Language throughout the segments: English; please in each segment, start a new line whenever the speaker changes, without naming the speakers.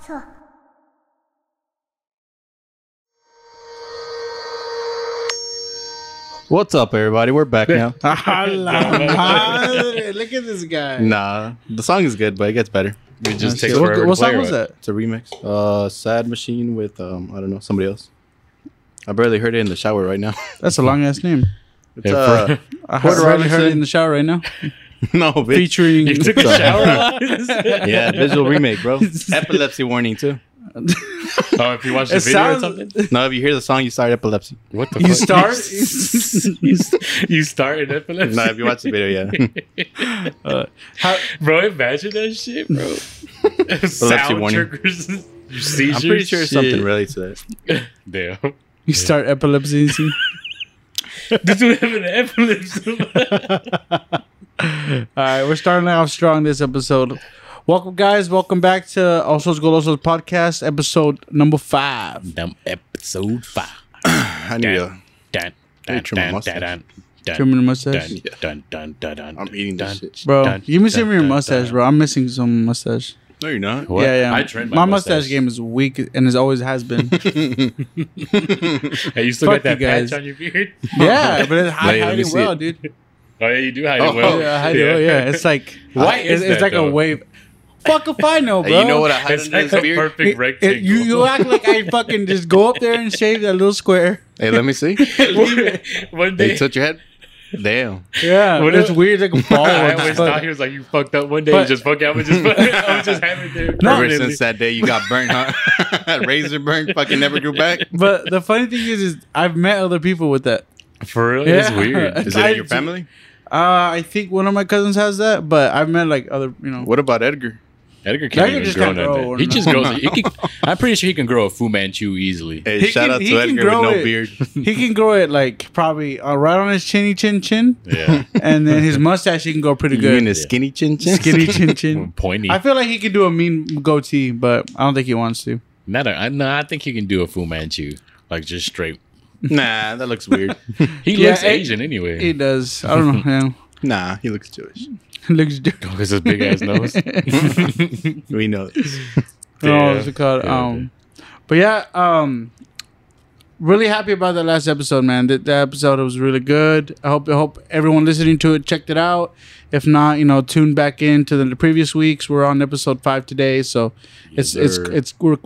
测。
What's up, everybody? We're back now.
Ah, la madre. Look at this guy.
nah, the song is good, but it gets better.
It just
Okay,
takes
what-
forever
what
to play.
song was
right?
that?
It's a remix. Uh, Sad Machine with um, I don't know somebody else. I barely heard it in the shower right now.
That's a long ass name.
It's,
Yeah,
uh,
I
Porter
heard, already heard it
Robinson.
in the shower right now.
no, bitch.
Featuring
You took a shower.
yeah, visual remake, bro. epilepsy warning too.
Oh, if you watched the
It
video
sounds-
or something.
No, if you hear the song, you start epilepsy.
What the
You
fuck?
start.
you, you started epilepsy.
No, if you watch the video, yeah.
bro, imagine that shit, bro.
Epilepsy
Sound
warning.
triggers your
I'm
seizures.
pretty sure it's
Shit.
something related to that.
Damn.
you start epilepsy. and see-
This dude having an epilepsy.
All right, we're starting off strong this episode. Welcome, guys. Welcome back to Osos Golosos podcast, episode number five.
Dumb episode five.
I need to.
Dun,
Hey, trim my mustache.
Trimming the mustache.
dun, dun, dun, dun,
I'm eating this shit.
Bro,
Dun,
give me
dun,
some of your
dun,
mustache,
dun.
bro. I'm missing some mustache.
No, you're not.
What?
Yeah, yeah.
I trimmed my,
my mustache. game is weak and it always has been.
Hey, you still
Fuck
got that
you guys.
patch on your beard?
yeah, but it's, I
Wait, let
hide
me
it
see
well,
it.
dude.
Oh yeah, you do hide
Oh,
it well.
Yeah, I hide it well, yeah. It's like uh,
Why
it's,
is
it's
that,
like
though?
a wave. Fuck if I know,
Hey,
bro.
you know what I had
It's
in this
like a
beard?
perfect
It- it-
rectangle.
you, you act like I fucking just go up there and shave that little square.
Hey, let me see.
One day,
They touch your head. Damn.
Yeah,
What
but it's
if-
weird like a ball.
oh, I
of
always
fuck.
thought he was like, "You fucked up." One day,
But-
you just fuck. I was just, I was just having there.
No.
Ever
permanently.
since that day, you got burnt, huh? Razor burnt, fucking never grew back.
but the funny thing is, is I've met other people with that.
for real, it's
Yeah.
weird.
Is it
I-
in your family?
Uh, I think one of my cousins has that, but I've met like other, you know.
What about Edgar?
Edgar can't
Edgar
even
just
grow
can't grow
nothing.
or
He just
no-
grows. He can, I'm pretty sure he can grow a Fu Manchu easily.
Hey,
He
shout
can-
out
he
to
can
Edgar with
grow
no
it.
beard.
He can grow it like probably uh, right on his chinny chin chin,
Yeah,
and then his mustache he can grow pretty
You mean
good.
a skinny chin chin?
Skinny chin chin.
pointy.
I feel like he could do a mean goatee, but I don't think he wants to.
Not a, I, no, I think he can do a Fu Manchu like just straight.
Nah, that looks weird.
He
Yeah,
looks
it-
Asian anyway.
He does. I don't know. Yeah.
nah, he looks Jewish.
Looks dirty.
Because his big ass nose.
We know this.
No,
Yeah.
what's it called?
Yeah,
um, but yeah, um, really happy about that last episode, man. That, that episode was really good. I hope I hope everyone listening to it checked it out. If not, you know, tune back in to the, the previous weeks. We're on episode five today, so it's it's
sir.
it's we're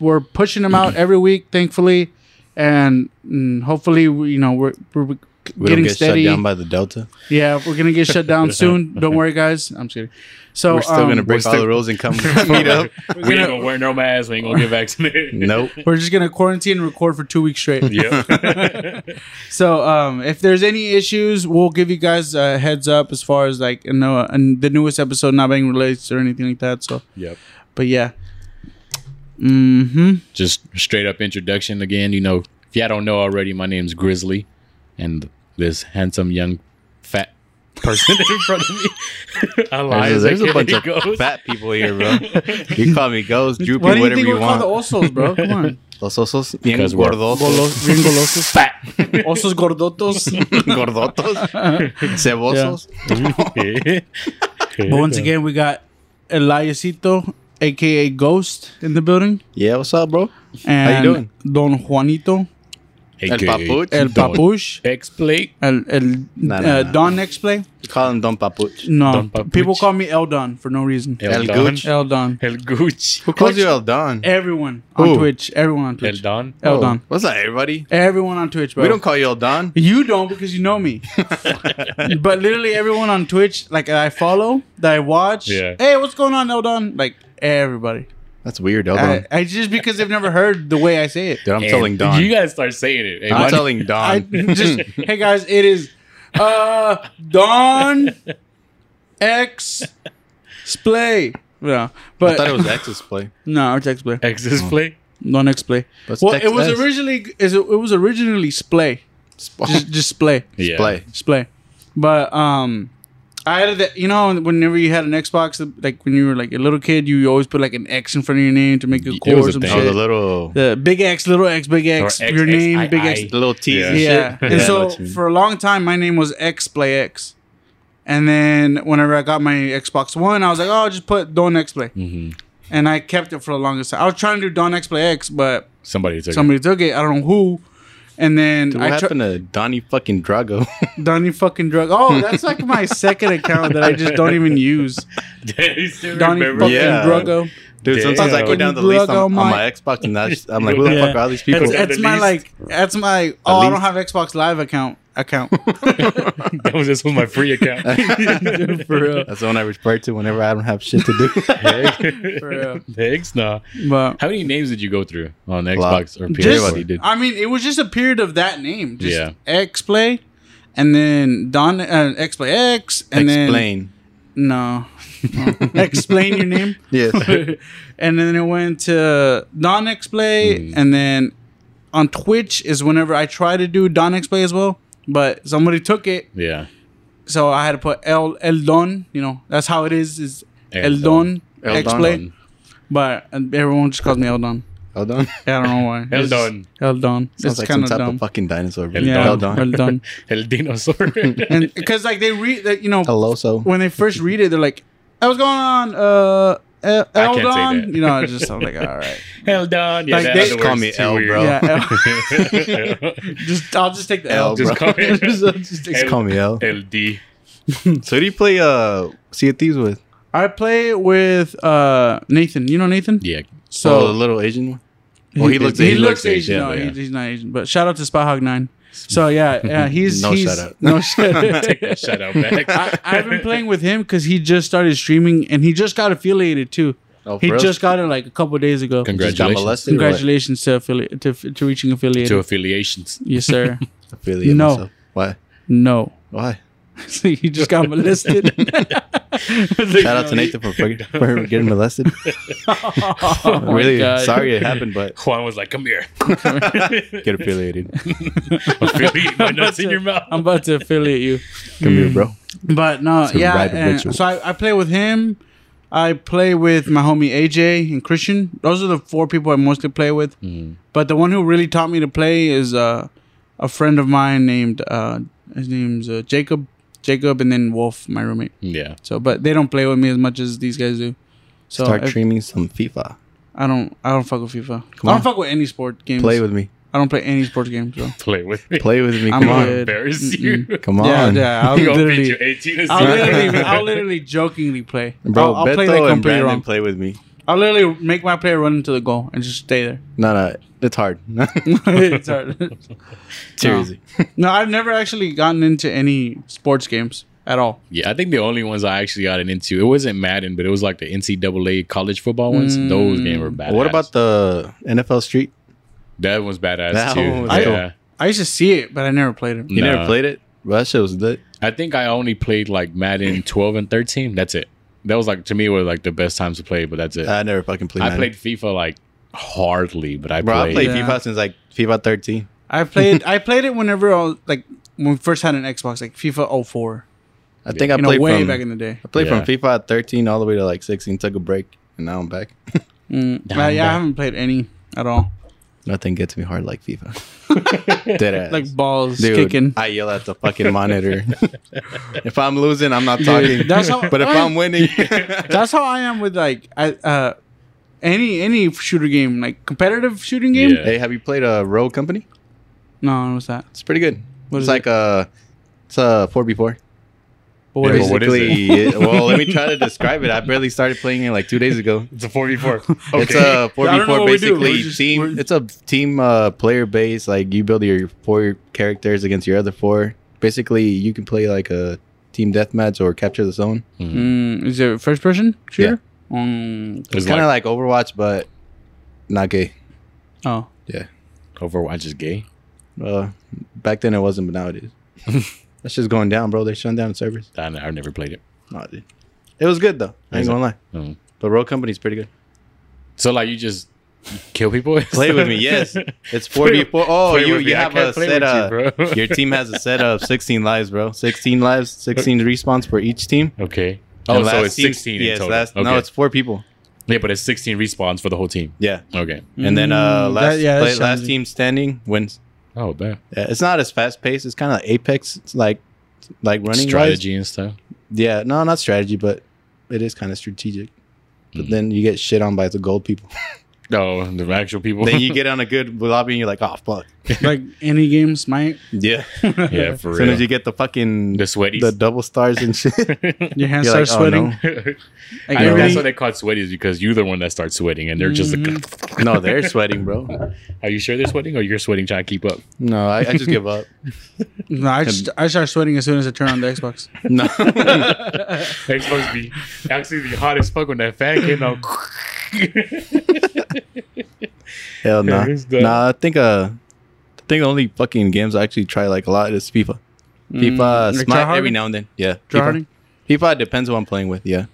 we're pushing them out every week, thankfully, and mm, hopefully, we, you know, we're we're, we're
We
getting
don't get
steady. Oh,
shut down by the Delta.
yeah, we're gonna get shut down soon. Don't worry, guys. I'm just kidding. So
We're still
um,
gonna break
we're
all
still-
the rules and come meet up.
we ain't gonna wear no mask. We ain't gonna get vaccinated.
Nope.
we're just gonna quarantine and record for two weeks straight.
Yep.
So, um, if there's any issues, we'll give you guys a heads up as far as like you know, and the newest episode not being released or anything like that. So,
yep.
but yeah, mm-hmm.
Just straight up introduction again. You know, if y'all don't know already, my name's Grizzly, and this handsome young fat person in front of me.
I lied.
There's, there's a bunch of
goes.
fat people here, bro. You call me ghost, droopy,
Why do you
whatever
think
you
we're called the
want.
osos, bro? Come on,
Los osos bien
Because we're
gordosos.
bien golosos,
fat.
osos gordotos.
Gordotos. Cebosos.
but once again, we got Eliasito, aka Ghost, in the building,
Yeah, what's up, bro?
and
doing?
Don Juanito,
El Papuch.
El
Don.
Papush,
Explain.
El, el
Nah, nah, nah.
uh, Don Next Play.
Call him Don Papuch.
No,
Don Papuch.
people call me El Don for no reason.
El
El
Don.
Gooch.
El Don.
El Gooch.
Who calls you El Don?
Everyone on
Who?
Twitch. Everyone on
El
Twitch.
Don.
El
Oh,
Don.
What's up, everybody?
Everyone on Twitch, bro.
We don't call you El Don.
you don't because you know me. but literally everyone on Twitch, like that I follow, that I watch.
Yeah.
Hey, what's going on, El Don? Like everybody.
That's weird, El Don.
I, I just because they've never heard the way I say it.
Dude, I'm
And
telling Don.
You guys start saying it. Hey,
I'm
why-
telling Don.
I just hey guys, it is uh Don X Splay. Yeah, but
I thought it was X's play.
no, it's X Play.
Exes
Mm.
play.
Don X Play.
What's
Well,
Tex
it was
S?
originally is it, it was originally Splay. Just, just Splay.
Yeah.
play.
display. But um, I added that. You know, whenever you had an Xbox, like when you were like a little kid, you always put like an X in front of your name to make it cool
was
or
a
some
thing.
Oh, the
shit.
little
The big X, little X, big X,
Or
your
X,
name,
X,
big
I,
X.
I.
the little T's
Yeah.
and shit.
Yeah. And
I know
so
what you mean.
for a long time, my name was X Play X. And then whenever I got my Xbox One, I was like, oh, I'll just put Don X Play. and I kept it for the longest time. I was trying to do Don X Play X, but
Somebody took
somebody took it. I don't know who. And then
Dude, what
I tried
happened to Donnie fucking Drago?
Donnie fucking drug. Oh, that's like my second account that I just don't even use.
Damn, you still
Donnie
remember?
fucking
Yeah.
Drugo.
Dude, sometimes I go
Damn.
down the list on, on
Look on
my,
my-
Xbox and that's, I'm like, who the
Yeah.
fuck are these people?
That's-
That's
the
my
least.
like. That's my. Oh, I don't
least.
have Xbox Live account. Account.
That was this was my free account.
Dude, for real.
That's the one I refer to whenever I don't have shit to do.
For real.
Eggs, nah.
But
How many names did you go through on
lot.
Xbox or
Just-
PS4? Did
I mean, it was just a period of that name. Just
Yeah.
X Play, and then Don uh, X Play X, and
Explain.
then no, explain your name,
yes.
and then it went to Don X Play, and then on Twitch is whenever I try to do Don X Play as well, but somebody took it,
yeah,
so I had to put El El Don. You know, that's how it is. Is El
El Don.
Don
El
X
Don.
Play, but everyone just calls me El Don.
Hold on.
Yeah, I don't know why.
El
It's-
Don.
El Don.
Sounds
It's
like
kind
some
of
type
dumb.
of fucking dinosaur. bro.
Yeah,
Hold on.
well done.
El Dinosaur.
And because like they read that, you know,
Hello, so.
when they first read it, they're like, "Hey, "What's going on?" Uh, El-
I can't say
Eldon,
that.
you know, I just I'm like, all right,
El Don. Yeah,
Like,
that
they-
other
Just call
word's
me
too
El,
weird.
bro.
yeah, El- just I'll just take the
El,
L.
bro.
Just call me
Just-
uh,
I'll just take-
El-
Call me L.
El D.
So, who do you play uh, Sea of Thieves with?
I play with uh Nathan. You know Nathan?
Yeah,
So, the
So
little Asian one? Well, Oh, he looks-
he,
he
looks
looks Asian,
Asian. No,
yeah.
he- he's not Asian. But shout out to Spyhawk Nine. So yeah, yeah, he's
No
he's,
shout out.
No shout out.
shut up, back.
I, I've been playing with him because he just started streaming and he just got affiliated too.
Oh,
He
for real?
just got it like a couple days ago.
Just got
Congratulations
molested or what?
Congratulations to affiliate to, to reaching affiliate.
to affiliations.
yes, sir.
Affiliate
No.
myself. Why?
no.
Why?
See, he just got molested.
Shout out to Nathan for, fucking- for getting molested. really sorry it happened, but
Juan was like, "Come here,
get affiliated.
affiliate my nuts in your mouth."
I'm about to affiliate you.
Come here, bro.
But no,
a
yeah.
rite of
and
ritual.
so I, I play with him. I play with my homie AJ and Christian. Those are the four people I mostly play with.
Mm-hmm.
But the one who really taught me to play is uh, a friend of mine named uh, his name's uh, Jacob. Jacob and then Wolf, my roommate.
Yeah,
So, but they don't play with me as much as these guys do. So
Start
if-
streaming some FIFA.
I don't. I don't fuck with FIFA. I
on.
don't fuck with any sport games.
Play with me.
I don't play any sports games. So.
play with me.
Play with me.
I'm
Come
I'll
on.
good.
embarrass you.
Come Oh, on.
Yeah, yeah. I'll
I'm gonna beat you
literally,
18 to
I'll
zero.
literally, I'll literally jokingly play.
Bro,
I'll, I'll
Beto
play like
and
completely
Brandon
wrong.
play with me.
I'll literally make my player run into the goal and just stay there.
No, no, it's hard.
It's hard.
Seriously.
no, I've never actually gotten into any sports games at all.
Yeah, I think the only ones I actually gotten into it wasn't Madden, but it was like the NCAA college football ones. Those games were badass.
Mm. What about the NFL Street?
that one's badass
That
too?
one was
yeah,
I used to see it, but I never played it.
You never
Nah.
played it? Bro, that shit was lit.
I think I only played like Madden 12 and 13. That's it. That was like to me were like the best times to play, but that's it.
I never fucking played.
I
Uh, Madden.
played FIFA like hardly, but I
Bro, I
played.
played
Yeah.
FIFA since like FIFA 13.
I played. I played it whenever I was, like when we first had an Xbox, like FIFA 04.
I think I
You know,
played
way
from
back in the day.
I played
Yeah.
from FIFA 13 all the way to like 16. Took a break and now I'm back.
Mm, I, yeah, I haven't played any at all.
Nothing gets me hard like FIFA. Dead ass.
Like balls
Dude,
kicking.
I yell at the fucking monitor. if I'm losing, I'm not talking.
that's how-
but if I'm winning,
That's how I am with like I, uh, any any shooter game, like competitive shooting game.
Yeah.
hey, have you played a uh, Rogue Company?
No, what's that?
It's pretty good.
What
it's
is
like a it's a four v four.
But what
Yeah,
is
but
it?
what is
Basically, it- well, let me try to describe it. I barely started playing it like two days ago.
It's uh, a 44. Okay.
It's a four v
I don't know
four
what we do.
basically
We're just-
team.
we're-
It's a team uh, player base. Like you build your four characters against your other four. Basically, you can play like a team deathmatch or capture the zone.
Mm, is it first person shooter? Mm,
It's
It's
kind of like
like,
Overwatch, but not gay.
oh,
Overwatch is gay.
Uh, back then it wasn't, but now it is. That's just going down, bro. They shutting down servers.
I, I've never played it.
No, dude. It was good though. I ain't
Is it?
gonna lie.
Mm.
The road company's pretty good.
So like you just kill people.
Play with me, yes. It's four v four. Oh,
Play
you,
with me.
you
I
have
can't
a
play
set of
with you, bro.
your team has a set of sixteen lives, bro. Sixteen lives, sixteen respawns for each team.
Okay. Oh,
And
so
last
it's
team-
16 in
yes,
total.
last- no,
Okay.
it's four people.
yeah, but it's 16 respawns for the whole team.
Yeah,
Okay.
and then uh,
Mm,
last
that- yeah, that
play-
sounds-
last team standing wins.
Oh, bad.
Yeah, it's not as fast paced. It's kind of like Apex, it's like like running wise.
Strategy and stuff.
Yeah, no, not strategy, but it is kind of strategic.
Hmm.
but then you get shit on by the gold people.
No, Oh, the actual people.
then you get on a good lobby and you're like, oh fuck.
like any game smite,
Yeah.
yeah, for
As soon
real.
as you get the fucking
the sweaties.
the double stars and shit,
your hands
You're
start
like, oh,
sweating. Like,
I know that's
everything-
why they call it sweaties because you're the one that starts sweating, and they're just like,
no, they're sweating, bro.
"Are you sure they're sweating, or you're sweating trying to keep up?"
No, I, I just give up.
no, I, just, I start sweating as soon as I turn on the Xbox.
No,
Xbox be actually the hottest fuck when that fan came out.
hell no.
It's
No,
done.
I think uh, I think the only fucking games I actually try like a lot is FIFA. FIFA,
Mm. like try
Smite
hard?
every now and then. Yeah,
Try
FIFA.
harding?
FIFA depends who I'm playing with. Yeah,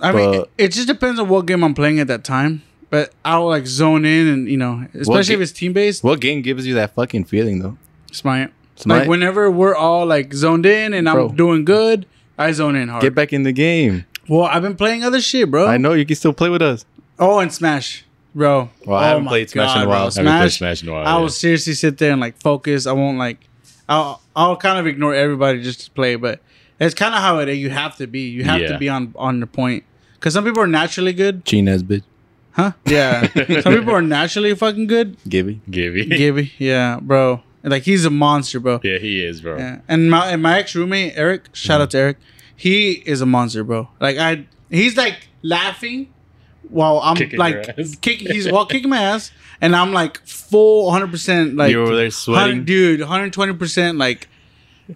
I mean,
But-
it, it just depends on what game I'm playing at that time. But I'll like zone in and you know, especially
ga-
if it's team based,
what game gives you that fucking feeling though?
smite. Like
Smite?
whenever we're all like zoned in and
Bro.
I'm doing good, I zone in hard.
Get back in the game.
Well, I've been playing other shit, bro.
I know you can still play with us.
Oh, and Smash, bro.
Well, I
Oh
haven't
my
played Smash in a
God, bro.
while.
Haven't played
Smash.
Smash in a while.
I
Oh, yeah.
will seriously sit there and like focus. I won't like. I'll I'll kind of ignore everybody just to play, but it's kind of how it is. You have to be. You have
Yeah.
to be on on the point. Because some people are naturally good,
Cheating ass bitch,
huh? Yeah. some people are naturally fucking good.
Gibby.
Gibby.
Gibby, yeah, bro. Like he's a monster, bro.
Yeah, he is, bro.
Yeah. And my and my ex roommate Eric, shout out to Eric. He is a monster, bro. Like I, he's like laughing while I'm
Kicking
like
your ass.
kicking. He's while kicking my ass, and I'm like full 100 percent like
You're over there
100
sweating.
dude, 120 percent like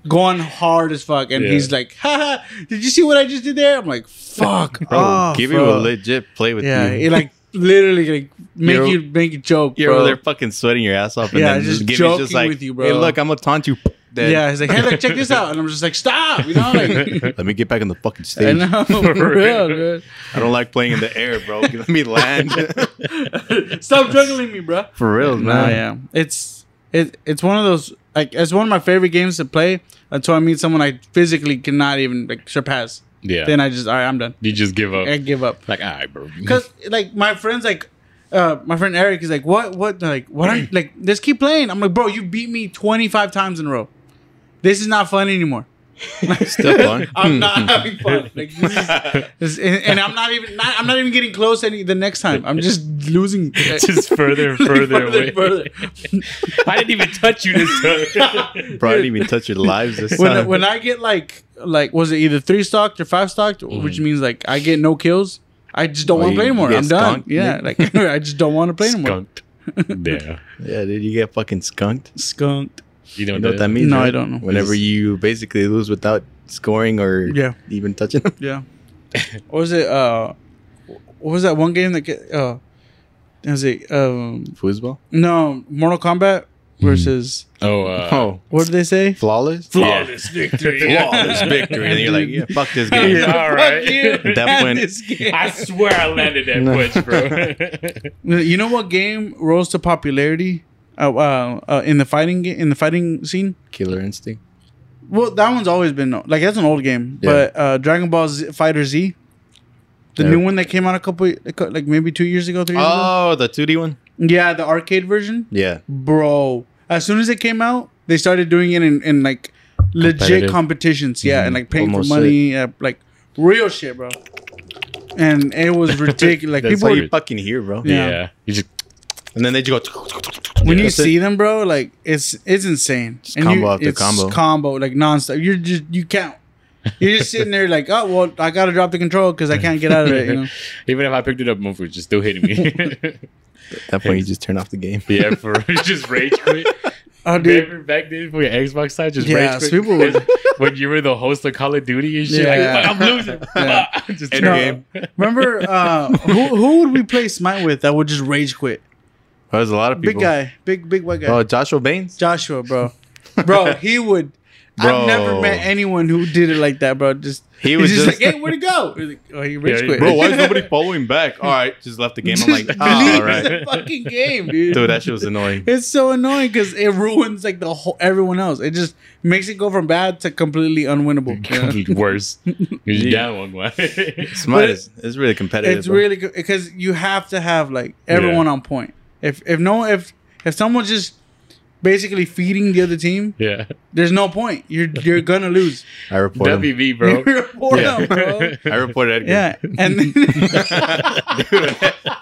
going hard as fuck. And
Yeah.
he's like, haha, did you see what I just did there? I'm like, fuck,
Bro,
off,
Gibby
Oh, Ah, bro.
will legit play with
yeah,
you.
he like literally like make
You're-
you make you joke,
You're
bro.
over there fucking sweating your ass off, and
Yeah,
then
just
just Gibby's
joking
just like,
with you, bro.
"Hey, look, I'm gonna taunt you." Then,
yeah, he's like, hey, look, check this out, and I'm just like, stop, you know, like.
Let me get back on the fucking
I
stage.
know, for real, dude.
I don't like playing in the air, bro. Let me land.
Stop juggling me, bro.
For real,
No,
man.
yeah, it's it, it's one of those like it's one of my favorite games to play until I meet someone I physically cannot even like surpass.
Yeah.
Then I just all right, I'm done.
you just give up.
I give up
like, all right, bro.
because like my friends like. Uh, my friend Eric is like, what, what, They're like, what? Are you, like, just keep playing. I'm like, bro, you beat me 25 times in a row. This is not fun anymore.
Still fun.
I'm not having fun. Like, this is, this- and, and I'm not even, not, I'm not even getting close any the next time. I'm just losing.
just further and further, away.
further.
I didn't even touch you this time.
Bro, I didn't even touch your lives this
when
time.
when I get like like was it either three stocked or five stocked, which means like I get no kills. I just don't
Mm. Oh,
want to
you-
play
you
anymore.
get
I'm done.
skunked,
Yeah, like I just don't want to play anymore.
Skunked. Yeah.
yeah, did you get fucking skunked?
Skunked.
You know,
You know what that
means?
means?
No, I
right?
don't know.
Whenever
It's-
you basically lose without scoring or
Yeah.
even touching them.
Yeah. What was it? Uh, what was that one game that? Get, uh, was it? Um,
Foosball?
no, Mortal Kombat
Hmm.
versus
Oh, uh,
Oh.
what did they say?
Flawless?
flawless victory.
Flawless victory. And then you're like, yeah, fuck this game.
Yeah. All right.
Fuck you.
That
Had
went-
this game.
I swear I landed that
No.
punch, bro.
You know what game rose to popularity? Uh, uh, uh, in the fighting ga- in the fighting scene.
Killer Instinct.
Well, that one's always been like that's an old game,
Yeah.
but uh, Dragon Ball Z, Fighter Z, the
Yeah.
new one that came out a couple like maybe two years ago, three years
Oh, the 2D one?
ago. Yeah, the arcade version,
Yeah.
bro. As soon as it came out, they started doing it in, in like legit
Competitive.
competitions, yeah, and like paying
Mm-hmm. Almost
for money, yeah, like real shit, bro. And it was ridiculous. Like
That's
people,
all
were-
you fucking hear, bro.
Yeah.
Yeah. You just
And then they just go.
when you
That's it.
see them, bro, like it's it's insane.
Just combo
you,
after
it's
combo.
combo like nonstop. You're just you can't. You're just sitting there like, oh well, I gotta drop the control because I can't get out of it. You know?
even if I picked it up, move it's just still hitting me.
At that point, you just turn off the game.
yeah, for just rage quit.
Oh, dude.
Remember back then for your Xbox side, just
Yeah,
rage quit.
people would-
when you were the host of Call of Duty and shit,
Yeah.
like "Fuck, I'm losing.
Yeah.
just
End
turn
game.
off.
Remember uh, who who would we play Smite with that would just rage quit?
There's a lot of people.
Big guy, big big white guy,
Oh, Joshua Baines?
Joshua, bro, bro. He would. I've
Bro.
never met anyone who did it like that, bro. Just
He
he's
was
just,
just-
like, hey, where'd it go? He's like, oh, he rage
Yeah,
quit.
Bro, why is nobody following back? All right, just left the game. I'm like,
Just
oh, all
leave
right.
the fucking game, dude.
Dude, that shit was annoying.
It's so annoying because it ruins like the whole everyone else. It just makes it go from bad to completely unwinnable. you know?
Complete Worse. You're
Yeah.
down one one.
Smite is it's really competitive.
It's
bro.
really good because you have to have like everyone on point. If if no if if someone's just basically feeding the other team,
yeah.
There's no point. You're you're gonna lose.
I report him.
WV, bro.
Report
Yeah.
'em, bro.
I report Edgar.
Yeah, and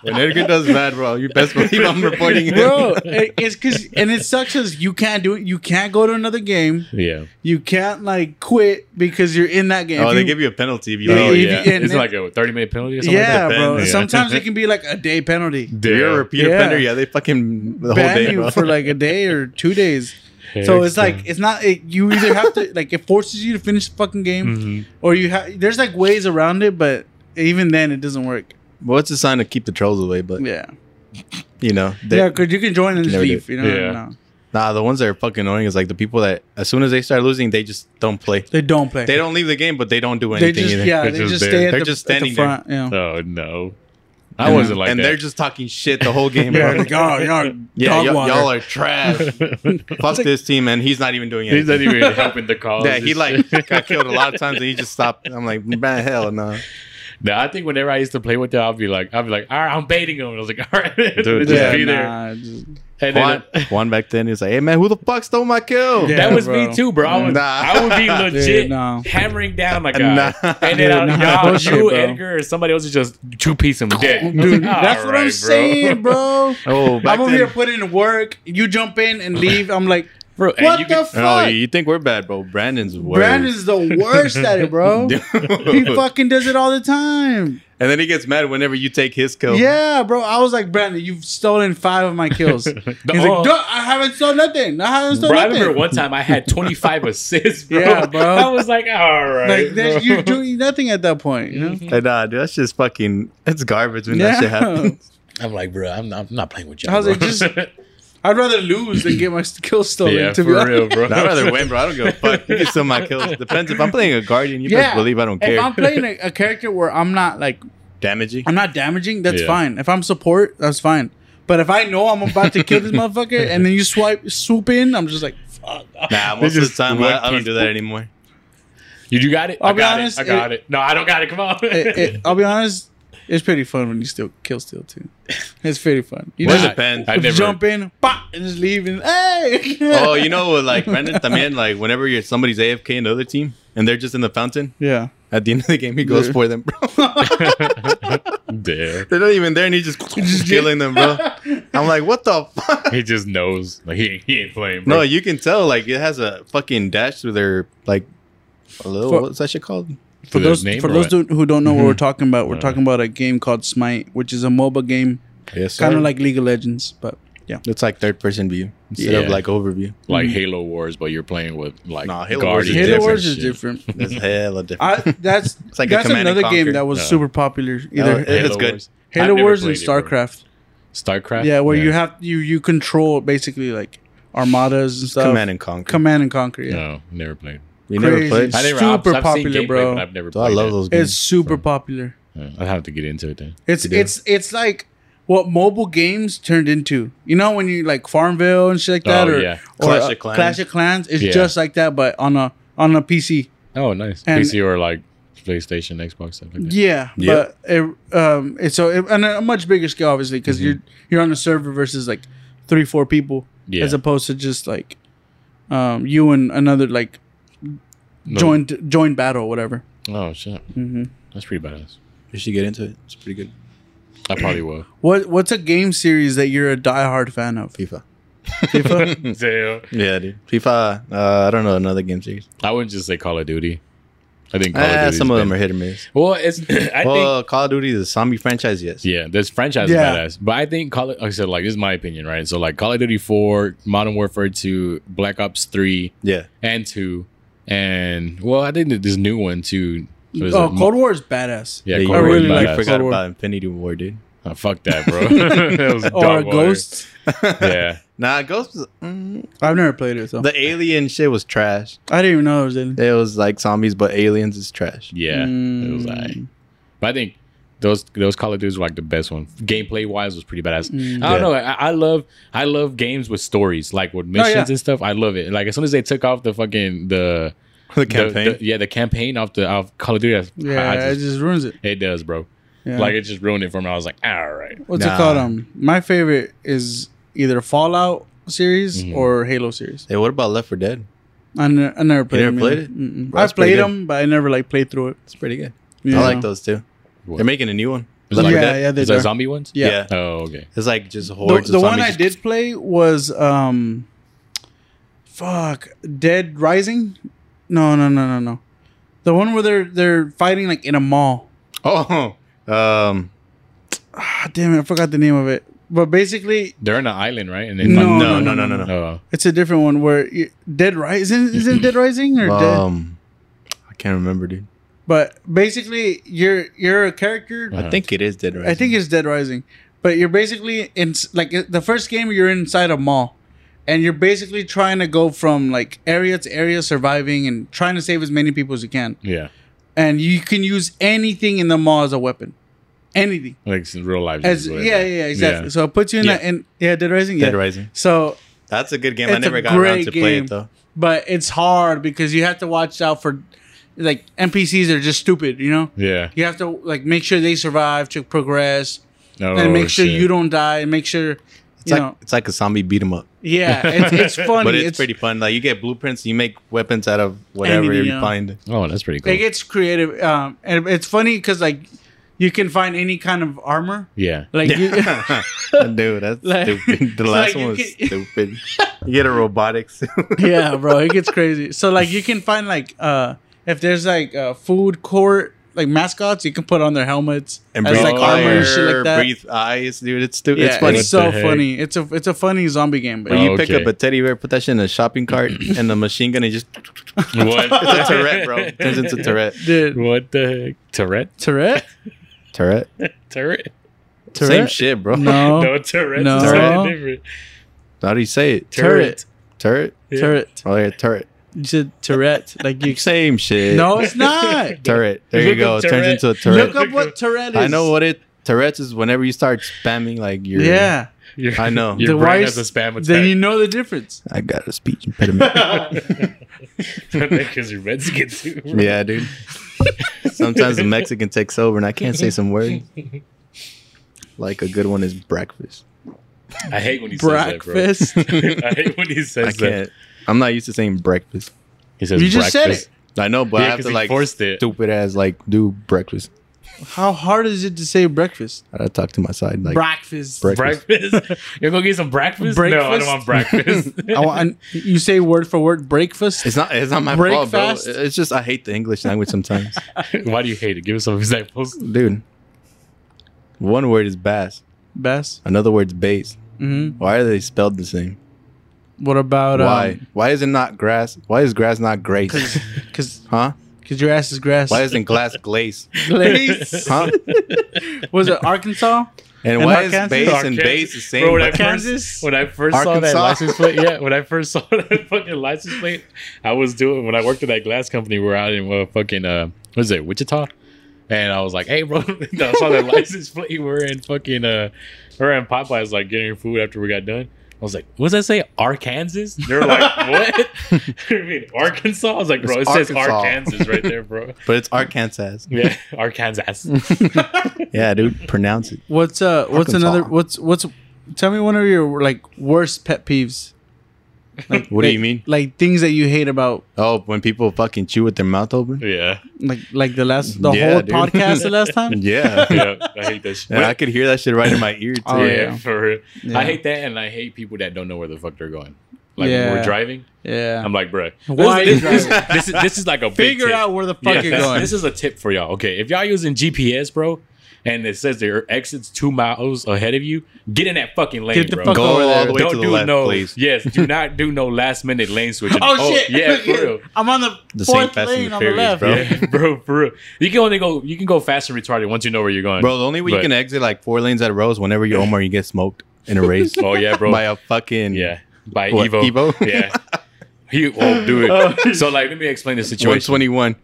When Edgar does bad, bro, you best believe I'm reporting him.
bro, it- it's because and it sucks as you can't do it. You can't go to another game.
Yeah.
You can't like quit because you're in that game.
Oh,
If
they
you-
give you a penalty if you
Yeah,
Oh,
leave.
if
yeah.
you- and
It's
then-
like a 30 minute penalty or something like
yeah,
that.
that,
bro.
then,
yeah.
Sometimes it can be like a day penalty.
If you're a
Yeah.
repeat
Yeah.
offender, yeah, they fucking the whole
ban
day,
you
bro.
for like a day or two days. so
Heck
it's like it's not it, you either have to like it forces you to finish the fucking game
Mm-hmm.
or you have there's like ways around it, but even then it doesn't work.
well, it's a sign to keep the trolls away, but
Yeah,
you know, they,
yeah, because you can join and just
Never do.
leave. You know,
Yeah.
no.
nah, the ones that are fucking annoying is like the people that as soon as they start losing, they just don't play.
they don't play.
They don't leave the game, but they don't do
They
anything
just
either.
yeah,
They're
they
just
just,
there.
stay at
They're
the,
just
at the
standing there.
front. Yeah.
Oh, no. I
And-
wasn't like
and they're
that.
just talking shit the whole game.
Yeah,
bro.
like, oh, y'all,
yeah,
dog
y-
water.
y'all are trash. Fuck this team, and he's not even doing
He's
anything.
not even helping the cause.
yeah, he
It's-
like got killed a lot of times, and he just stopped. I'm like, man, hell no.
No, I think whenever I used to play with them, I'll be like, I'll be like, all right, I'm baiting them. I was like, all right,
Dude,
just
yeah,
be there.
nah, just-
And
Juan,
then,
Juan back then, he was like, hey man, who the fuck stole my kill?
Yeah.
that was
bro.
me too, bro. I, was,
Nah.
I would be legit
Dude, no.
hammering down my guy,
Nah.
and then
Dude,
I,
nah,
y'all,
bullshit,
you,
bro.
Edgar, or somebody else is just two piece him dead.
dude, that's what I'm saying, bro.
Oh, back
I'm over
then-
here putting work. You jump in and leave. I'm like,
bro. and
what
you
the
can-
fuck?
Oh, you think we're bad, bro? Brandon's worse.
Brandon's the worst at it, bro. he fucking does it all the time.
And then he gets mad whenever you take his kill.
Yeah, bro. I was like, Brandon, you've stolen five of my kills. He's like,
Oh.
"Duh, I haven't stolen nothing. I haven't stolen
Bro, I
nothing.
remember one time I had 25 assists, bro.
Yeah, bro.
I was like, all right.
like, there's-
bro.
you're doing nothing at that point. You know?
And, uh, dude, that's just fucking, that's garbage when that shit happens.
I'm like, bro, I'm not, I'm not playing with you.
I was like, just- I'd rather lose than get my kill stolen.
yeah,
to
for
be honest.
real, bro.
I'd rather win, bro. I don't give a fuck. You can steal my kills. Depends. If I'm playing a guardian, you
Yeah.
best believe I don't care.
If I'm playing a, a character where I'm not like
Damaging.
I'm not damaging, that's
Yeah.
fine. If I'm support, that's fine. But if I know I'm about to kill this motherfucker and then you swipe swoop in, I'm just like, fuck.
Nah, most of the
just
time,
one
I, I don't
piece.
do that anymore.
You do got it?
I'll
I
be
got
honest,
it. I got it, No, I don't got it. Come on.
it, it, I'll be honest, it's pretty fun when you still kill steal too. It's pretty fun. You
Well,
just
it depends.
I
If
never,
jump in, pop, and just leave, and hey.
Oh, you know, like Brandon, the man, like whenever you're somebody's AFK in the other team and they're just in the fountain,
yeah.
at the end of the game, he goes
Yeah.
for them, bro.
Damn.
They're not even there and he's just, killing them, bro. I'm like, what the fuck?
He just knows. Like he, ain't- he ain't playing. Bro.
No, you can tell, like, it has a fucking dash through their, like, a little,
For-
what's that shit called?
For
the
those
name
for
or
those
what?
who don't know what we're talking about, we're talking about a game called Smite, which is a MOBA game,
Yes,
kind of like League of Legends, but yeah.
It's like third person view instead of
Yeah.
like overview.
like Halo Wars, but you're playing with like
Nah, Halo
Halo
Wars is
Guardians.
It's
Halo
Halo
Wars is different.
That's hella different.
I, that's
It's like a
that's
Command and
another game
Conquer.
that was
Yeah.
super popular. Either
Halo- It's good.
Wars. I've
Halo
never
Wars and
played it, bro.
StarCraft.
StarCraft.
yeah, where you have you you control basically like armadas and stuff.
Command and Conquer.
Command and Conquer. Yeah.
No, never played.
you
crazy.
never played?
I never,
Super
Super
popular,
I've, popular, seen gameplay,
bro.
But I've never.
So I
played
love
it.
those
It's
games.
super popular.
Yeah, I'll have to get into it then.
It's
Yeah.
it's it's like what mobile games turned into. You know when you like Farmville and shit like that,
Oh,
or,
yeah.
or
Clash
uh,
of Clans.
Clash of Clans. It's
Yeah.
just like that, but on a on a PC.
Oh, nice.
And-
PC or like PlayStation, Xbox, stuff like that.
Yeah,
Yep.
but it, um, it's so it, on a much bigger scale, obviously, because you're you're on a server versus like three four people,
Yeah.
as opposed to just like um you and another like
No-
joined joined battle or whatever.
Oh shit. That's pretty badass.
You should get into it. It's pretty good.
I probably will.
What what's a game series that you're a diehard fan of?
FIFA.
FIFA?
Damn.
Yeah, dude. FIFA. Uh, I don't know another game series.
I wouldn't just say Call of Duty. I think Call of
Ah,
Duty.
some of them are hit or miss.
Well, it's. I think
Well, Call of Duty, the zombie franchise, yes.
Yeah, this franchise
Yeah.
is badass. But I think Call of, like I said, like this is my opinion, right? So like Call of Duty Four, Modern Warfare Two, Black Ops Three
Yeah.
and Two, and well, I think that this new one too. what is
oh,
it?
Cold War is badass.
Yeah,
Yeah, you
Cold War is
really like
badass.
I forgot
Cold War.
about Infinity War, dude.
Oh, fuck that, bro. That was
Or
dog water.
Ghosts.
Yeah,
Nah, Ghost. Was, mm,
I've never played it, so
the alien shit was trash.
I didn't even know it was in.
It was like zombies, but aliens is trash.
yeah, it
Mm.
was like. But I think those those Call of Duties were like the best one. Gameplay wise was pretty badass.
Mm.
I
Yeah.
don't know. I, I love I love games with stories, like with missions
Oh, yeah.
and stuff. I love it. Like as soon as they took off the fucking the
the
the-
campaign.
the- yeah, the campaign off the off Call of Duty. I-
Yeah,
I
it
just-
just ruins it.
it does, bro.
Yeah.
Like it just ruined it for me. I was like, "Ah, all right,
What's it
Nah.
called? Um, my
Mm-hmm.
favorite is either Fallout series or Halo series.
hey, what about Left 4 Dead?
I, ne- I never played.
never
them
played
either.
it?
Mm-mm.
Bro,
I
that's pretty
played
good.
them, but I never like played through it.
It's pretty good.
Yeah.
I like those too.
What?
They're making a new one.
Is
Yeah,
like
yeah,
that?
they
Is that
do.
zombie ones?
Yeah.
Oh, okay.
It's like just
The,
hordes.
the
of
one I
zombies.
did play was um, fuck, Dead Rising. No, no, no, no, no. The one where they're they're fighting like in a mall.
Oh, um,
Ah, damn it, I forgot the name of it. But basically,
They're on an island, right? And
No,
no, no, no, no, no.
Oh,
it's a different one where you, Dead Rising is it Dead Rising or Dead?
um, I can't remember, dude.
But basically, you're you're a character
Uh-huh.
I think it is Dead Rising.
I think it's Dead Rising, but you're basically in like uh, the first game you're inside a mall, and you're basically trying to go from like area to area, surviving and trying to save as many people as you can.
yeah.
And you can use anything in the mall as a weapon, anything.
Like it's in real life.
As
just
yeah,
whatever.
yeah, yeah, exactly.
Yeah.
So it puts you in
Yeah.
that in yeah Dead Rising.
Dead
yeah.
Rising.
So,
That's a good game. I
It's a
never got around
great
to play
game.
it though.
but it's hard because you have to watch out for like NPCs are just stupid. You know,
Yeah.
you have to like make sure they survive to progress.
Oh,
and make sure
shit.
you don't die and make sure you
It's like
know
it's like a zombie beat 'em up,
yeah it's, it's funny
but it's,
it's,
pretty fun. Like you get blueprints, you make weapons out of whatever
Anything,
you
yeah.
find.
Oh, that's pretty cool.
it gets creative um and it's funny because like you can find any kind of armor
yeah.
like you
Dude, that's
Like-
stupid. The
it's
last
like you
one was
can-
stupid. You get a robotics.
yeah bro it gets crazy so like you can find like uh if there's like a food court like mascots you can put on their helmets
and
as,
breathe
like armor and shit
fire,
like that
breathe ice, dude. It's stupid.
yeah,
it's funny.
What
so
the heck?
funny it's Oh, a it's a funny zombie game but
Where you
Okay.
pick up a teddy bear, put that shit in a shopping cart, and the machine gun, it just
what?
it's a Tourette, bro. Turns into Tourette.
dude
What the heck? Tourette?
Tourette
Tourette.
Tourette?
Same
Tourette?
shit, bro.
no
No, Tourette.
Oh. No.
Tourette. Different.
How do you say it?
Turret.
Turret.
Yeah.
Turret
Oh yeah, turret.
you said Tourette like you
Same shit.
no it's not
Turret. There you
Look
go.
up
Turns
turret.
into a
Look
turret.
up what Tourette is.
I know what it. Tourette's is whenever you start spamming like your.
Yeah.
Your-
I know.
Your
The
brain
wires-
has a spam
Then you
attack.
know the difference.
I got a speech impediment.
Because you're Mexican too.
yeah, dude. Sometimes the Mexican takes over and I can't say some word. Like a good one is breakfast.
I hate when he says
Breakfast.
that, bro. I hate when he
I
says that.
can't. I'm not used to saying breakfast.
He says
You just said
breakfast.
I know, but
Yeah,
I have
'cause
to
he
like
forced it.
stupid ass like do breakfast.
How hard is it to say breakfast?
I gotta talk to my side like
breakfast.
breakfast.
Breakfast? You're going to get some breakfast? No, I don't
Breakfast?
want breakfast.
I want, you say word for word breakfast.
It's not. It's not my fault, bro.
Breakfast?
It's just I hate the English language sometimes,
Why do you hate it? Give us some examples.
dude. One word is bass.
Best.
Another word's base.
hmm
Mm-hmm.
Why are they spelled the same?
What about um,
Why? Why is it not grass? Why is grass not grace?
Because
Huh?
because your ass is grass.
Why isn't glass glaze?
Glaze.
Huh?
Was it Arkansas?
And
And
why is
Arkansas?
base and
Arkansas.
base the same?
Bro, when I
but-
first,
Kansas?
when I first saw that
Arkansas?
license plate, yeah, when I first saw that fucking license plate, I was doing when I worked at that glass company. We're out in uh, fucking uh, what is it, Wichita? And I was like, hey, bro, I saw that license plate. We're in fucking uh, we're in Popeyes, like getting your food after we got done. I was like, what does that say? Arkansas? They're like, what? you mean Arkansas? I was like, bro,
It's
it says
Arkansas.
Arkansas right there, bro.
but it's Arkansas.
Yeah, Arkansas.
Yeah, dude. Pronounce it.
What's uh? What's
Arkansas.
another? What's what's? Tell me one of your like worst pet peeves. Like,
What do
like-
you mean?
Like things that you hate about
Oh, when people fucking chew with their mouth open.
Yeah,
like like the last the
Yeah,
whole
dude.
podcast the last time.
Yeah.
yeah, I hate that shit.
And I could hear that shit right in my ear too.
Oh,
yeah,
yeah.
for real.
Yeah.
I hate that, and I hate people that don't know where the fuck they're going. Like when
Yeah.
we're driving,
Yeah.
I'm like, bruh,
Why
this,
are you
this,
driving?
this is this is like a big
Figure
tip.
out where the fuck
Yeah,
you're
that's-
going.
This is a tip for y'all. Okay, if y'all using GPS, bro, and it says your exit's two miles ahead of you, get in that fucking lane,
Get the
bro.
fuck
Go
Oh,
over there, all the way
don't
to the
do
left,
no.
please.
Yes, do not do no last minute lane switching.
Oh, shit!
Yeah, for real.
I'm on the,
The same
fourth
Fast and
lane
the
on the
Furious,
left.
bro.
Yeah, bro, for real. You can only go. You can go fast and retarded once you know where you're going,
Bro, the only way you
But-
can exit like four lanes at a row is whenever you Omar you get smoked in a race
Oh yeah, bro.
by a fucking
Yeah, by
What,
Evo.
Evo?
Yeah. He oh, dude. So like, let me explain the situation.
121.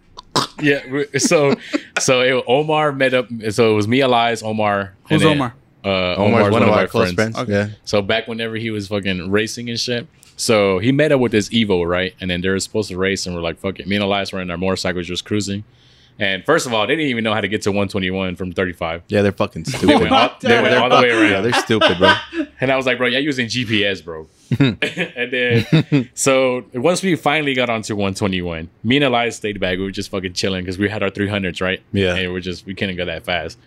Yeah. we- So, so it, Omar met up. So it was me, Elias, Omar. and
Who's
then,
Omar?
Uh, Omar's,
Omar's one, of our, close friends.
Okay.
Yeah.
So back whenever he was fucking racing and shit. So he met up with this Evo, right? And then they were supposed to race, and we're like, fuck it. Me and Elias were in our motorcycles just cruising. And first of all, they didn't even know how to get to 121 from 35.
Yeah, they're fucking
They
stupid.
went all, they went all the way
Yeah,
around.
they're stupid, bro.
And I was like, bro, you're using GPS, bro. and then, so once we finally got onto 121, me and Elias stayed back. We were just fucking chilling because we had our 300s, right?
Yeah.
And we're just, we couldn't go that fast.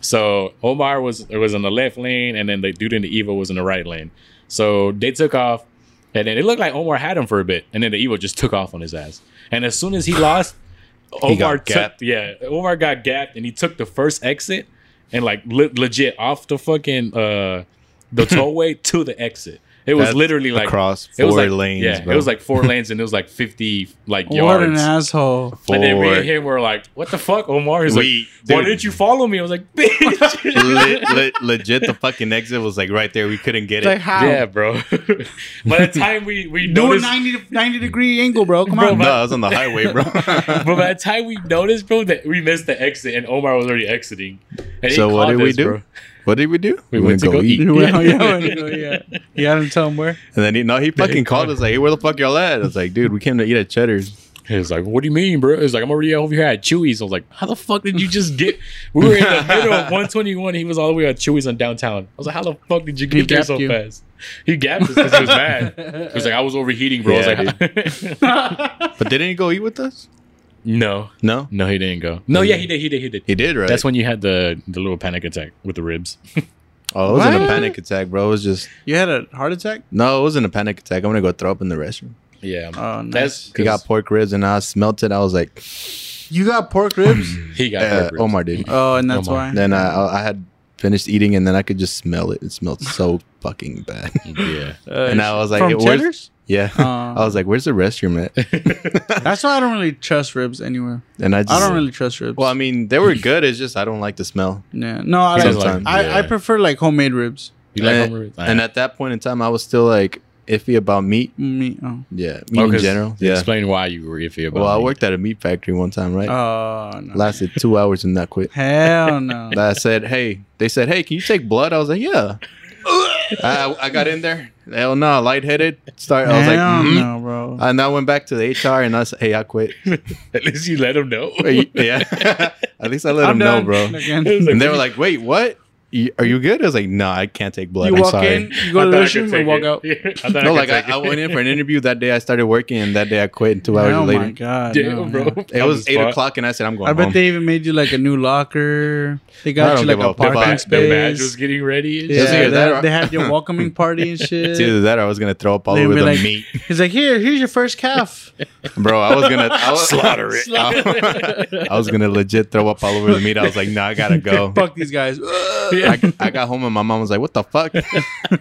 So Omar was was in the left lane, and then the dude in the Evo was in the right lane. So they took off, and then it looked like Omar had him for a bit, and then the Evo just took off on his ass. And as soon as he lost, Omar
got
took-
gapped.
yeah, Omar got gapped, and he took the first exit and like le- legit off the fucking uh the tollway to the exit. It was
That's
literally like
across
it was
four
like,
lanes,
Yeah,
bro.
it was like four lanes, and it was like fifty like
What an
yards.
asshole.
And then we
Four.
and him were like, "What the fuck, Omar?" He's
We-
like, "Why
dude.
didn't you follow me?" I was like, "Bitch."
Le- le- legit, the fucking exit was like right there. We couldn't get
Like
it.
how?
Yeah, bro. by the time we we
Do a
noticed,
90, 90 degree angle, bro. Come
Bro,
on.
No, I was on the highway, bro.
but by the time we noticed, bro, that we missed the exit and Omar was already exiting. And he
so what
caught
did we
us,
do?
bro.
What did we do?
We went to go eat.
You went-
Yeah.
you went- you went- yeah. You had him tell him where?
And then he, no, he fucking called us like, "Hey, where the fuck y'all at?" I was like, "Dude, we came to eat at Cheddar's."
He was like, "What do you mean, bro?" He's like, "I'm already over here at Chewy's." I was like, "How the fuck did you just get?" We were in the middle of 121. He was all the way at Chewy's in downtown. I was like, "How the fuck did you
He
get there
gapped
so
you.
fast?" He gapped us because he was mad. He was like, "I was overheating, bro." I was like,
But didn't he go eat with us?
"No,
No,
no, he didn't go." No, yeah, he did. He did. He did.
he did, right?
That's when you had the the little panic attack with the ribs.
Oh, it wasn't
What?
a panic attack, bro. It was just
You had a heart attack?
no, it wasn't a panic attack. I'm gonna go throw up in the restroom.
Yeah, um,
Oh, nice.
that's
He got pork ribs, and I smelt it. I was like,
You got pork ribs?
he got
uh,
pork ribs.
"Omar, dude."
oh, and that's
Oh, my.
why.
Then I, I I had finished eating, and then I could just smell it. It smelled so fucking bad.
Yeah,
Uh,
and I was like,
from
"Hey, where's-"
Cheddar's?
Yeah.
Uh,
I was like, "Where's the restroom at?"
that's why I don't really trust ribs anywhere.
And I just,
I don't really trust ribs.
well, I mean, they were good. It's just I don't like the smell.
yeah. No, I, like,
Sometimes,
I, I
yeah.
prefer like homemade ribs.
you like
and,
Omar ribs?
and at that point in time, I was still like iffy about meat.
Me, oh.
Yeah, meat
Oh,
in
'cause
general. Yeah.
Explain why you were iffy about.
Well, I
me.
worked at a meat factory one time, right?
Oh, no.
Lasted two hours and that quit.
Hell no.
I said, "Hey," they said, "Hey, can you take blood?" I was like, "Yeah." I, I got in there. Hell no, lightheaded. Start. I was like,
Hell
"Mhm."
no, bro.
and I went back to the HR and I said, "Hey, I quit."
At least you let him know.
yeah. At least I let them
I'm
know,
done.
bro.
Again.
It was
And they were like, "Wait, what? You- Are you good?" I was like, "No, I can't take blood.
you
I'm
walk
sorry."
in, you go to the restroom, and walk out.
No, like I, I went in for an interview that day. I started working, and that day I quit. And two hours
oh
later,
my god,
Damn,
no,
bro.
no.
it was eight o'clock, and I said, "I'm going
I bet
home."
they even made you like a new locker. They
I
got you
don't
like
give
a
a fuck.
The,
parking
badge, the badge
space.
was getting ready. and
Yeah,
Just
shit.
either
they,
that or-
they had your welcoming party and shit.
it's either that or I was gonna throw up all
They'd
over
be
the
like-
meat,
He's like, here, here's your first calf.
bro. I was gonna I was,
Slaughter it.
I was gonna legit throw up all over the meat. I was like, "No, I gotta go."
fuck these guys.
Yeah.
I, I got home and my mom was like, "What the fuck?"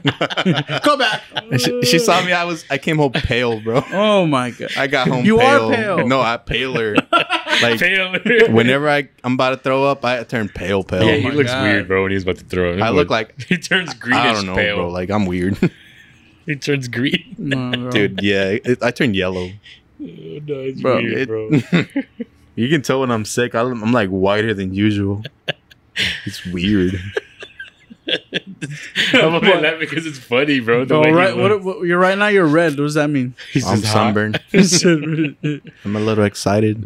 Go back.
she, she saw me. I was. I came home pale, bro.
Oh my god.
I got home.
You are
pale.
pale.
No, I paler. like
Taylor.
whenever I I'm about to throw up, I turn pale, pale.
yeah,
Oh
he
my
looks
God.
weird, bro. When he's about to throw. It
I look like
he turns greenish
I don't know,
pale.
bro. Like I'm weird,
he turns green.
No, bro.
dude. Yeah, it, I turn yellow.
Oh, no, it's
Bro,
It-
weird, bro.
you can tell when I'm sick. I, am like whiter than usual. It's weird.
I'm only laughing because it's funny, bro. The
Bro,
way he
Oh, right,
looks.
what, what, you're right now. You're red. What does that mean?
he's
I'm
just hot.
sunburned.
Excited.
I'm a little excited.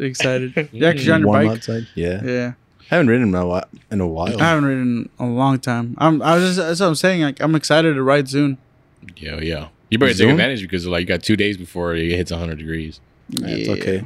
Yeah, 'cause you're on your
Warm
bike.
outside. Yeah.
Yeah.
I haven't ridden in a while. In a while.
Um,
I haven't ridden in a long time. I'm. I was just. That's what I'm saying. Like, I'm excited to ride soon.
Yeah, yeah. You better take
Zoom?
advantage because like you got two days before it hits 100 degrees.
Yeah, It's
Yeah.
okay.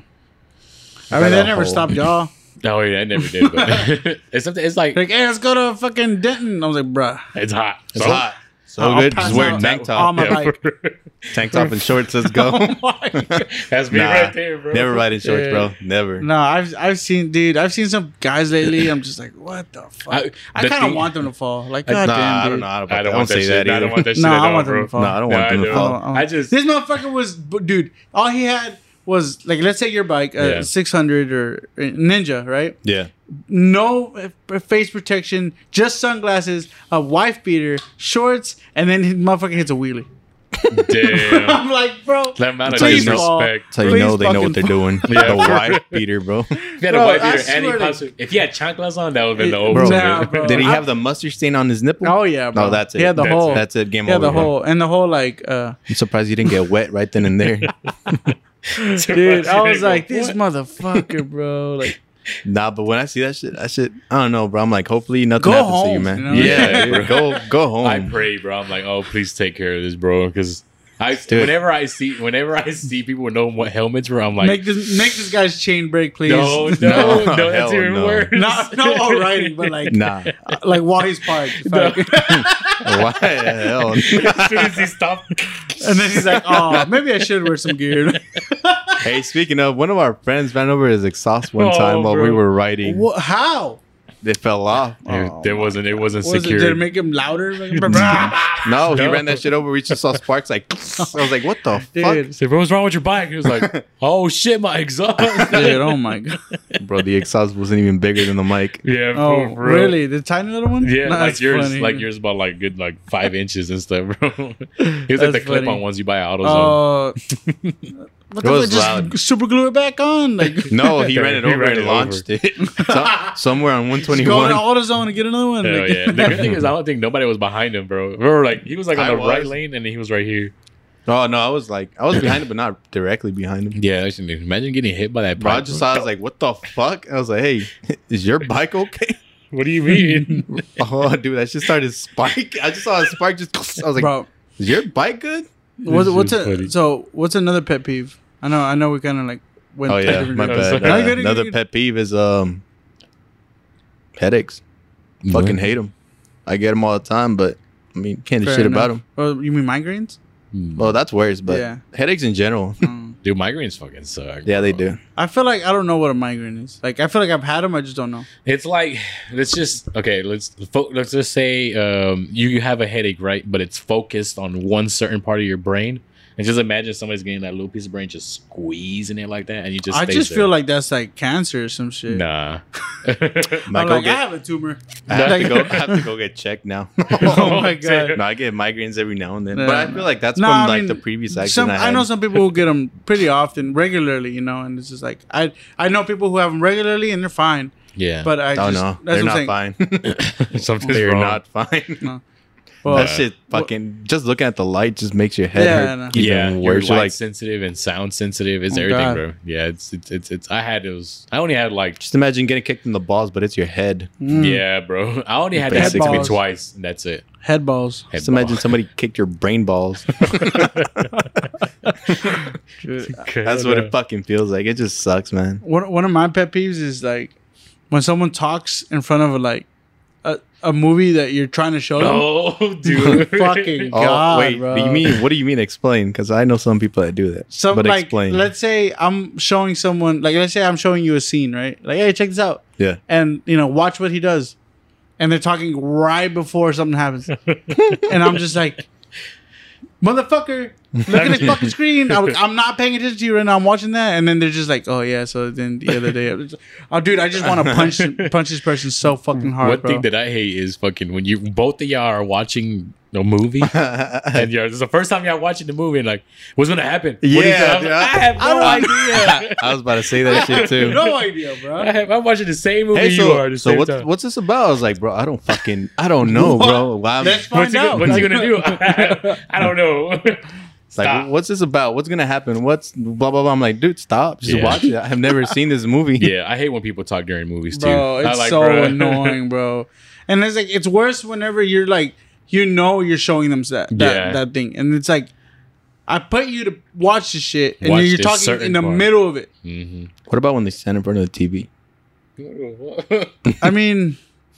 I
Got
mean, they
a
never
hole.
stopped y'all.
No, yeah, I never did. But it's something. It's like
Like, hey, let's go to fucking Denton. I was like, bruh.
it's hot.
It's
So-
hot. So
I'll
good.
pass
Just wear
out
a tank
on
top.
my
Yeah.
bike.
Tank top and shorts. Let's go.
That's me
Nah,
right there, bro.
Never ride in shorts,
Yeah.
bro. Never.
No, I've I've seen, dude. I've seen some guys lately. I'm just like, what the fuck? I,
I- the
kind of
thing-
want them to fall. Like,
Nah,
god damn,
I
dude.
don't know. how to-
I don't
I
want
won't
that
say
shit.
that
I
either.
don't want that shit.
No,
at
I
all,
want them
bro.
to fall.
No, I don't
No,
want
I
them to
don't.
fall.
Oh, oh.
I just
This motherfucker was, but dude. All he had was like, let's say your bike, uh,
Yeah.
600 or uh, Ninja, right?
Yeah.
no f- face protection, just sunglasses, a wife beater, shorts, and then his motherfucker hits a wheelie.
damn.
I'm like, bro,
That amount of
Tell you
no.
disrespect.
So you
Please
know they know
fucking
what they're doing.
Yeah.
the wife beater, bro.
If he had
Bro,
a white
I
beater and he
swear to-
possibly, if he had chanclas on, that would have been the
It-
old
Bro,
bro.
nah, bro.
Did he
I-
have the mustard stain on his nipple?
oh yeah, bro.
No, that's it.
He had the
That's
whole,
it.
That's it. Game
he had
over.
the
bro.
whole, and the whole like, uh,
I'm surprised you didn't get wet right then and there.
dude, I was like, this motherfucker, bro, like.
Nah, but when I see that shit, that shit, I don't know, bro. I'm like, hopefully nothing
Go
happens to you,
home,
man.
you know?
Yeah,
Yeah,
dude, go go home.
I pray, bro. I'm like, oh, please take care of this, bro, because I
it.
whenever I see whenever I see people with no what helmets were, I'm like,
make this make this guy's chain break, please.
no, no,
No,
no,
hell
that's even
no.
worse.
not not alrighty, but like uh,
Nah,
like while he's parked,
No.
fuck.
why the hell?
as soon as he stopped,
and then he's like, oh, maybe I should wear some gear.
hey, speaking of, one of our friends ran over his exhaust one
Oh,
time while we
bro.
were riding.
Wha- How?
They fell off.
Oh.
Dude, there wasn't. It wasn't
Was it,
secure.
did it make him louder? Like,
No, he
No.
ran that shit over. We just saw sparks. Like, I was like, what the
dude,
Said, "Bro, what's wrong with your bike? He was like, oh shit, my exhaust.
dude, oh my god.
fuck, bro? The exhaust wasn't even bigger than the mic.
Oh,
yeah, bro, bro.
really? The tiny little one?
Yeah,
No,
like
that's
yours,
funny.
like yours about like good like five inches and stuff, bro. He was
That's
like the clip
funny.
on ones you buy at AutoZone.
Uh, what the
was
fuck? Just
loud.
super glue it back on. Like,
No, he
Yeah,
ran it
he
over
ran
and
it
launched it So- somewhere on
go to
121.
AutoZone and get another one.
Hell
Like-
Oh, yeah. The good thing is, I don't think nobody was behind him, bro. Bro, like he was like on
I
the right
was.
lane, and he was right here.
Oh no, I was like, I was behind him, but not directly behind him.
Yeah, I shouldn't- imagine getting hit by that.
Bro, I
bike,
just
bro.
saw. I was like, "What the fuck?" I was like, "Hey, is your bike okay?"
What do you mean?
Oh, dude, that shit started spike. I just saw a spark. Just I was like,
Bro,
"Is your bike good?"
what,
This
what's
is
a,
funny.
so? What's another pet peeve? I know, I know, we kind of like went.
Oh
through
yeah,
different-
my
I'm
bad.
sorry.
Uh,
No, you're good, you're
another
good.
pet peeve is um headaches. Fucking hate them. I get them all the time, but I mean, can't do
Fair
shit
enough.
about them.
Oh, you mean migraines?
Well, that's worse, but
Yeah.
headaches in general.
Mm.
Dude, migraines fucking suck.
yeah, they
bro.
do.
I feel like I don't know what a migraine is. Like, I feel like I've had them. I just don't know.
It's like let's just okay. Let's fo- let's just say um, you you have a headache, right? But it's focused on one certain part of your brain. And just imagine somebody's getting that little piece of brain just squeezing it like that, and you just
I
stays
just
there.
feel like that's like cancer or some shit.
nah.
I'm
Michael,
like, I
get,
have a tumor.
I, have
like-
to go, I have to go get checked now.
Oh my God.
no, I get migraines every now and then,
Yeah.
but I feel like that's
No,
from
I
like
mean,
the previous accident.
Some,
I,
I,
had.
know some people who get them pretty often, regularly, you know, and it's just like I I know people who have them regularly and they're fine,
Yeah,
but I
oh
just,
no,
that's
they're
what
not
I'm saying.
fine.
something's
they're
wrong.
not fine.
Well,
that
Yeah.
shit fucking just looking at the light just makes your head
Uh, Yeah, I know.
hurt. even
yeah, you're
worse.
light
You're like
sensitive and sound sensitive. It's
Oh,
everything,
God.
bro. Yeah, it's, it's it's it's. I had those. I only had like
just imagine getting kicked in the balls, but it's your head.
mm,
yeah, bro. I only had
Head
that six me
balls.
twice, and that's it.
head balls.
Head
Just imagine
ball.
somebody kicked your brain balls. That's what
Uh,
it fucking feels like. It just sucks, man.
One one of my pet peeves is like when someone talks in front of like a, a movie that you're trying to show them.
Oh, dude,
Fucking
Oh
God,
wait,
bro.
do you mean what do you mean explain? Because I know some people that do that.
Some
but
like
explain.
let's say I'm showing someone like let's say I'm showing you a scene, right? Like, hey, check this out.
yeah,
and you know watch what he does and they're talking right before something happens and i'm just like motherfucker look at this fucking screen I, i'm not paying attention to you right now i'm watching that and then they're just like oh yeah so then the other day I was just- oh dude i just want to punch punch this person so fucking hard
One
bro
thing that I hate is fucking when you both of y'all are watching a movie and you're it's the first time y'all watching the movie and like what's gonna happen? What do you
Yeah,
think? I'm
dude,
like,
I-
I have no
I don't-
idea.
I was about to say that shit too.
no idea bro
I have, I'm watching the same movie
Hey,
you are. At
so, so
the same
what's
time.
what's this about? I was like, bro, I don't fucking, I don't know, bro. Why? I'm-
Let's
It's
find
What's he,
out.
gonna- what's he gonna do? I don't know.
like,
Stop.
what's this about? What's gonna happen? What's blah blah blah? I'm like, dude, stop, just
Yeah.
watch it. I have never seen this movie.
yeah, I hate when people talk during movies too.
bro
I
it's
like,
so
bro.
annoying bro and it's like it's worse whenever you're like you know you're showing them that that,
Yeah.
that thing and it's like i put you to watch this shit and
Watch
you're
this
talking
certain
in the
part.
middle of it
Mhm.
What about when they stand in front of the TV
i mean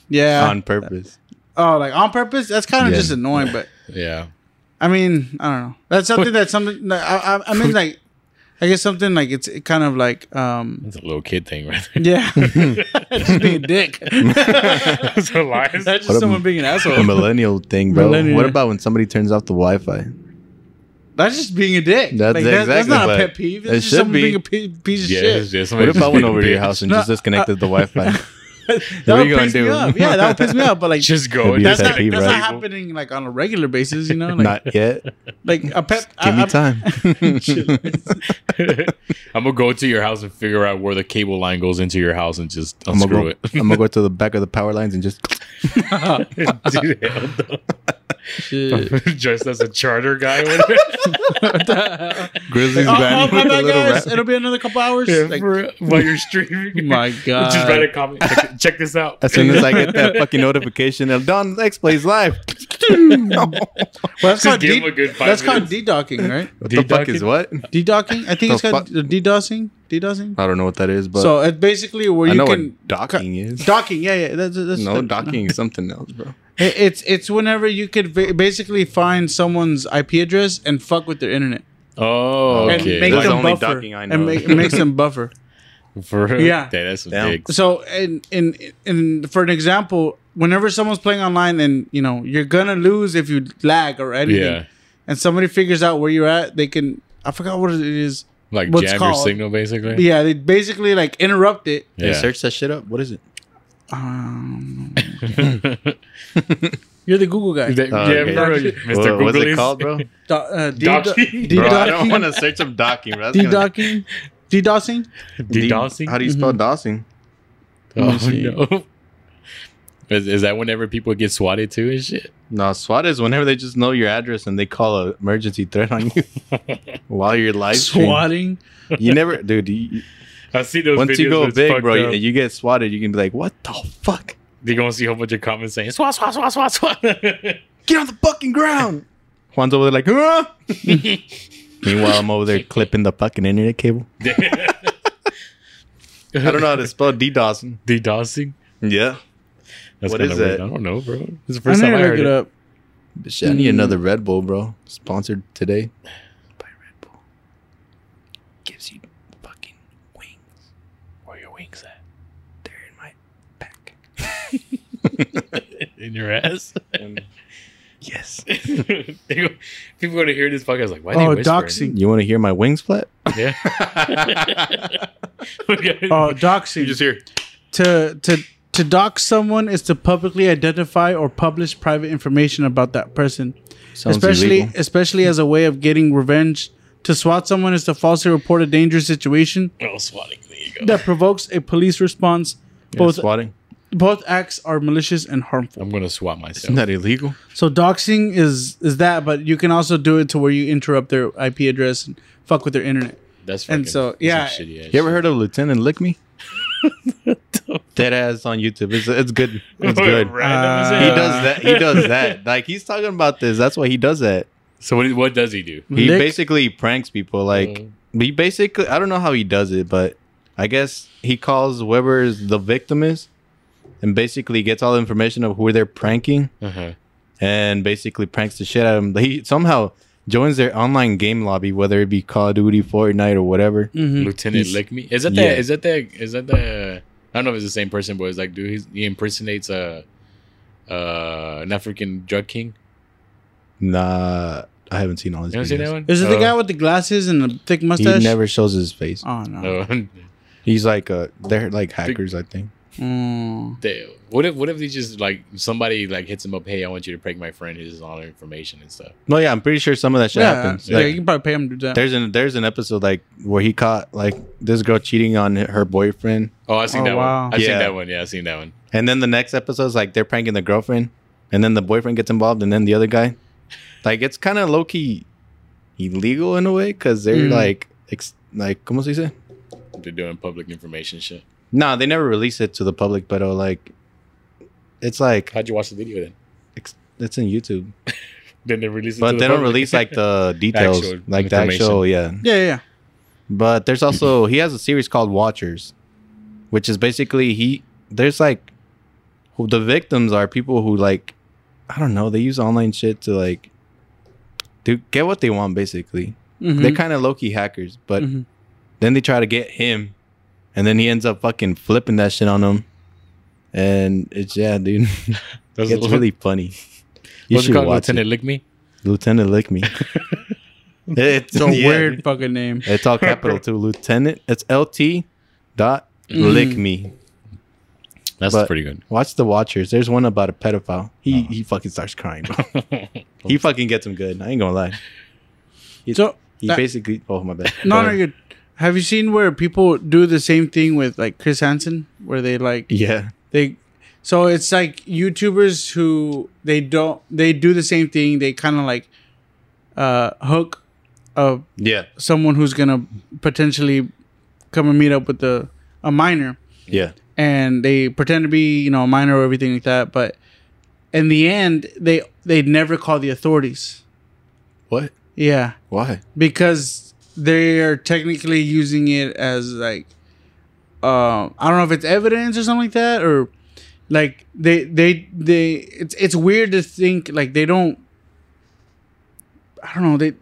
yeah
on purpose?
oh like on purpose that's kind of
Yeah.
just annoying but
yeah.
i mean i don't know that's something that's something that I, I, I mean like i guess something like it's kind of like um
It's a little kid thing right
yeah just being a dick
there. That's a lie.
that's
What
just
a-
someone being an
A
asshole
millennial thing, bro.
Millennial.
What about when somebody turns off the Wi-Fi?
That's just being a dick.
That's
That's, like, that, that's
exactly
not a
what-
pet peeve.
it
That's just
should
someone
be.
being a pe- piece of
Yeah,
shit.
it's just-
What if I
just
went
being a
over to your
bitch.
house and
No,
just disconnected the Wi-Fi?
that
are
would
you gonna
piss me
do?
up. Yeah, that would piss me up. But like,
Just
That'd
go.
be
and
a
that's,
pet
just
not,
like,
peeve,
that's
right?
not happening like on a regular basis, you know. Like,
Not yet.
like a pep.
Give
I,
me
I-
time.
I'm gonna go to your house and figure out where the cable line goes into your house and just
I'm gonna go.
unscrew it.
I'm gonna go to the back of the power lines and just.
Dude, hell no.
Oh, Shit.
Dressed as a charter guy.
Grizzlies
Oh,
back.
oh, my bad,
Little
guys.
rap.
It'll be another couple hours. Like,
for- while you're streaming.
my God.
Just write a comment. Check, check this out.
As soon as I get that fucking notification, and Don X plays live.
Well, that's
Just
called,
give
de-
him a good five
that's called
minutes.
dedocking, right?
What the fuck
Dedocking?
is what?
Dedocking. I think
The
it's called
fu-
dedosing. Dedosing.
I don't know what that is, but
So it's basically where
I
you
know
can
what docking is.
docking. Yeah, yeah. That's, that's
No,
that-
docking is something else, bro.
It- It's it's whenever you could ba- basically find someone's IP address and fuck with their internet
oh,
and
okay.
make
That's
them
the only
buffer
docking I know.
and make, it makes them buffer.
for real?
Yeah.
Damn, that's some
Damn.
big.
So and and and for an example, whenever someone's playing online, and you know you're gonna lose if you lag or anything,
Yeah.
and somebody figures out where you're at, they can. I forgot what it is.
Like
What's
jam your
called-
signal, basically.
Yeah, they basically like interrupt it.
Hey, search that shit up. What is it?
Um,
That-
you're the Google guy.
yeah,
Uh, Oh, okay.
for
Wha-
real. Mr.
What's
Google
it
is-
called, bro?
Do- uh, de-
Docking?
de-
Bro, I don't
docking?
want to search up docking, bro. That's gonna-
Dedocking? Dedosing?
Dedosing?
How do you spell dossing?
Oh,
Let me see.
no. Is, is that whenever people get swatted too and shit?
No, SWAT is whenever they just know your address and they call an emergency threat on you while you're live streaming.
Swatting?
You never, dude. You,
I see those
once
videos.
you go
it's
big,
fucked
bro, you,
up.
you get swatted. You can be like, "What the fuck?
You're gonna see a whole bunch of comments saying swat, swat, swat, swat, swat.
Get on the fucking ground!" Juan's over there like, "Huh?" Meanwhile, I'm over there clipping the fucking internet cable. I don't know how to spell DDoSing.
Dedosing?
Yeah,
That's
What
kinda
is
weird.
that?
I don't know, bro. It's the
I
first
need to
time I
look
heard
it
it.
up.
Shit, I need another Red Bull, bro. Sponsored today. By Red Bull. Gives you fucking wings.
Where your wings at?
They're in my back.
In your ass?
Yes.
They go- people gonna hear this podcast like, why
Oh,
are they whispering?
doxing.
You want to hear my wings flap?
Yeah.
Oh, doxing.
hear.
to, to, to dox someone is to publicly identify or publish private information about that person.
Sounds
especially
illegal.
especially as a way of getting revenge. To swat someone is to falsely report a dangerous situation
Oh, swatting. There you go.
that provokes a police response.
Both
Both
swatting.
both acts are malicious and harmful.
I'm gonna swat myself.
Isn't that illegal?
So doxing is is that, but you can also do it to where you interrupt their IP address and fuck with their internet.
That's fucking,
And so,
that's
yeah.
some shitty ass
You ever heard of Lieutenant Lick Me? Dead ass on YouTube. It's, it's good. It's
shit.
good.
Random as
Uh,
He
hell.
does that. He does that. Like he's talking about this. That's why he does that.
so what, what does he do?
He
Lick-
basically pranks people. Like
Mhm.
he basically, I don't know how he does it, but I guess he calls whoever is the victim is, and basically gets all the information of who they're pranking,
Uh-huh. and
and basically pranks the shit out of him. He somehow joins their online game lobby, whether it be Call of Duty, Fortnite, or whatever.
Mhm.
Lieutenant
He's-
Lick Me. Is that
Yeah.
that? Is that that? Is that the? I don't know if it's the same person, but it's like, dude, he's, he impersonates a, uh, an African drug king.
Nah, I haven't seen all his.
You ever seen that
videos.
one?
Is it the
Oh.
guy with the glasses and the thick
Uh, He
mustache?
never Uh, shows his face.
Oh no.
No.
He's like uh they're like hackers, I think.
Mm.
Damn. What if what if he just like somebody like hits him up? Hey, I want you to prank my friend. Here's all the information and stuff.
No, yeah, I'm pretty sure some of that shit
Yeah,
happens.
yeah,
Like,
you can probably pay him to do that.
There's an there's an episode like where he caught like this girl cheating on her boyfriend,
Oh, I seen
Oh,
that
wow.
one. I seen
Yeah.
that one. Yeah, I seen that one.
and then the next episode is like they're pranking the girlfriend, and then the boyfriend gets involved, and then the other guy. Like it's kind of low key illegal in a way because they're
Mm.
like ex- like como se dice?
They're doing public information shit.
Nah, they never release it to the public, but uh, like it's like
How'd you watch the video then?
ex- it's in YouTube,
Then they release it. to
but
the
they don't
public?
release like the details,
Actual
like the actual yeah.
yeah, yeah, yeah.
But there's also he has a series called Watchers, which is basically he there's like who the victims are people who like I don't know, they use online shit to like do get what they want basically.
Mhm.
Mm-hmm.
They're kind of low key hackers, but
Mhm.
then they try to get him and then he ends up fucking flipping that shit on them. And it's yeah, dude.
That's
it's
really.
really funny. You
What's it
should
called?
watch
Lieutenant
it.
Lick Me.
Lieutenant Lick Me. it's
It's a
yeah.
weird fucking name.
It's all
Mm.
capital too, Lieutenant. It's LT dot lick me.
That's
But-
pretty good.
Watch the Watchers. There's one about a pedophile. He
Oh.
he fucking starts crying. Bro. he fucking gets him good. I ain't gonna lie. He,
So
he
that-
basically. Oh my bad.
no,
Go
no,
ahead.
you. Have you seen where people do the same thing with like Chris Hansen, where they like
Yeah.
they so it's like youtubers who they don't they do the same thing they kind of like uh hook uh
Yeah.
someone who's gonna potentially come and meet up with the a minor
Yeah.
and they pretend to be you know a minor or everything like that but in the end they they never call the authorities
What?
yeah
Why?
because they are technically using it as like um i don't know if it's evidence or something like that or like they they they it's it's weird to think like they don't i don't know they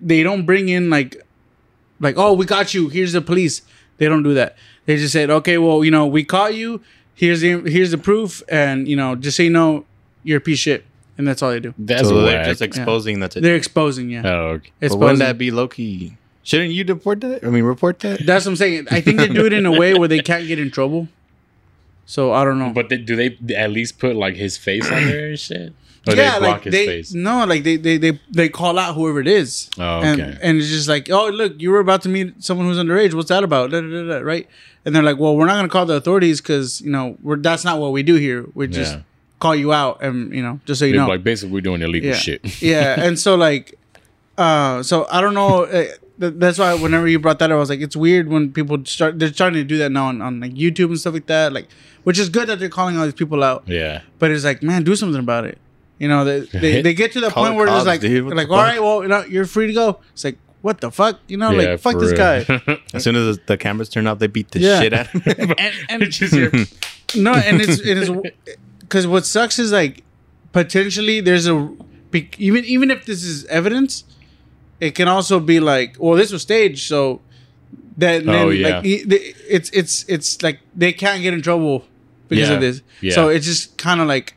they don't bring in like like oh we got you here's the police they don't do that they just said okay well you know we caught you here's the here's the proof and you know just so you know you're a piece of shit and that's all they do
That's
so they're
whack.
just exposing that. To,
they're exposing yeah
oh, okay.
but
exposing.
wouldn't that be low key? Shouldn't you deport that? I mean, report that.
That's what I'm saying. I think they do it in a way where they can't get in trouble. So I don't know.
But they, do they at least put like his face on there and shit? Or they block his
they
face?
no, like they, they they they call out whoever it is.
Oh,
And,
okay.
and it's just like, oh look, you were about to meet someone who's underage. What's that about? Da, da, da, da, right? And they're like, well, we're not gonna call the authorities because you know we're that's not what we do here. We just
Yeah.
call you out and you know just so you
They're
know.
Like basically, we're doing illegal
yeah.
shit.
yeah, and so like, uh, so I don't know. Uh, th- that's why whenever you brought that up, I was like, it's weird when people start. They're starting to do that now on, on like YouTube and stuff like that. Like, which is good that they're calling all these people out.
yeah.
But it's like, man, do something about it. You know, they they, they get to the
Call
point
the
where
cops,
it's like,
dude, what
like,
the
all
fuck?"
right, well, you know, you're free to go. It's like, what the fuck? You know,
Yeah,
like, fuck
for
this
real.
guy.
As soon as the cameras turn off, they beat the
Yeah.
shit out of him.
and
You
and
just hear-
no, and it's it is because what sucks is like potentially there's a be- even even if this is evidence, it can also be like, well, this was staged, so that then
Oh, yeah.
like e- the- it's it's it's like they can't get in trouble because
Yeah.
of this.
Yeah.
So it's just kind of like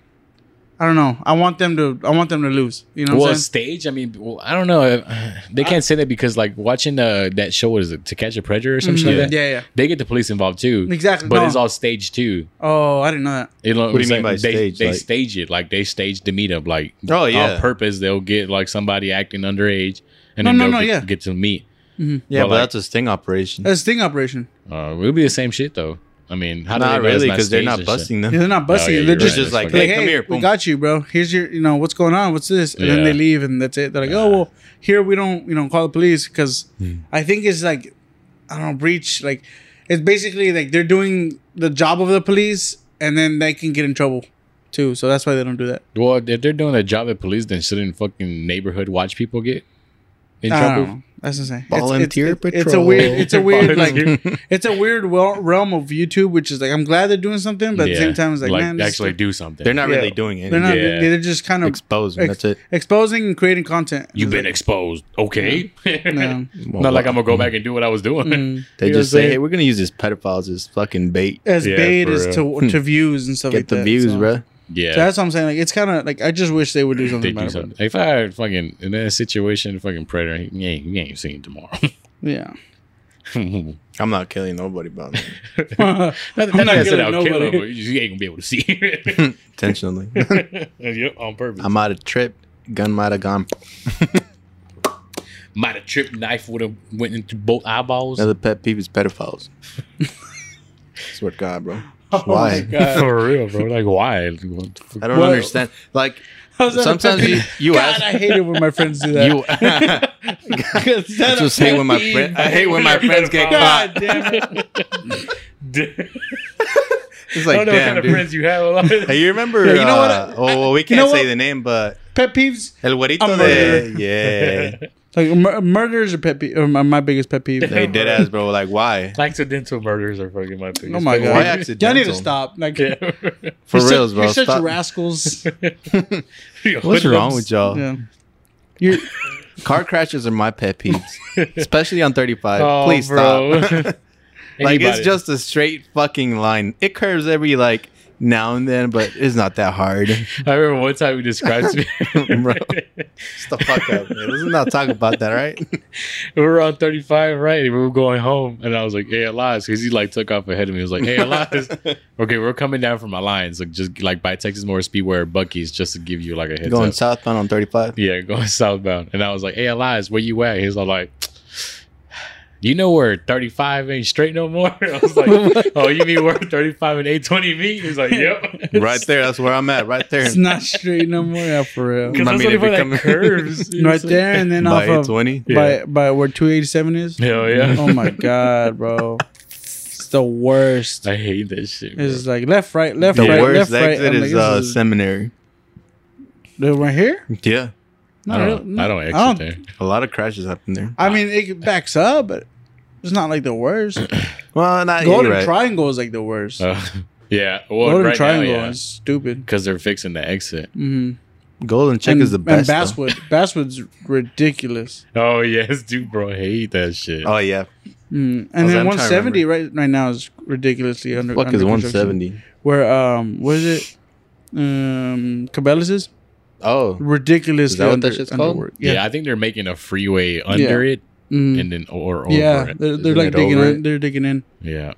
I don't know. I want them to I want them to lose. You know what
well,
I'm saying?
stage. I mean, well, I don't know. Uh, They can't say that because like watching uh, that show was it, to catch a predator or something
Mm-hmm. Yeah.
like that.
yeah, yeah.
They get the police involved too.
Exactly,
But
no.
it's all staged too.
Oh, I didn't know that.
You
What
know,
do you
it's
mean
like
by
they,
staged?
They
Like-
stage it like they staged the meetup. Like
Oh, yeah.
on purpose. They'll get like somebody acting underage, and
No,
then
no,
they'll
no,
get,
yeah.
get to meet.
yeah,
But
but
like-
that's a sting operation.
That's a sting operation.
Uh, it'll be the same shit though. I mean, how do
not
they know it's
really, because they're
staged
not
and
busting
Yeah,
them.
they're not busting.
yeah,
you. they're
you're right.
just
It's just like,
like,
hey,
hey,
come here,
we
boom.
got you, bro. Here's your, you know, what's going on? What's this? And then
Yeah.
they leave, and that's it. They're like, oh well, here we don't, you know, call the police because
Hmm.
I think it's like, I don't know, breach. Like, it's basically like they're doing the job of the police, and then they can get in trouble too. So that's why they don't do that.
shit? Well, if they're doing their job at police, then shouldn't fucking neighborhood watch people get in
I don't
trouble?
know. That's insane.
Volunteer
it's, it's, It's a
patrol.
weird. It's a weird like.
Volunteer.
It's a weird wel- realm of YouTube, which is like I'm glad they're doing something, but at the same time, it's like, man, this is-
actually do something.
They're not
Yeah.
really doing
they're
anything.
not.
Yeah.
They're just kind of
Exposing.
ex-
That's it.
exposing and creating content.
You've
It's
been
like-
exposed. Okay.
Yeah. Mm.
not like I'm gonna go back and do what I was doing.
They
You know
just
what I'm
say,
saying?
hey, we're going to use these pedophiles as fucking bait.
as
Yeah,
bait
for
as to to views and stuff
Hmm.
like
Get the
that,
views,
so.
bro.
yeah.
So that's what I'm saying. Like it's kind of like I just wish they would do something
they
about
do
it.
something. If I had fucking in that situation, fucking predator, he ain't, he ain't seen tomorrow.
but- Yeah.
I'm not killing nobody, bro.
Not-
I'm
not
not
that I said
killing
I'll kill him,
nobody.
but you ain't gonna be able to see.
Intentionally.
yep, on purpose.
I might have tripped. Gun might have gone.
Might have tripped knife would have went into both eyeballs.
Another pet peeve is pedophiles. Swear to God, bro.
Oh my
Why?
God.
For real, bro. Like why? What the fuck?
I don't
Well-
understand. Like,
How's that a
sometimes
pet
you,
peeve?
you
God,
ask.
I hate it when my friends do that.
You, I just hate when my friend. I hate when my friends get
God
caught.
damn it.
It's like,
I don't know what kind
damn,
of
dude.
friends you have.
Hey, you remember?
Yeah, you know what?
uh, oh, well, we
you
can't
know
say
what?
the name, but
Pet peeves,
El Guarito
I'm
de yeah,
like mur- murders, are pet peeve. Or my, my biggest pet peeve.
they did ask, bro. Like, why?
Accidental murders are fucking my biggest.
oh my
pet
god!
Why
Y'all need to
accidental?
stop. Like
peeve.
For
you're
reals,
such,
bro.
You're such
stop.
rascals.
Yeah.
What's wrong with y'all?
yeah. You're
Car crashes are my pet peeves, especially on 35.
Oh,
Please
bro.
stop. like, it's just a straight fucking line. It curves every like now and then, but it's not that hard.
I remember one time he described to me.
Bro. Shut the fuck up, man. Let's not talk about that, right?
we were on 35, right? And we were going home. And I was like, hey, Elias. Because he like took off ahead of me. He was like, hey, Elias. okay, we're coming down from Alliance. Like, just like by Texas Motor Speedway or Bucky's just to give you like a heads
Going
up.
southbound on 35.
Yeah, going southbound. And I was like, hey, Elias, where you at? He's all like, you know where 35 ain't straight no more? I was like, oh, you mean where 35 and 820 meet? He's like, yep.
Right there. That's where I'm at. Right there.
It's not straight no more, yeah, for real.
Because
I
that's
mean,
only
if
where
you come-
that curves.
Right there, and then off
By
of
820.
Yeah.
by by where two eighty seven is.
Hell yeah.
Oh my god, bro, it's the worst.
I hate that shit. bro.
It's like left, right, left,
The
right,
worst
left, right.
exit
I'm
is
like,
uh,
this is-
seminary.
the one right here.
Yeah.
No,
I
really-
don't,
no.
I don't exit there.
A lot of crashes happen there.
I mean, it backs up, but it's not like the worst.
Well, not you
Golden
right.
Triangle is like the worst.
Uh, yeah. Well,
Golden
right
Triangle
now, yeah.
is stupid.
Because they're fixing the exit.
Mm-hmm.
Golden Chick
and,
is the best.
And
though.
Basswood, Basswood's ridiculous.
Oh, yes, dude, bro. I hate that shit.
Oh yeah.
Mm.
I
And
was- I'm
then
trying to
170 right right now is ridiculously under.
Fuck
under
is
construction.
170.
Where um, what is it? Um, Cabela's is
Oh.
ridiculously
Is that what
under,
that shit's
under
called?
work.
yeah.
Yeah,
I think they're making a freeway under it
Mm.
and then or over
yeah,
it.
they're, they're
Isn't
like
it
digging
over
in.
it?
They're digging in.
Yeah.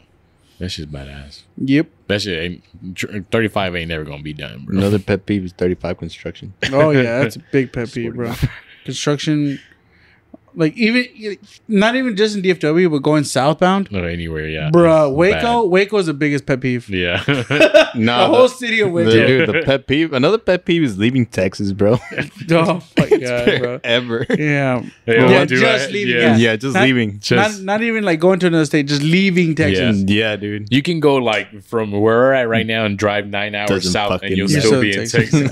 That shit's badass.
Yep.
That shit ain't tr- 35 ain't never gonna be done, bro.
Another pet peeve is 35 construction.
Oh yeah, that's a big pet peeve, bro. Construction, like even not even just in DFW, but going southbound,
Not anywhere, yeah.
Bruh,
It's
Waco, Waco is the biggest pet peeve.
bad. Yeah.
The
no.
whole city of
The,
Waco.
dude, the pet peeve. Another pet peeve is leaving Texas, bro.
Oh my god, bro.
Ever.
Yeah,
Yeah,
Yeah,
dude,
just
I-
leaving,
yeah.
Yeah,
Yeah.
just
Not-
leaving.
Just-
not not even like going to another state, just leaving Texas.
Yeah.
Yeah, dude.
You can go like from where we're at right now and drive nine hours
Doesn't
south,
fucking
and you'll
matter.
Still
still be in
Texas.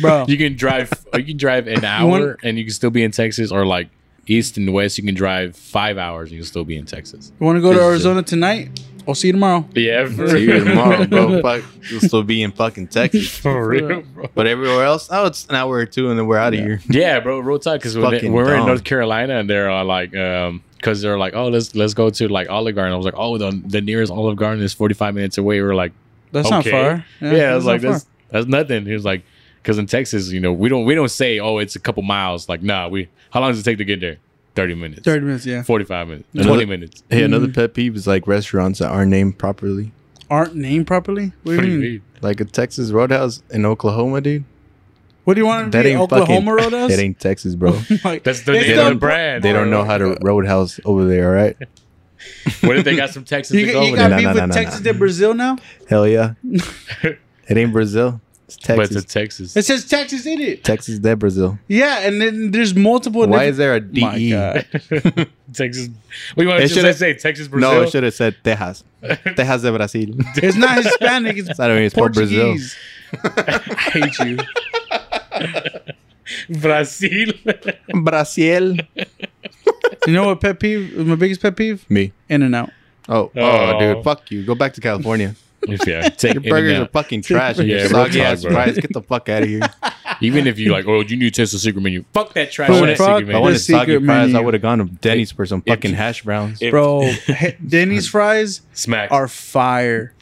Bro.
you can drive. You can drive an hour,
want-
and you can still be in Texas. Or like east and west, you can drive five hours, and you'll still be in Texas.
You want to go to
This is
Arizona tonight? I'll see you tomorrow.
Yeah, for
See you
real.
tomorrow, bro. Fuck, you'll still be in fucking Texas.
For real, bro.
But everywhere else, oh, it's an hour or two, and then we're out of here.
Yeah, bro, roll tide because when, they-
fucking
when we're in
dumb.
North Carolina and they're all like, um, because they're like, oh, let's let's go to like Olive Garden. I was like, oh, the, the nearest Olive Garden is forty five minutes away. We are like,
That's not
Okay.
far.
yeah, I was
not
like,
far.
that's that's nothing. He was like, because in Texas, you know, we don't we don't say, oh, it's a couple miles. Like, nah, we how long does it take to get there? Thirty minutes.
thirty minutes. Yeah,
Forty five minutes.
Yeah.
Twenty minutes.
Hey,
Mm.
another pet peeve is like restaurants that aren't named properly.
aren't named properly. What do you
What do
mean?
you mean?
Like a Texas Roadhouse in Oklahoma, dude.
What do you want to
That
be?
ain't
Oklahoma
fucking.
Roadhouse.
That ain't Texas, bro.
Like,
That's the
it's
name
the
of the brand.
They don't know how to roadhouse over there, all right?
What if they got some Texans
You,
to
got-
go
you
with
got
it?
No,
beef
no,
with
no, no,
Texas
no.
to Brazil now?
Hell yeah. it ain't Brazil. It's
But
Texas.
it's Texas.
It says Texas in it.
Texas, that Brazil.
Yeah, and then there's multiple.
Why
different-
is there a E? DE?
My God.
Texas. What you want
It
to
should've-
just say? Texas, Brazil.
No, it should have said Texas. Texas de Brasil.
It's not Hispanic. It's
It's not even it's spelled Brazil.
Portuguese. I hate you.
Brazil.
Brasil.
You know what pet peeve? My biggest pet peeve?
Me.
In and out.
Oh, oh,
Oh.
dude, fuck you. Go back to California.
yeah, take
Your
In-N-Out.
burgers are fucking trash. and
Yeah,
Your
real
soggy
talk,
ass
bro.
fries. Get the fuck out of here.
Even if you like, oh, you need to test the secret menu. Fuck that trash
Bro,
ass
fuck
secret
that
I
menu.
wanted
The secret
soggy fries. I
menu.
would have gone to Denny's for some fucking
you-
hash browns.
if-
Bro, he- Denny's fries
Smack.
are fire.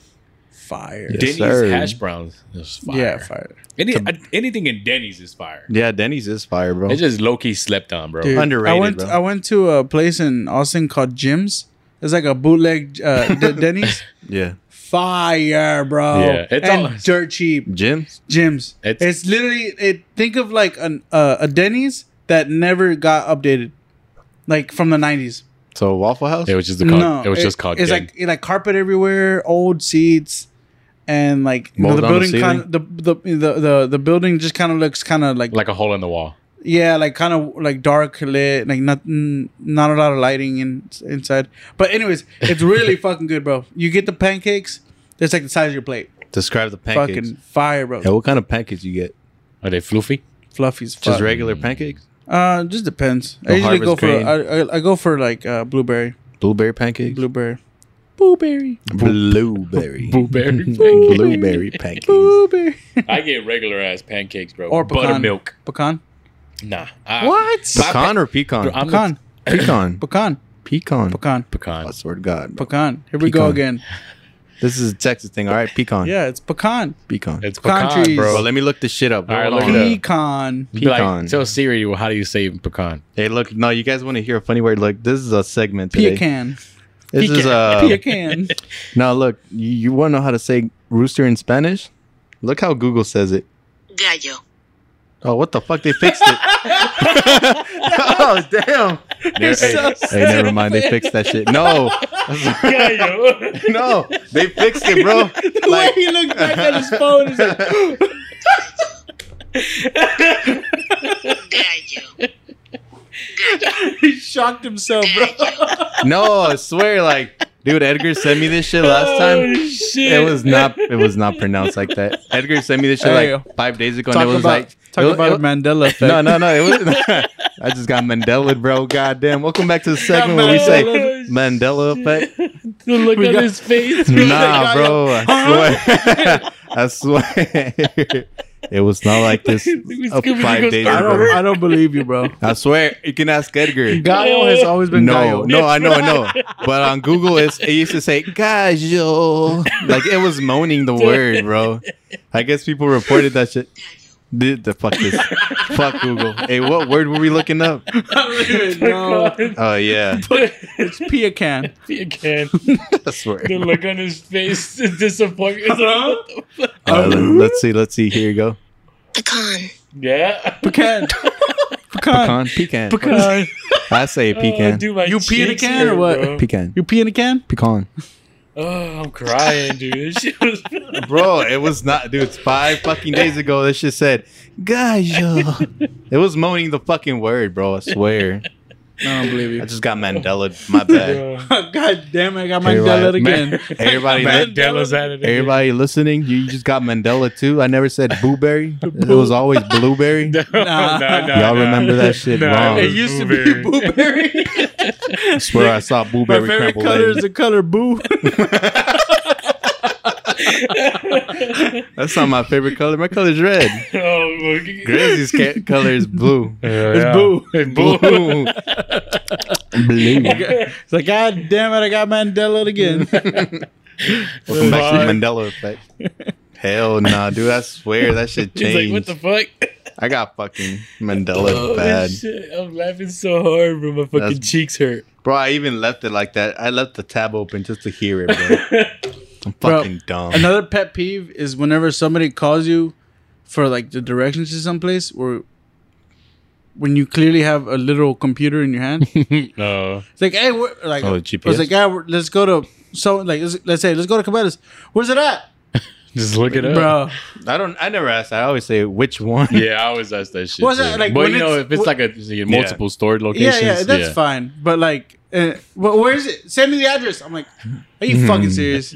Fire.
Yeah.
Denny's
sir.
hash browns is fire.
Yeah, fire.
Any, uh, anything in Denny's is fire.
yeah, Denny's is fire, bro.
It's just low key slept on, bro.
Dude,
Underrated,
I went,
bro.
I went to a place in Austin called Jim's. It's like a bootleg uh, D- Denny's.
yeah.
Fire, bro.
Yeah, it's
and
all-
dirt cheap.
Jim's?
Gyms. It's,
It's-
literally it. Think of like an uh, a Denny's that never got updated, like from the nineties.
So Waffle House?
It was just the called, it was just called
It's
Den.
like it like carpet everywhere, old seats, and like you know,
Mold
the
on the
building kind of the, the the the the building just kind of looks kind of like,
like a hole in the wall.
yeah, like kind of like dark lit, like nothing, not a lot of lighting in, inside. But anyways, it's really fucking good, bro. You get the pancakes. It's like the size of your plate.
Describe the pancakes.
Fucking fire, bro.
Yeah, what kind of pancakes you get?
Are they floofy?
Fluffy as fuck.
Just regular pancakes?
Uh, just depends. I
No
usually
harvest
go for
grain.
I, I, I go for like uh, blueberry,
Blueberry pancakes?
blueberry, blueberry,
Blueberry.
Blueberry.
Blueberry pancakes.
blueberry,
I get regular ass pancakes, bro.
Or pecan.
buttermilk.
pecan.
Nah. I-
What?
Pecan or pecan?
I'm
Pecan.
Pecan, pecan,
Pecan.
pecan,
pecan.
I swear to God.
pecan. Here we go
Pecan.
again.
This is a Texas thing. All right, pecan.
Yeah, it's pecan.
Pecan.
It's
Pecan
pecan,
trees.
bro.
Well, let me look this shit up. Bro.
All right,
Hold
look
on.
it up.
Pecan.
Be
Pecan.
Like, tell Siri, well, how do you say pecan?
Hey, look. No, you guys want to hear a funny word? Look, this is a segment today.
Pecan.
This is uh.
Pecan.
Now look, you, you want to know how to say rooster in Spanish? Look how Google says it.
gallo,
Oh, what the fuck? They fixed it. oh damn.
You're
hey,
so
hey, never mind. They fixed that shit. No,
Yeah, yo.
no, they fixed it, bro. Like,
he looked back at his phone. He's like,
gallo,
he shocked himself, bro.
no, I swear, like, dude, Edgar sent me this shit last time.
Oh, shit.
It was not. It was not pronounced like that. Edgar sent me this shit
Hey,
like five days ago,
Talk
and it was
about,
like
talk
it was-
about
it
a Mandela effect.
No, no, no. It was, I just got Mandela, bro. Goddamn. Welcome back to the segment where we say
Mandela.
Mandela effect.
the look
We
on
got-
his face.
Nah, bro. I swear. I swear. It was not like this
We
up
Scooby-Doo
five
goes
days
I
ago.
don't, I don't believe you, bro.
I swear. You can ask Edgar.
Gallo has always been
No,
Gallo.
no, I know, I know. But on Google, it's, it used to say "gajo," like it was moaning the word, bro. I guess people reported that shit. Did the fuck this? fuck Google. Hey, what word were we looking up?
no.
Oh yeah,
It's pecan.
Again,
I swear.
the look on his face is disappointment.
Uh, let- let's see, let's see. Here you go.
pecan,
yeah.
Pecan. Pecan.
Pecan, pecan.
Pecan.
I say pecan,
dude, my
You pee in a
cheeks
can or
hurt,
what?
bro.
pecan,
You pee in a can?
pecan.
Oh, I'm crying, dude. This shit was.
Bro, it was not, dude. It's five fucking days ago. This shit said "gajo." It was moaning the fucking word, bro. I swear.
I don't believe
I
you.
just got Mandela. My bad.
Bro.
God damn it, I got my
Everybody-
Mandela again.
Everybody, li-
Mandela's at it. again.
everybody listening, you just got Mandela too. I never said blueberry. It was always blueberry.
Nah, nah, nah,
Y'all
nah.
remember that shit
Nah,
wrong.
it
It
was
used to
blueberry.
be blueberry.
I swear I saw
My
blueberry
favorite
crumble.
color is the color boo.
That's not my favorite color. My color's red.
Oh, look.
Grizzly's ca- color is blue.
It's
boo.
It's boo.
Blue. blue.
It's like, God damn it, I got Mandela again.
Welcome back to the Mandela effect. Hell nah, dude. I swear that shit
He's like, what
changed.
the fuck?
I got fucking Mandela
Oh,
bad.
Shit. I'm laughing so hard, bro. My fucking
That's-
cheeks hurt.
Bro, I even left it like that. I left the tab open just to hear it, bro. I'm
Bro,
fucking dumb.
Another pet peeve is whenever somebody calls you for like the directions to someplace or when you clearly have a literal computer in your hand. it's
No.
like, hey, we like,
Oh, the
I was
GPS?
like, yeah, we're- let's go to, so like, let's, let's say, let's go to Cabela's. Where's it at?
Just look it up.
Bro,
I don't. I never ask. I always say which one.
Yeah, I always ask that shit.
What's
too.
that, like,
but
when
you know,
it's-
if it's
what-
like a you know, multiple store locations,
yeah, yeah, that's fine. But like, uh, wh- where is it? Send me the address. I'm like, are you fucking serious?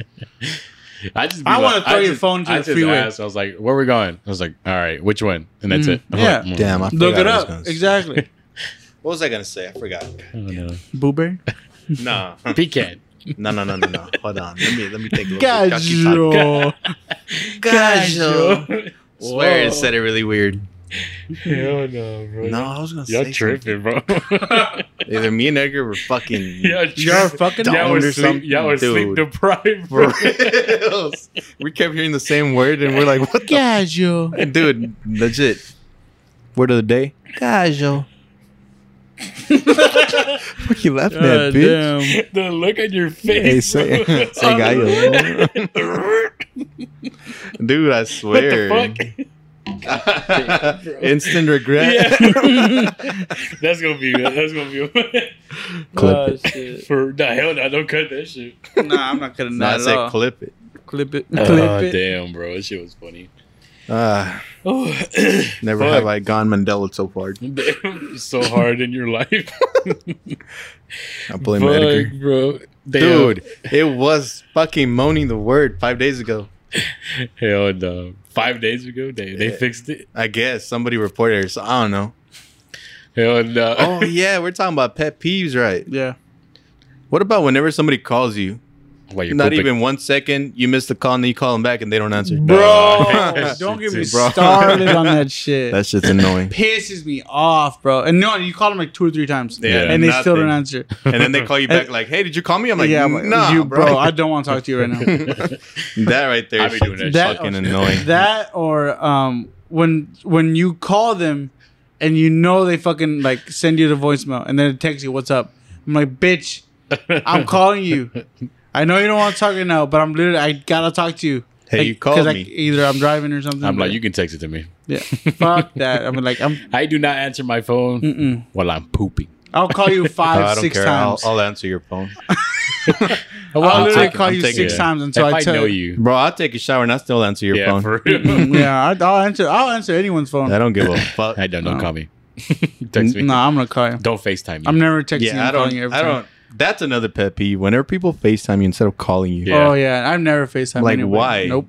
I just
I
be
wanna
like-
throw
I
your
just-
phone to
I
the
just
freeway.
asked, I was like, "Where we going?" I was like, "All right, which one?" And that's it. I'm
Yeah.
like, mm.
Damn, I forgot
Look it
I was
up.
gonna say-
Exactly.
What was I gonna say? I forgot.
I don't know.
Booberry.
No,
"Mm, Pecan.
no, no, no, no, no. Hold on. Let me let me take a look.
Gajo.
Gajo. Swear
Whoa.
it said it really weird.
Hell no, bro.
No, I was gonna
Y'all
say
tripping, bro.
something. either me and Edgar were fucking
Y'all
You're
tripping.
fucking
Dumb.
Y'all
or
was sleep.
something,
Y'all was sleep
dude.
deprived,
for
bro.
reals. We kept hearing the same word, and we're like, "What the
Gajo.
f-? dude?" Legit. Word of the day. Gajo. what you laughing
God
at, bitch?
damn.
The look on your face.
Hey, say,
bro.
say gallo. Dude, I
What
swear.
the
Instant regret.
fuck? That's gonna be that's gonna be
Clip
Oh,
it.
shit.
for nah, hell no, don't cut that shit.
Nah, I'm not cutting
No, I
that. at all.
said clip it.
clip it.
Oh,
Clip it.
damn, bro. That shit was funny.
Ah,
Oh
never
Fuck.
have I gone Mandela so far.
Damn, so hard in your life.
I blame
Fuck,
Edgar.
bro. Damn.
Dude, it was fucking moaning the word five days ago.
Hell no. Five days ago, they, they
Yeah.
fixed it.
I guess somebody reported it, so I don't know.
Hell no.
Oh, yeah, we're talking about pet peeves, right?
Yeah.
What about whenever somebody calls you
While you're
Not
pooping.
even one second. You miss the call and then you call them back and they don't answer.
Bro, don't get me
Bro.
started on that shit.
That shit's annoying.
pisses me off, bro. And no, you call them like two or three times,
Yeah,
and they still
nothing.
don't answer.
and then they call you back like, "Hey, did you call me?" I'm like,
yeah, I'm like,
nah,
you,
bro."
bro. I don't want to talk to you right now.
that right there
I be
is
doing that
That-
fucking annoying.
that or um, when when you call them, and you know they fucking like send you the voicemail, and then it texts you, "What's up?" I'm like, "Bitch, I'm calling you. I know you don't want to talk right now, but I'm literally I gotta talk to you."
Hey,
Like,
you called
'cause, like,
me.
either I'm driving or something.
I'm
but-
like, you can text it to me.
yeah, fuck that. I'm like, I'm.
I do not answer my phone
Mm-mm.
while I'm pooping.
I'll call you
Oh,
five,
I don't
six
care.
times.
I'll, I'll answer your phone,
Well,
I'll
I'm
Oh, literally
taking-
call
I'm
you
taking
six
it.
times until
if
I
I
tell
know
you.
you.
bro. I'll take a shower and I will still answer your
Yeah,
phone.
for real.
yeah, I, I'll answer. I'll answer anyone's phone.
I don't give a fuck.
I don't. Don't
No.
call me. text me.
No, I'm gonna call you.
Don't FaceTime me.
I'm never texting you.
yeah, I
and calling
don't.
you every
I
time.
don't. That's another pet peeve. Whenever people Facetime you instead of calling you,
Yeah.
Oh yeah, I've never Facetime.
Like,
anybody.
why?
Nope.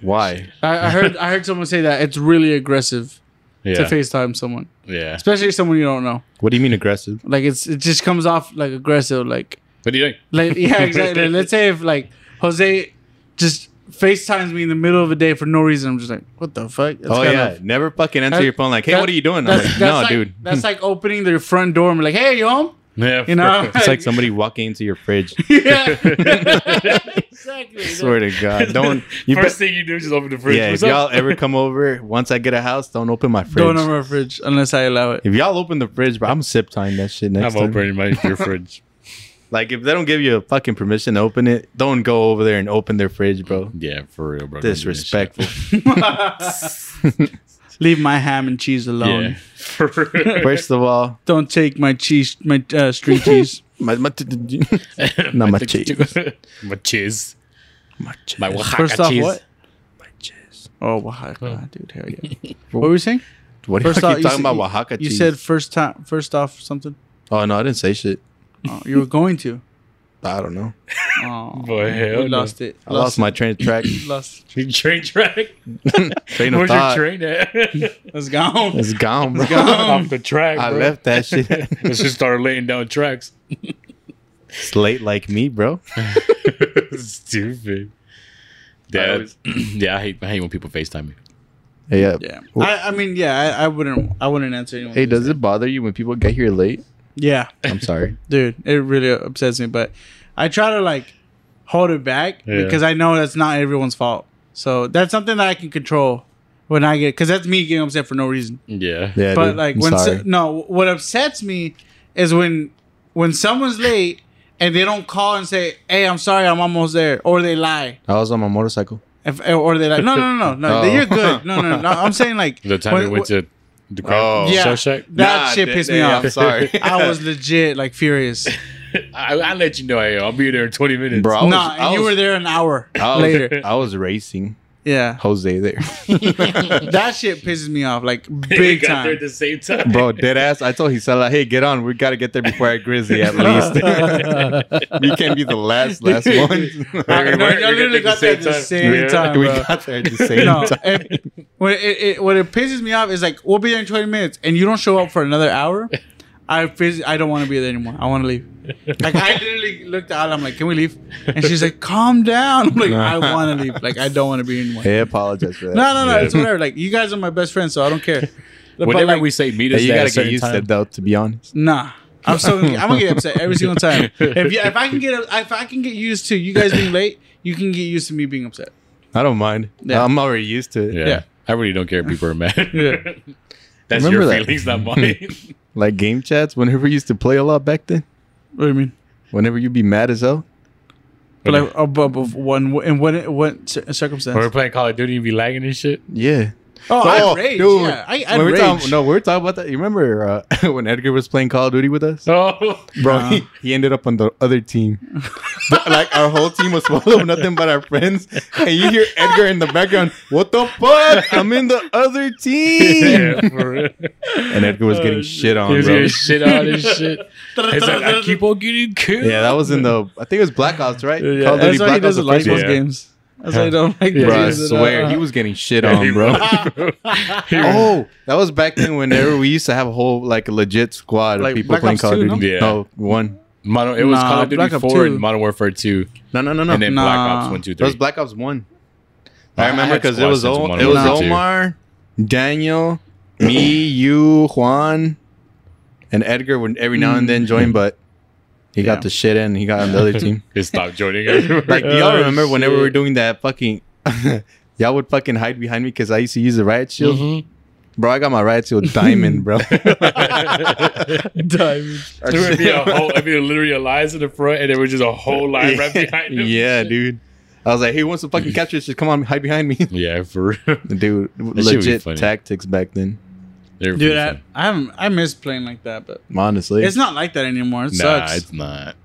why?
I, I heard. I heard someone say that it's really aggressive
yeah.
to Facetime someone,
yeah.
especially someone you don't know.
What do you mean aggressive?
Like it's it just comes off like aggressive. Like
What are you doing?
like yeah, exactly. Like, let's say if like Jose just Facetimes me in the middle of the day for no reason. I'm just like, what the fuck? That's
oh
kinda-
yeah, never fucking answer
That-
your phone. Like, hey,
that-
what are you doing? I'm
That's,
like,
that's
no,
like,
dude.
That's like opening their front door and be like, hey, you home?
Yeah.
You know?
It's like somebody walking into your fridge.
yeah. exactly.
swear to God, don't. You
First
bet-
thing you do is just open the fridge.
yeah, if
What's
y'all
up?
ever come over, once I get a house, don't open my fridge.
Don't open a fridge unless I allow it.
If y'all open the fridge, bro, I'm sip tying that shit next
I'm
time.
opening my your fridge.
Like if they don't give you a fucking permission to open it, don't go over there and open their fridge, bro.
Yeah, for real, bro. Don't do that Mm-hmm. shit.
Disrespectful.
Leave my ham and cheese alone.
Yeah. For real.
First of all,
Don't take my cheese, my uh, string cheese.
my my, t- t- not my cheese.
my cheese.
My cheese.
My Oaxaca
First off,
cheese.
what? Oh, Oaxaca, dude, hell yeah. what were you saying?
What
First
first
off,
are
you
you talking
said-
about Oaxaca
You
cheese?
said first time, first off something.
oh no, I didn't say shit.
Oh, you were going to.
I don't know.
Oh,
Boy, hell
we
no.
lost it.
I lost my train of track.
it. Lost.
Train track.
train of
Where's your
thought.
train at?
It's gone.
It's gone, bro.
Um,
Off the track,
I
bro.
left that shit.
Let's just start laying down tracks.
it's late like me, bro.
Stupid.
I
Yeah,
always-
yeah, I hate, I hate when people FaceTime me.
Yeah.
Yeah. I, I mean, yeah, I, I wouldn't. I wouldn't answer anyone.
Hey, does it bother you when people get here late?
Yeah,
I'm sorry.
dude, it really upsets me. But I try to like hold it back
Yeah.
because I know that's not everyone's fault. So that's something that I can control when I get because that's me getting upset for no reason.
Yeah.
Yeah,
but
dude,
like
I'm
when
sorry.
so, no, what upsets me is when when someone's late and they don't call and say, "Hey, I'm sorry, I'm almost there," or they lie,
I was on my motorcycle.
if, or they like, "No, no, no, no, no,
Oh.
you're good." No, no, no, I'm saying like
The time
when-
we went to the crowd.
Oh.
Yeah.
Shell Shack.
That shit
d-
pissed
d-
me
yeah,
off.
I'm sorry.
I was legit like furious.
I, I let you know. Hey, I'll be there in 20 minutes.
Bro, I
No,
was,
nah, and
I
you were
was,
there an hour
I was-
later.
I was racing
Yeah,
Jose there.
that shit pisses me off like
we
big
got there
time.
at the same time.
Bro, dead ass. I told Hisala, hey, get on. We got to get there before I Grizzly at least. we can't be the last, last
I,
one.
no,
We were-
y'all
we
literally got there at the same
Yeah.
time.
we
bro.
got there at the same
no,
time.
it, what it, it what it pisses me off is like we'll be there in twenty minutes and you don't show up for another hour. I phys- I don't want to be there anymore. I want to leave. Like I literally looked at Al. I'm like, can we leave? And she's like, calm down. I'm like, I want to leave. Like I don't want to be here anymore.
Hey, I apologize for that.
No, no, no.
Yeah.
It's whatever. Like you guys are my best friends, so I don't care. But
Whenever
like,
we say meet
Hey,
us,
you
at
got
a
to get
certain
used to
time,
it, though, to be honest.
nah. I'm so I'm gonna get upset every single time. If, you, if I can get if I can get used to you guys being late, you can get used to me being upset.
I don't mind.
Yeah.
I'm already used to it.
Yeah.
Yeah.
I really don't care if people are mad.
Yeah.
That's
Remember
your
that.
feelings, not mine.
Like game chats, whenever we used to play a lot back then,
What do you mean?
whenever you'd be mad as hell.
But like, above of one in what what cir- circumstance?
when we're playing Call of Duty and be lagging and shit.
Yeah.
Oh,
Oh,
I rage.
dude.
Yeah, I, I
when we
rage.
were talking, no, we were talking about that. You remember uh, when Edgar was playing Call of Duty with us?
Oh,
Bro, he, he ended up on the other team. But, like our whole team was full of nothing but our friends, and you hear Edgar in the background. What the fuck? I'm in the other team.
yeah, for real.
And Edgar was getting
Oh,
shit
He
on,
was
bro.
getting shit on and shit. It's like, I keep on getting killed.
Yeah, that was in the. I think it was Black Ops, right?
Yeah,
Call of Duty
that's why he
Black Ops.
doesn't
the
like
first
those
one.
Yeah.
games. That's why he don't like.
Bro, I
those games at
swear
all.
he was getting shit on, bro. oh, that was back then. Whenever we used to have a whole like legit squad of
Like
people
Black
playing
Ops
Call of
2,
Duty.
no? Yeah.
No, one.
Modern, it was
Nah,
Call of Duty
Black Ops
4
2.
and Modern Warfare 2
No, no, no, no.
and then Black
Nah.
Ops 1, 2,
that
3.
was Black Ops One.
I
I remember
had
because it
squad
was
since
O-
one
it
of
was
them, too.
Omar, Daniel, me, you, Juan, and Edgar would every now and
Mm.
then join, but he
Yeah.
got the shit in. He got on the other team.
It stopped joining everywhere.
Like y'all
Oh,
remember whenever we were
shit.
doing that fucking, y'all would fucking hide behind me because I used to use the riot shield,
Mm-hmm.
bro. I got my riot shield diamond, bro.
Diamond.
There would be a whole, I mean, literally a lines in the front, and there was just a whole line right behind him.
yeah, dude. I was like, hey, wants to fucking capture this? Just come on, hide behind me,
Yeah, for real.
dude.
shit would be
Legit
funny.
tactics back then,
They're pretty
Dude, I,
fun.
I haven't. I miss playing like that, but
honestly.
it's not like that anymore. It
nah,
sucks
it's not.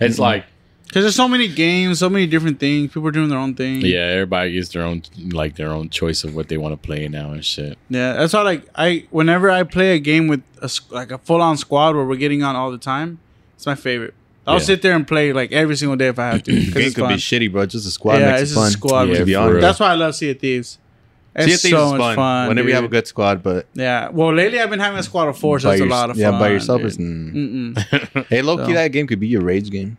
It's like,
because there's so many games, so many different things. People are doing their own thing.
yeah, everybody gets their own, like, their own choice of what they want to play now and shit.
Yeah, that's why like I whenever I play a game with a, s- like a full on squad where we're getting on all the time, it's my favorite. I'll
Yeah.
sit there and play like every single day if I have to. 'cause
Game
it's
could be
fun.
shitty, bro. Just a squad
Yeah,
makes
it's
it
just a
fun.
squad.
to
Yeah,
be
for
honest.
real.
That's why I love Sea of Thieves. It's
Sea of Thieves
so
is
much
fun.
fun.
Whenever you have a
dude.
good squad, but
Yeah. Well, lately I've been having a squad of four, so
by
it's a
your-
lot of
yeah,
fun.
by yourself
dude.
is. Mm.
Mm-mm.
Hey, low key,
So-
that game could be your rage game.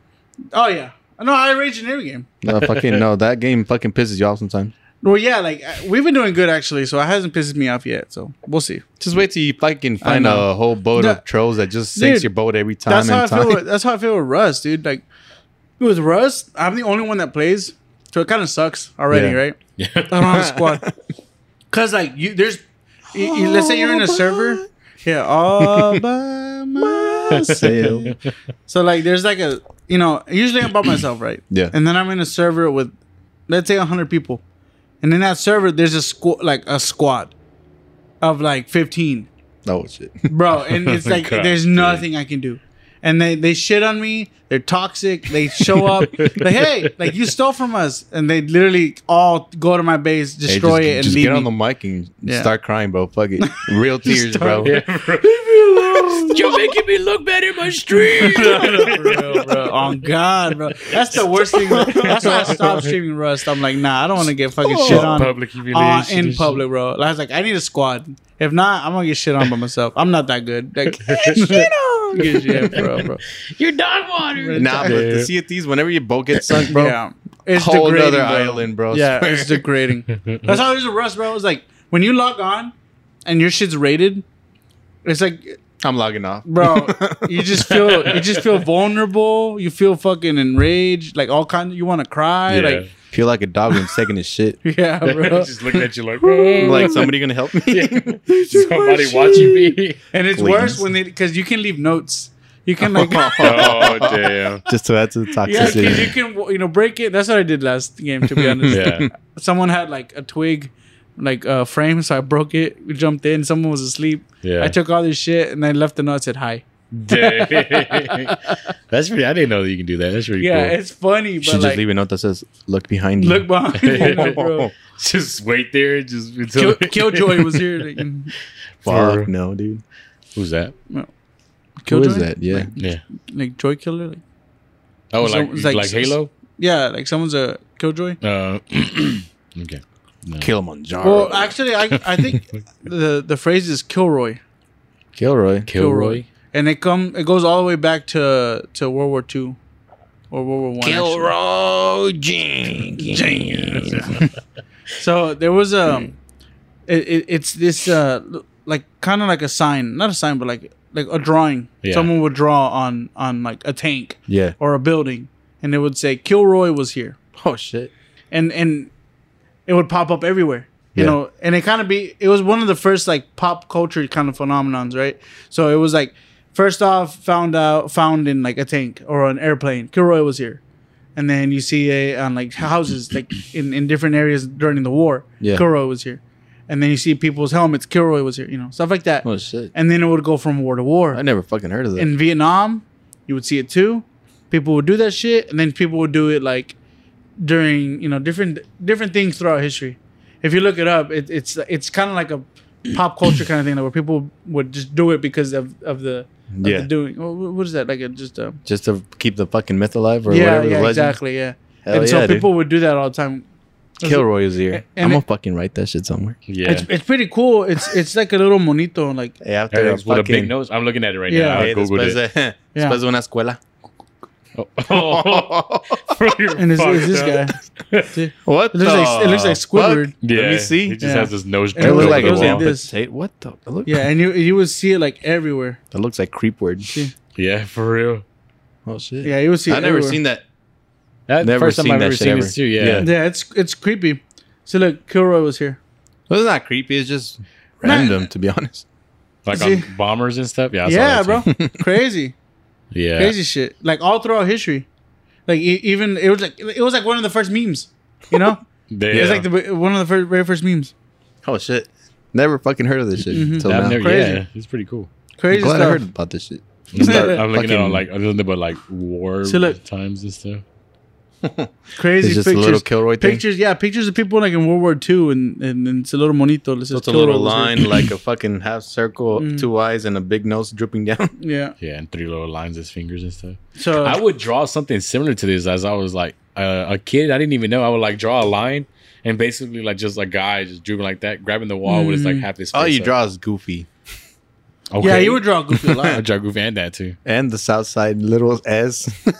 Oh yeah. No, I rage in every game.
No, fucking no, that game fucking pisses you off sometimes.
Well, yeah, like I- we've been doing good actually, so it hasn't pissed me off yet. So we'll see.
Just wait till you fucking find
know.
a whole boat
That-
of trolls that just sinks
Dude,
your boat every time
That's how I
and
feel.
time.
With, that's how I feel with Rust, dude. Like with Rust, I'm the only one that plays, so it kind of sucks already,
Yeah.
right?
Yeah.
I don't have a squad. Cause like you, there's, you, you- let's say you're in a server, yeah, all by myself. So like, there's like a, you know, usually I'm by myself, right?
Yeah.
And then I'm in a server with, let's say, hundred people, and in that server there's a squad, like a squad, of like fifteen
oh shit.
bro and it's like
God,
there's
dude.
nothing i can do and they they shit on me they're toxic they show up like hey like you stole from us and they literally all go to my base
Hey,
destroy
just,
it and
just
leave
get on
me.
the mic and
Yeah.
start crying, bro. Fuck it, real tears, bro.
You're making me look bad in my stream.
Oh God, bro! That's the worst thing. That's why I stopped streaming Rust. I'm like, nah, I don't want to get fucking shit on
Public
uh,
humiliation.
in public, bro. I was like, I need a squad. If not, I'm gonna get shit on by myself. I'm not that good. Like, get shit on, yeah, bro, bro.
You're done, water.
Nah, but
Yeah.
the Sea of Thieves, whenever your boat gets sunk, bro,
Yeah. It's
whole
degrading,
other
bro.
island, bro.
Yeah,
Swear.
it's degrading. That's how it is with Rust, bro. It's like when you log on and your shit's rated, it's like,
I'm logging off.
bro, you just feel you just feel vulnerable. You feel fucking enraged, like all kind. You want to cry,
Yeah.
Feel like a dog when it's taking his shit.
like yeah, bro.
just looking at you like, "Whoa."
like somebody gonna help me?
somebody watching me.
and
Please.
it's worse when they because you can leave notes. You can like.
Oh damn.
Just to add to the
Yeah, 'cause
toxicity.
you can you know break it. That's what I did last game. To be honest,
Yeah.
someone had like a twig, like a frame, so I broke it. We jumped in. Someone was asleep.
Yeah.
I took all this shit and I left the note. Said hi.
Dang. That's pretty. I didn't know that you can do that. That's pretty
Yeah,
cool.
it's funny,
You should
but
just
like,
leave a note that says, "Look behind you."
look behind you, like, bro.
Just wait there. and Just
Kill,
until
Killjoy was here. Like,
Fuck no, dude.
Who's that?
Killjoy?
Who is that? Yeah,
Yeah.
Like Joy Killer. Like,
Oh,
So-
like
it's
like,
like-
Halo.
yeah, like someone's a Killjoy.
Uh, okay.
Kilimanjaro.
Well, actually, I I think the the phrase is Kilroy.
Kilroy.
Kilroy.
and it come it goes all the way back to to World War Two or World War One. actually.
Kilroy Jenkins.
So there was a, it, it, it's this uh l- like kind of like a sign, not a sign, but like like a drawing.
Yeah.
Someone would draw on on like a tank
Yeah.
or a building, and it would say Kilroy was here,
Oh shit.
and and it would pop up everywhere. You
Yeah.
know, and it kind of be it was one of the first like pop culture kind of phenomenons, right? So it was like first off found out found in like a tank or an airplane. Kilroy was here, and then you see it on like houses like in in different areas during the war.
Yeah.
Kilroy was here, and then you see people's helmets. Kilroy was here, you know, stuff like that.
Oh shit.
And then it would go from war to war
I never fucking heard of that.
in Vietnam, you would see it too. People would do that shit, and then people would do it like during you know different different things throughout history. If you look it up, it, it's it's kind of like a pop culture kind of thing like, where people would just do it because of of the, of
yeah.
the doing. wha- wha- What is that like? A, just a
Just to keep the fucking myth alive or
yeah,
whatever the
yeah,
legend.
exactly, yeah.
Hell
and
yeah,
so
dude.
people would do that all the time.
Kilroy is here.
And
I'm gonna
it-
fucking write that shit somewhere.
Yeah.
It's it's pretty cool. It's it's like a little monito, like
Hey, after
Eric's with a big nose. I'm looking at it right
Yeah.
now. I
Hey, uh,
googled
después
it.
de,
Yeah.
después de una escuela.
Oh, bro, you're
And it's, it's this
fucked up.
guy. See?
What?
It looks like it looks like Squidward.
Yeah,
Let me see.
He just
Yeah.
has his nose.
And
It
draped
looks
over
like
the
a
goes like
wall.
wall.
this.
potato. What the? It look,
Yeah, and you you would see it like everywhere.
That looks like Creepward.
Yeah, for real.
Oh shit.
Yeah, you would see.
I've
it
never
everywhere.
seen that.
That
Never
first time
seen
I've
that
ever
shit
seen
ever.
this too. Yeah.
Yeah.
Yeah, it's it's creepy. So look, Kilroy was here.
Well, it's not creepy. It's just
Nah.
random, to be honest.
like
See?
on bombers and stuff. Yeah, I saw
yeah,
that too.
bro, crazy,
Yeah,
crazy shit. Like all throughout history, like e- even it was like it was like one of the first memes. You know,
Damn.
it was like the, one of the first, very first memes.
Oh shit. Never fucking heard of this shit until
I've
now.
never-
Crazy.
Yeah, it's pretty cool.
Crazy
Glad I
stuff.
heard about this shit.
I'm looking at
Fucking-
all, like other than but like war
So look-
times and stuff.
crazy
It's just a
pictures.
little Kilroy thing?
Pictures, yeah, pictures of people like in World War II, and and, and it's a little monito. It's,
It's a little line, like a fucking half circle,
Mm.
two eyes, and a big nose dripping down.
Yeah.
Yeah, and three little lines as fingers and stuff.
So
I would draw something similar to this as I was like uh, a kid. I didn't even know. I would like draw a line and basically like just a guy just dribbling like that, grabbing the wall with his like half his.
All
face
Oh, you
up.
draw is Goofy
Okay.
Hmm. yeah, you would draw Goofy a
I
lot.
draw Goofy and that too.
and the South Side little ass.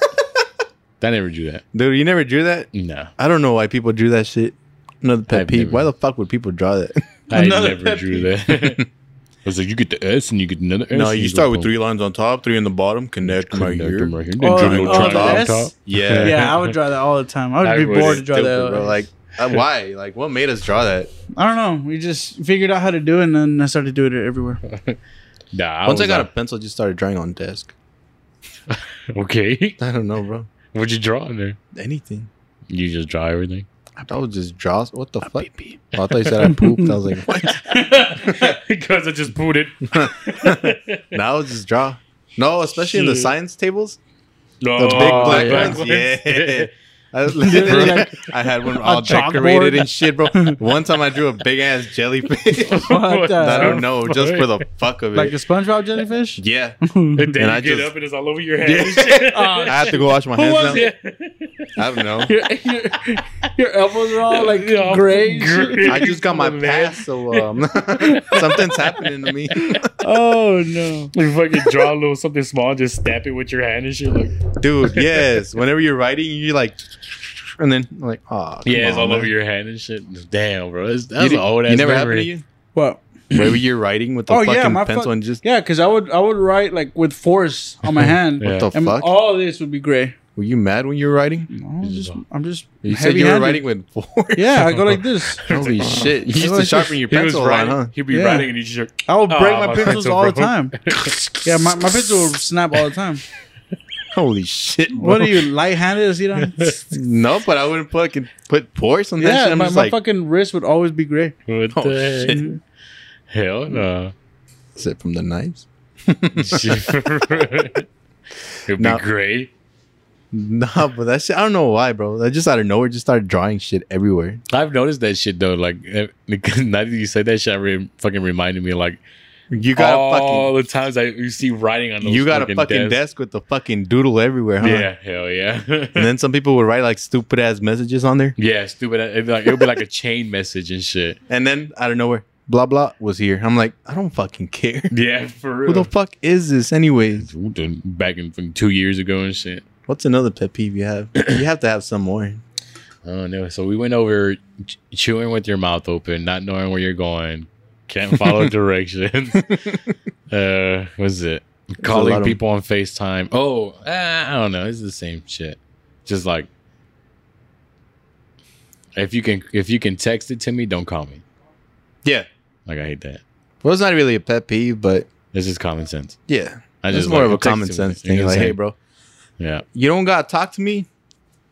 I never drew that.
Dude, you never drew that?
No,
I don't know why people drew that shit. Another pet
I've
peeve.
never-
Why the fuck would people draw that?
I
Another
never
pet
drew that. I was like, you get the S and you get another S.
no,
and
you
go
start with
boom.
three lines on top, three in the bottom, connect them right
Connect them
here.
right here. Then
Oh,
draw a
oh,
little
the
triangle on
S?
top.
Yeah.
yeah, I would draw that all the time. I would
I
be
would
bored to draw
Stupid,
that.
bro. Like, uh, why? Like, what made us draw that?
I don't know. We just figured out how to do it, and then I started doing it everywhere.
Nah, I
Once I
was
got a
like,
pencil, I just started drawing on desk.
okay.
I don't know, bro.
What'd you draw in there?
Anything.
You just draw everything.
I would just draw. What the fuck? Oh, I thought you said I pooped. I was like, what?
because I just booted.
now I would just draw. No, especially in the
Shit.
science tables.
No,
The big black
Oh, yeah.
ones. Yeah. I,
Literally, like,
I had one all
chalkboard.
decorated and shit, bro. One time I drew a big ass jellyfish.
What the-
I don't know, just for the fuck of it.
like a SpongeBob jellyfish.
yeah.
And then
And
you
I
get
just-
up and it's all over your head.
Yeah.
and shit.
I have to go wash my
Who
hands now.
was it?
I don't know.
your, your, your elbows are all like
Yeah,
gray. and shit.
gray.
I just got my
Man.
pass, so um, something's happening to me.
Oh no!
You fucking draw a little something small, and just snap it with your hand and shit. Like,
Dude, yes. Whenever you're writing, you like, and then like, oh,
yeah, it's all over your hand and shit. Damn, bro, that's, that's
you,
an old ass.
you never happened to
memory.
you?
What?
Whenever you're writing with the
Oh, yeah,
fucking
my
pencil
fuck-
and just
Yeah, because I would I would write like with force on my hand,
Yeah.
what the
and
fuck?
all this would be gray.
Were you mad when you were writing?
I'm just, I'm just
You said you were
heavy-handed.
writing with four.
Yeah, I go like this.
Holy shit! You used to
like
sharpen your
He was
pencil a lot,
writing.
huh?
He'd be
Yeah.
writing, and he'd just
I will break
Ah,
Oh,
my,
my
pencils
pencil
all the
broke.
time. yeah, my, my pencil will snap all the time.
Holy shit! Bro.
What are you light-handed, you know?
No, but I wouldn't fucking put force on that shit.
yeah,
I'm
my,
just
my
like,
fucking wrist would always be gray.
what
oh
the heck?
shit!
hell no.
Is it from the knives?
It'd
Now-
be great.
Nah, but that shit. I don't know why, bro. I just out of nowhere just started drawing shit everywhere.
I've noticed that shit though. Like, eh, because now that you said that shit, I re- fucking reminded me like
You got
all the times I you see writing on
a fucking,
those
you got a fucking
desks.
desk with the fucking doodle everywhere, huh?
Yeah, hell yeah.
And then some people would write like stupid ass messages on there,
yeah, stupid. It'd be like it'd be like a chain message and shit.
and then out of nowhere, blah blah was here. I'm like, I don't fucking care.
Yeah, for real.
Who the fuck is this, anyways?
Ooh, done- Back in from two years ago and shit.
What's another pet peeve you have? you have to have some more.
Oh no! So we went over ch- chewing with your mouth open, not knowing where you're going, can't follow directions. uh, what's it?
lot
Calling
of-
people on Facetime. Oh, uh, I don't know. It's the same shit. Just like if you can if you can text it to me, don't call me.
Yeah.
Like I hate that.
Well, it's not really a pet peeve, but
This is common sense.
yeah,
I
it's
just
more
like
of a
text
common
it.
sense
You know
thing.
what
Like,
I'm
hey,
saying?
bro,
Yeah,
you don't gotta talk to me.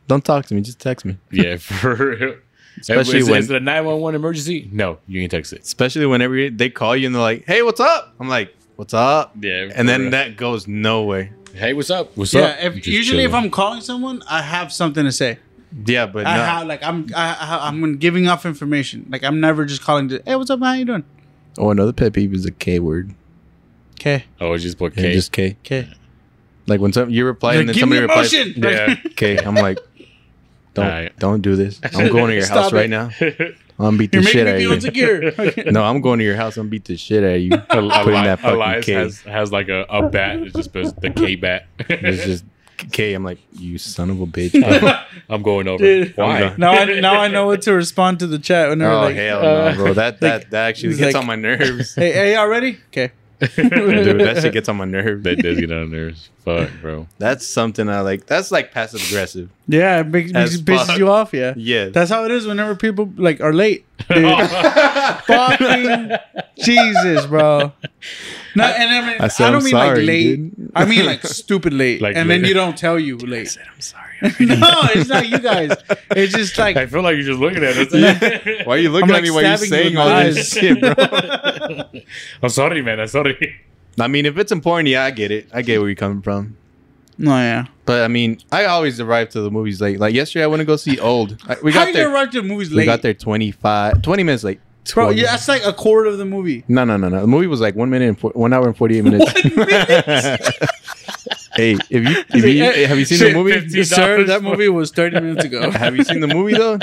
Don't talk to me. Just text me.
yeah, for real.
Especially
is,
when,
is it a nine one one emergency? No, you can text it.
especially whenever they call you and they're like, "Hey, what's up?" I'm like, "What's up?"
Yeah,
And then
for real.
that goes nowhere.
hey, what's up? What's
yeah,
up?
if,
Just
usually if
chilling.
I'm calling someone, I have something to say.
Yeah, but
I
no.
have like I'm I, I, I'm giving off information. Like I'm never just calling. To, hey, what's up? man? How you doing?
oh, another pet peeve is a K word.
Okay,
oh, it's just put
Yeah,
K.
Just K.
okay.
Like when some, you reply and then
give me
somebody replies,
emotion.
Yeah.
"K," I'm like, "Don't,
Alright.
don't do this. I'm going to your house
Stop it.
right now. I'm gonna beat the
You're
shit
making
out
me
of
feel
you."
insecure. Okay.
No, I'm going to your house. I'm beat the shit out of you.
Eli-
putting that fucking
Elias
K.
has, has like a, a bat. It just puts the K bat.
It's just K. I'm like, you son of a bitch.
I'm going over.
Dude.
Why?
Now I now I know what to respond to the chat when they're
oh
like,
hell
uh,
no, bro. That that that actually
he's
gets
like-
on my nerves.
"Hey, hey, y'all ready? Okay."
Dude, that shit gets on my nerves.
That does get on there. Fuck, bro.
That's something I like. That's like passive aggressive.
Yeah, it makes,
As
makes- pisses
fuck.
you off. Yeah,
Yeah.
that's how it is whenever people like are late. Dude. Fucking Jesus, bro. No, and I, mean, I,
I said,
don't
"I'm
mean
sorry,
like late.
dude.
I mean like stupid late,
Like
and then
late.
you don't tell you late.
I'm sorry.
no, it's not you guys. It's just like
I feel like you're just looking at us.
Why are you looking
I'm, like,
at me while you're saying
stabbing you with
all
my
this
eyes.
shit, bro?
I'm sorry, man. I'm sorry.
I mean, if it's important, yeah, I get it. I get where you're coming from.
no, yeah.
But I mean, I always arrive to the movies late. Like yesterday, I went to go see Old. I- we
How
got
you gonna
there.
watch the movies late?
We got there 25, 20 minutes late.
bro.
12.
Yeah, that's like a quarter of the movie.
No, no, no, no. The movie was like one minute and four, one hour and forty eight minutes. hey, if you, if you
Hey,
have you seen
shit,
the movie?
$15
sir, that
for-
movie was thirty minutes ago.
Have you seen the movie though?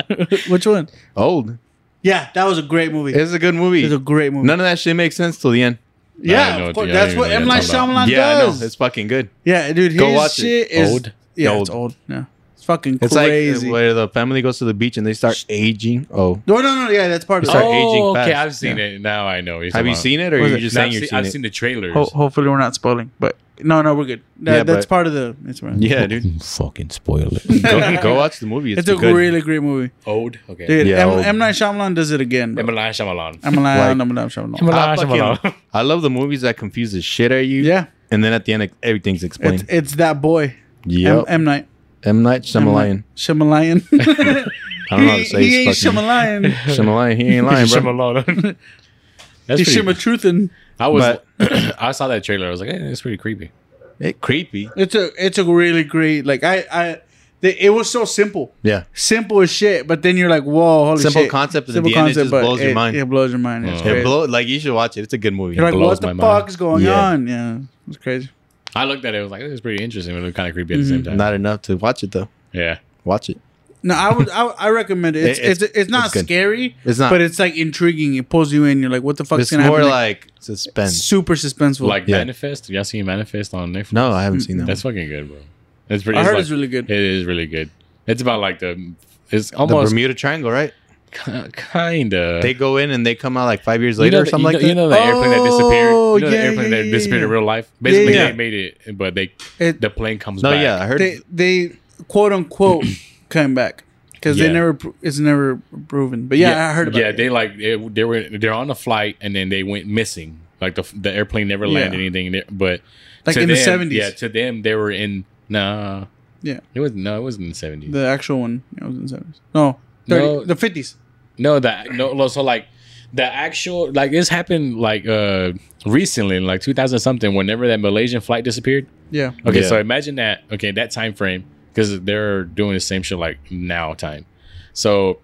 Which one?
Old.
Yeah, that was a great movie. It's,
It's a good movie.
a great movie.
None of that shit makes sense till the end.
I know
yeah,
what
of course.
you- I
That's
don't
what M
even know
Night
what you're talking
Shyamalan
yeah,
does.
I know. It's fucking good.
yeah, dude, his
Go watch it.
shit is
Old?
Yeah,
Old.
it's old. Yeah, it's fucking
It's
crazy.
like where the family goes to the beach and they start aging. Oh,
no, no, no. Yeah, that's part of
Sorry,
it.
aging fast.
Oh, I've seen it. Now I know.
have you seen it or
Was
are
it-
you just
No,
saying
I've,
you've
seen,
seen
I've
it? Oh,
seen the trailers.
Ho- hopefully, we're not spoiling. But no, no, we're good. That,
Yeah,
that's
but-
part of the. It's,
Yeah, dude.
Fucking spoil it.
go, go watch the movie. It's,
it's a
good.
really great movie,
oh.
Ode. Okay.
dude.
Yeah,
M,
old.
M Night Shyamalan does it again.
M.
bro.
Night Shyamalan.
M Night
Like-
M Night Shyamalan.
I,
Shyamalan,
Ah, fucking,
Shyamalan.
I love the movies that confuse the shit out of you.
Yeah,
And then at the end, everything's
it's
explained.
it's that boy.
Yeah.
M, M Night.
M. Night
M.
Shyamalan.
Night Shyamalan.
I don't know how to
he,
say
he ain't
his fucking
Shyamalan.
Shyamalan. He ain't lying, bro.
Shyamalan. That's
He's
pretty,
Shimmatruthin.
I was. I saw that trailer. I was like, eh, it's pretty creepy.
It creepy.
It's a it's a really great like I I the, it was so simple
Yeah.
simple as shit but then you're like whoa holy
Simple
shit.
concept, and at the end, it just
but
blows your
it-
mind.
it blows your mind it's
Mm. It
crazy.
It blow, like you should watch it. It's a good movie.
you're like
blows
what the
my mind.
fuck is going
Yeah.
on yeah it's crazy
I looked at it. I was like, it's pretty interesting, but it was kind of creepy at the same time.
Mm. Not enough to watch it though.
yeah.
Watch it.
no I would I, I recommend it it's
It-
it's, it's, not
it's good.
scary
It's not.
but it's like intriguing it pulls you in you're like what the fuck's
It's
gonna
more
happen
like suspense.
super suspenseful
Like
Yeah.
Manifest. Y'all seen Manifest on Netflix?
No, I haven't seen that.
That's fucking good, bro. It's pretty.
I
it's
heard
like-
it's really good
It is really good. It's about like the. It's
one. the
almost
Bermuda Triangle, right?
kind of.
They go in and they come out like five years later or something
you
like
know,
that.
You know the airplane that disappeared.
Oh,
You know
yeah,
the airplane
yeah,
that
yeah,
disappeared
yeah.
in real life. Basically,
yeah.
they made it, but they
It-
the plane comes
Oh, no,
back.
yeah, I heard.
they they quote unquote come back because
Yeah.
they never pro- it's never proven but yeah, I heard about
Yeah,
it.
they like they, they were they're on a flight and then they went missing. Like the the airplane never
Yeah.
landed anything. There, but
like
to
in the
them-
70s
Yeah, to them they were in nah.
Yeah.
it was no, it wasn't in the seventies.
The actual one. Yeah, it was in the seventies. No, 30,
No.
the fifties.
No, that no, no, so like the actual like this happened like uh recently, like two thousand something. Whenever that Malaysian flight disappeared.
Yeah,
Okay,
Yeah.
so imagine that. Okay, that time frame because they're doing the same shit like now time. So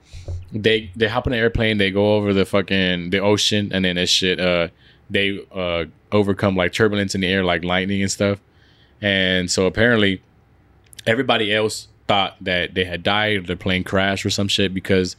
they they hop on an airplane, they go over the fucking the ocean, and then that shit. Uh, they uh overcome like turbulence in the air, like lightning and stuff. And so apparently, everybody else thought that they had died or the plane crashed or some shit because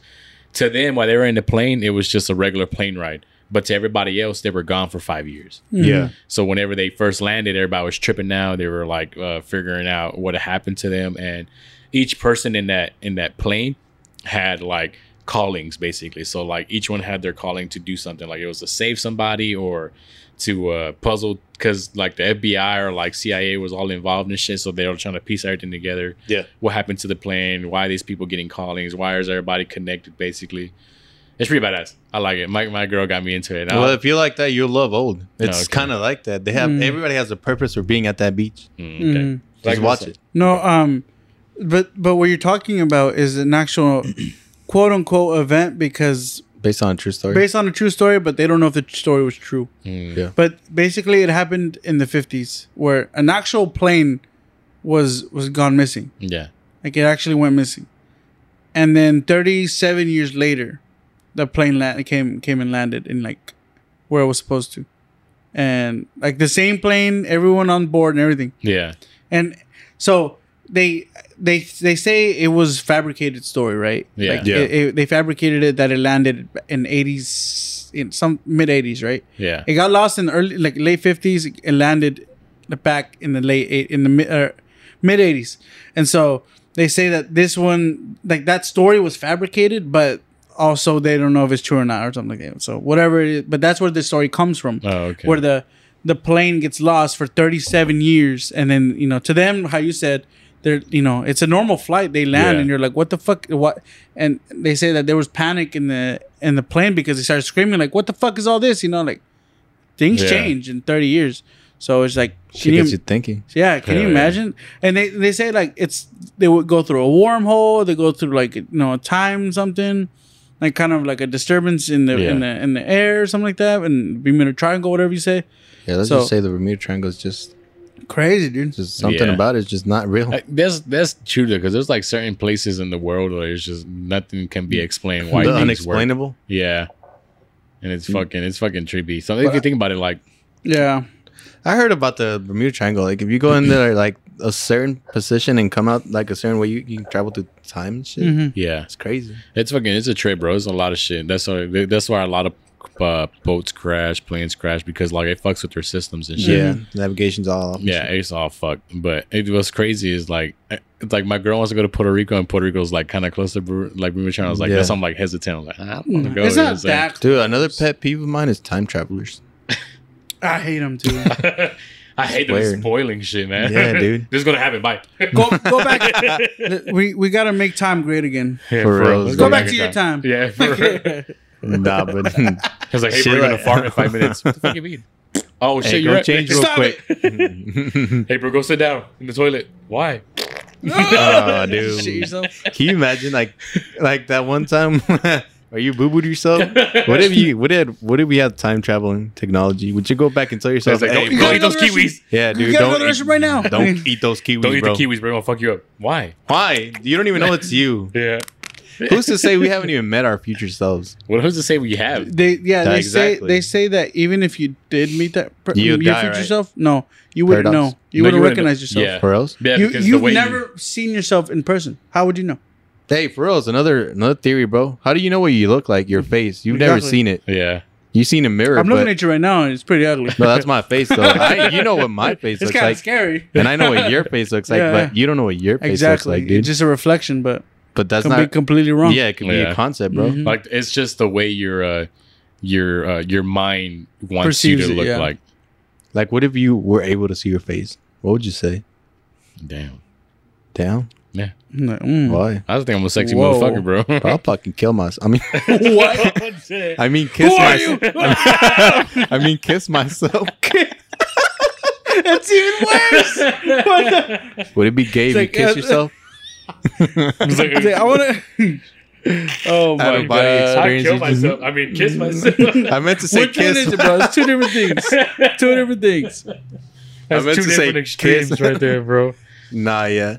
to them while they were in the plane, it was just a regular plane ride. But to everybody else, they were gone for five years.
Yeah,
So whenever they first landed, everybody was tripping out. They were like uh, figuring out what had happened to them, and each person in that in that plane had like callings basically. So like each one had their calling to do something. Like it was to save somebody or to uh, puzzle because like the FBI or like CIA was all involved in shit. So they were trying to piece everything together.
Yeah.
what happened to the plane? Why are these people getting callings? Why is everybody connected? Basically, it's pretty badass. I like it. My my girl got me into it. And I-
Well, if you like that, you'll love old. It's
okay.
kind of like that. They have
Mm.
everybody has a purpose for being at that beach.
Mm, okay.
Mhm.
Just
Like
watch
this-
it.
No, um, but but what you're talking about is an actual quote unquote event because
Based on a true story.
based on a true story, but they don't know if the story was true.
Mm.
Yeah.
But basically, it happened in the fifties where an actual plane was was gone missing.
Yeah.
Like it actually went missing, and then 37 years later, the plane land came came and landed in like where it was supposed to, and like the same plane, everyone on board and everything.
Yeah.
And so they they they say it was fabricated story, right?
Yeah.
Like
Yeah.
It, it- they fabricated it that it landed in 80s in some mid 80s, right?
Yeah.
It got lost in early like late 50s. It landed back in the late eight in the mid. Uh, mid 80s. And so they say that this one, like that story was fabricated, but also they don't know if it's true or not or something like that. So whatever it is, but that's where the story comes from.
Oh, okay.
Where the the plane gets lost for 37 years and then, you know, to them how you said they're, you know, it's a normal flight. They land
Yeah.
and you're like, what the fuck? What? And they say that there was panic in the in the plane because they started screaming like, what the fuck is all this? You know, like things
Yeah.
change in 30 years. So it's like,
She
can you-
gets you thinking.
yeah, can
Yeah,
you
yeah.
imagine? And they, they say like it's they would go through a wormhole, they go through like you know a time something, like kind of like a disturbance in the in
Yeah.
the in the air or something like that, and Bermuda Triangle, whatever you say.
Yeah, let's
So-
just say the Bermuda Triangle is just
Crazy, dude.
just something
Yeah.
about it is just not real.
Like, that's that's true though, because there's like certain places in the world where it's just nothing can be explained why
the
things work.
unexplainable. Mm.
Yeah, and it's fucking it's fucking trippy. So if you think about it, like
Yeah,
I heard about the Bermuda Triangle. Like if you go in there like a certain position and come out like a certain way, you, you can travel through time and shit.
Mhm.
yeah,
It's crazy.
it's fucking it's a trip, bro. It's a lot of shit. That's why that's why a lot of uh, boats crash, planes crash because like it fucks with their systems and shit.
Yeah, navigation's all off. and
Yeah,
shit.
it's all fucked. But it, what's crazy is like, eh, it's like my girl wants to go to Puerto Rico, and Puerto Rico's like kind of close to Bru- like Bermuda Channel. I was like,
Yeah.
that's why I'm like hesitant. I'm like, "Ah, I don't want to go.
Mm. it's
You know
not
what I'm
that.
dude. Another pet peeve of mine is time travelers.
I hate them too.
saying? I hate that
Weird.
it's spoiling shit, man.
Yeah, dude.
this is gonna happen. Bye.
go go back. we we gotta make time great again.
Yeah,
For real,
let's
go
back to your time.
Yeah, for real.
nah, but
I was like, hey,
Shit
bro, you're gonna
like-
fart in five minutes. What the fuck you mean? Oh shit,
hey,
you're
go
right.
change real
Stop
quick.
Hey, bro, go sit down in the toilet. Why?
oh,
Shit
dude.
yourself.
Can you imagine like like that one time Are you boo booed yourself? What if you what if what if we had time traveling technology? Would you go back and tell
So I was
yourself,
like,
hey,
don't,
"Oh, you
don't
gotta
eat those
go to the
kiwis.
yeah,
You
dude,
gotta go to the
don't eat,
restroom right now.
don't eat those kiwis,
Don't eat
bro.
the kiwis, bro. Gonna fuck you up. Why?
Why? You don't even know it's you.
Yeah.
Who's to say we haven't even met our future selves?
Well, who's to say we have?
They yeah
Yeah,
they
exactly.
say they say that even if you did meet that per-
You'd
your
die,
future
right?
self, no, you wouldn't
Paradox.
know. You
No,
wouldn't
you wouldn't-
recognize yourself.
Yeah.
For else?
Yeah,
you,
because
you've
the way
never seen yourself in person. How would you know?
Hey, for reals, another another theory, bro. How do you know what you look like? Your face. You've never
Exactly.
seen it.
you, yeah.
You've seen a mirror.
I'm looking
but-
at you right now, and it's pretty ugly.
No, that's my face though. I, you know what my face looks
it's kind of
like.
scary.
And I know what your face looks like,
Yeah,
but you don't know what your face
Exactly.
looks like, dude.
It's just a reflection, but
but that's
can be
not
completely wrong.
Yeah, it could be
Yeah.
a concept, bro.
Mhm.
Like it's just the way your uh, your uh, your mind wants
Perceives
you to
it,
look
yeah.
like.
Like, what if you were able to see your face? What would you say?
Damn.
Damn.
I'm like, mm.
Why?
I just think I'm a sexy
Whoa.
motherfucker, bro.
I'll fucking kill myself. I mean,
What?
I mean, kiss
Who are
myself. I mean, kiss myself.
That's even worse. What
Would it be gay if
It's
you
like,
kiss
uh,
yourself?
It's
the-
like-
Say, I want to. Oh
Out
my
of body
god!
experience.
I kill myself. I mean, kiss myself.
I meant to say
Which one is
kiss.
it, bro? It's two different things. Two different things.
That's
meant
two
to say
different extremes
kiss.
right there, bro.
Nah, yeah.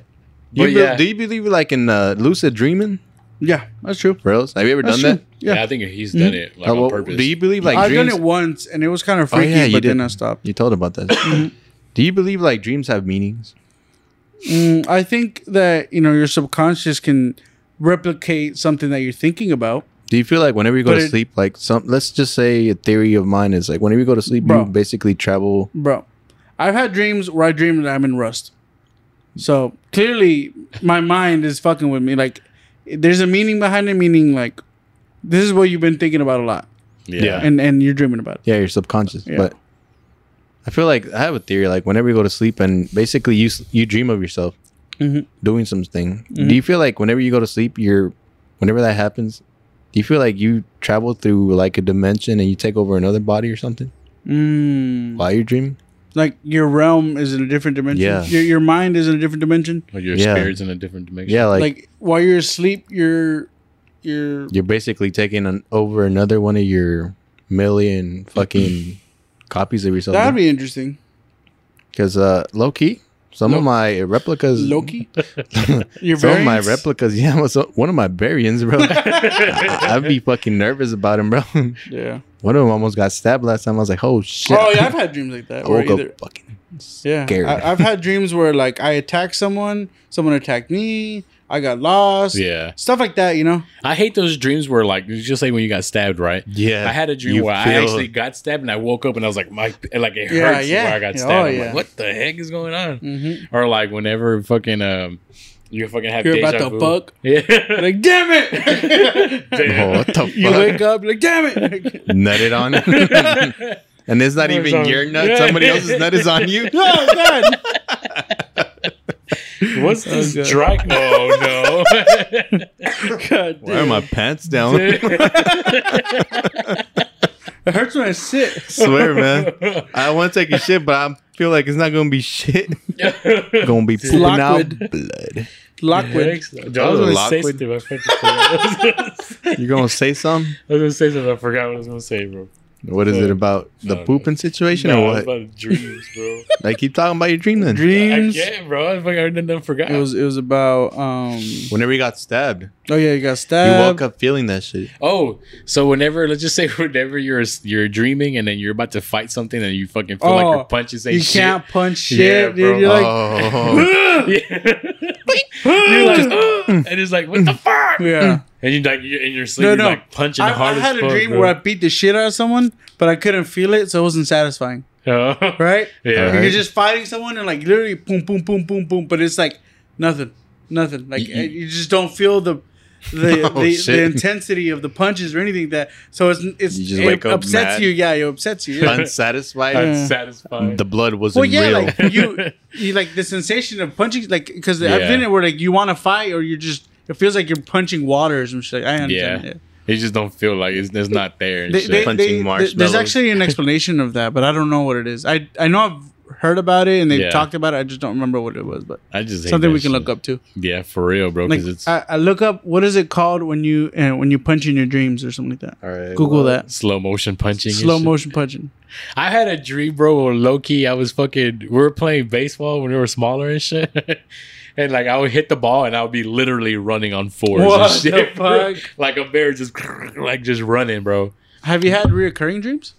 But
You be-
yeah.
Do you believe like in uh, lucid dreaming?
Yeah, that's true.
For reals? Have you ever
That's
done
true.
that?
Yeah.
Yeah.
I think he's done it like
Uh,
on
well,
purpose.
do you believe like
I've
dreams? Oh,
done it once, and it was kind of freaky,
yeah, you
but then
did.
I stopped.
You told about that.
Mm-hmm.
do you believe like dreams have meanings?
Mm, I think that you know your subconscious can replicate something that you're thinking about.
Do you feel like whenever you go
But
to
it-
sleep, like some, let's just say a theory of mine is like whenever you go to sleep, you
Bro.
basically travel.
bro. I've had dreams where I dream that I'm in Rust. So clearly, my mind is fucking with me. Like, there's a meaning behind it. Meaning, like, this is what you've been thinking about a lot,
yeah.
and and you're dreaming about it.
Yeah, your subconscious.
Yeah.
But I feel like I have a theory like whenever you go to sleep and basically you s- you dream of yourself
Mhm.
doing something.
Mm-hmm.
Do you feel like whenever you go to sleep, you're whenever that happens, do you feel like you travel through like a dimension and you take over another body or something
Mm.
while you're dreaming?
Like your realm is in a different dimension.
Yeah.
Your your mind is in a different dimension.
Like your
Yeah.
spirit's in a different dimension.
Yeah,
Like,
like,
while you're asleep, you're you're
you're basically taking an, over another one of your million fucking copies of yourself.
that'd be interesting.
Because uh, low key, some of my replicas,
Loki, your
some of my
variants?
replicas, yeah, was one of my variants, bro. I, would be fucking nervous about him, bro.
Yeah,
One of them almost got stabbed last time. I was like, oh shit.
Oh yeah, I've had dreams like that.
I
where
woke
either,
up fucking
yeah,
scared.
I, I've had dreams where like I attacked someone, someone attacked me, I got lost,
Yeah.
stuff like that. You know,
I hate those dreams where like it's just like when you got stabbed, right?
yeah.
I had a dream
You
where I
feel-
actually got stabbed and I woke up and I was like, my and, like it hurts
Yeah, yeah.
where I got
Yeah,
stabbed.
oh,
I'm
yeah.
like, what the heck is going on?
mm-hmm.
Or like whenever fucking um you fucking have
you're
deja
about to
vu.
fuck.
Yeah.
Like damn it!
Oh, what the fuck?
you wake up like damn it!
nutted on. and it's not
Or
even
something.
your nut.
Yeah.
Somebody else's nut is on you.
oh god!
What's this
God.
dry? Oh no!
God
Why are
damn.
my pants down?
It hurts when I sit.
Swear, man. I want to take a shit, but I feel like it's not gonna be shit. gonna be pooping
Lockwood.
out blood.
Lockwood.
Thanks. I was gonna say
Lockwood.
something. but I forgot.
You gonna say something?
I was gonna say something. I forgot what I was gonna say, bro.
What is it about the
No,
pooping situation
No, I
or
was
what?
about the dreams, bro.
Like keep talking about your dream then.
I
Dreams.
can't, bro. I fucking heard nothing. Forgot.
It was it was about um.
Whenever you got stabbed,
Oh yeah, you got
you woke
stabbed.
up feeling that shit.
Oh, so whenever let's just say whenever you're you're dreaming and then you're about to fight something and you fucking feel like
Oh,
your punches ain't
You
shit.
can't punch shit,
Yeah,
dude.
bro.
You're like,
oh,
Yeah. you're like, "Ugh," and it's like what the fuck?
Oh.
yeah.
And you like you're in your sleep,
No,
you're
no.
like punching
I, I
hard
had
as
a
fuck,
dream
bro.
where I beat the shit out of someone, but I couldn't feel it, so it wasn't satisfying.
Yeah.
Right?
Yeah.
Alright.
You're just fighting someone and like literally boom, boom, boom, boom, boom, but it's like nothing, nothing. Like
You- you-
you, just don't feel the. The,
Oh,
the,
shit.
the intensity of the punches or anything that so it's it's
You just
it
wake up
upsets
mad.
you yeah it upsets you yeah.
unsatisfied.
Unsatisfied.
The blood wasn't
well yeah
real.
like you you like the sensation of punching like because I've
Yeah.
been in where like you want to fight or you just it feels like you're punching water or some shit I understand
Yeah.
it.
you just don't feel like it's, it's not there. And
they,
shit.
they,
Punching
they-
marshmallows.
There's actually an explanation of that, but I don't know what it is. I I know I've heard about it and they've
Yeah.
talked about it. I just don't remember what it was, but
I just hate
something
that
we can
shit.
look up to.
Yeah, for real, bro.
Like
Because it's
I, I look up what is it called when you uh, when you punch in your dreams or something like that.
All right.
Google
well,
that.
slow motion punching. and
Slow
shit.
motion punching.
I had a dream, bro, where low key I was fucking. We were playing baseball when we were smaller and shit, and like I would hit the ball and I would be literally running on fours. and
What
shit,
the
bro.
fuck?
Like a bear, just like just running, bro.
Have you had reoccurring dreams?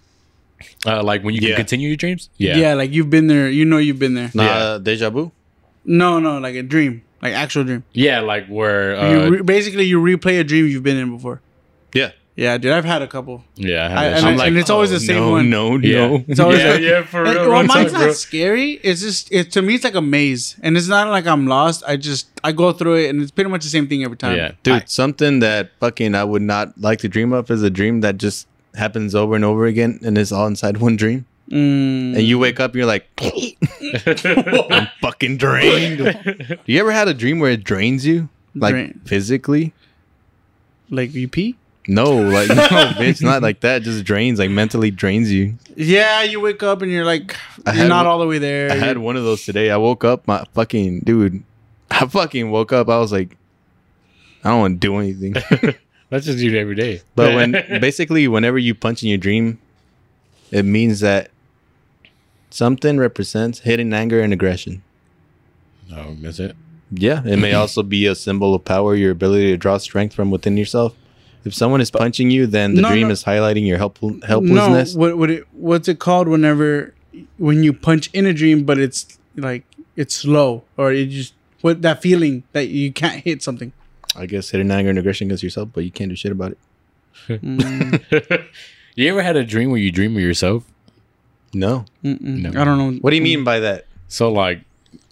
Uh, like when you
Yeah.
can continue your dreams.
yeah, like you've been there. You know you've been there.
Nah,
Yeah.
deja vu.
No, no, like a dream, like actual dream.
yeah, like where.
you
Uh,
re- basically you replay a dream you've been in before.
Yeah.
Yeah, dude, I've had a couple.
yeah, I
I-
had that
and
shit.
I- and it's always
oh,
the same
no,
one.
No,
yeah,
no.
It's always
yeah,
like-
yeah, for
It-
real.
well,
one
mine's
time,
not
bro.
scary. It's just it to me. It's like a maze, and it's not like I'm lost. I just I go through it, and it's pretty much the same thing every time.
Yeah,
Dude, something that fucking I would not like to dream of is a dream that just happens over and over again and it's all inside one dream.
Mm,
And you wake up and you're like, I'm fucking drained. you ever had a dream where it drains you? Like
Drain.
physically?
like VP.
No, like no, bitch, not like that. Just drains, like mentally drains you.
Yeah, you wake up and you're like
I
you're
had
not
one-
all the way there.
I had
You're-
one of those today. I woke up, my fucking dude. I fucking woke up. I was like, I don't want to do anything.
That's just you every day.
But when basically whenever you punch in your dream, it means that something represents hidden anger and aggression.
oh, that's it.
Yeah, it may also be a symbol of power, your ability to draw strength from within yourself. If someone is punching you, then the
No,
dream
no.
is highlighting your helpful,
no.
helplessness.
What what it what's it called whenever when you punch in a dream, but it's like it's slow or it just what that feeling that you can't hit something.
I guess hidden anger and aggression against yourself, but you can't do shit about it.
Mm,
you ever had a dream where you dream of yourself?
No.
mm-mm.
No.
I don't know.
What do you mean by that?
So like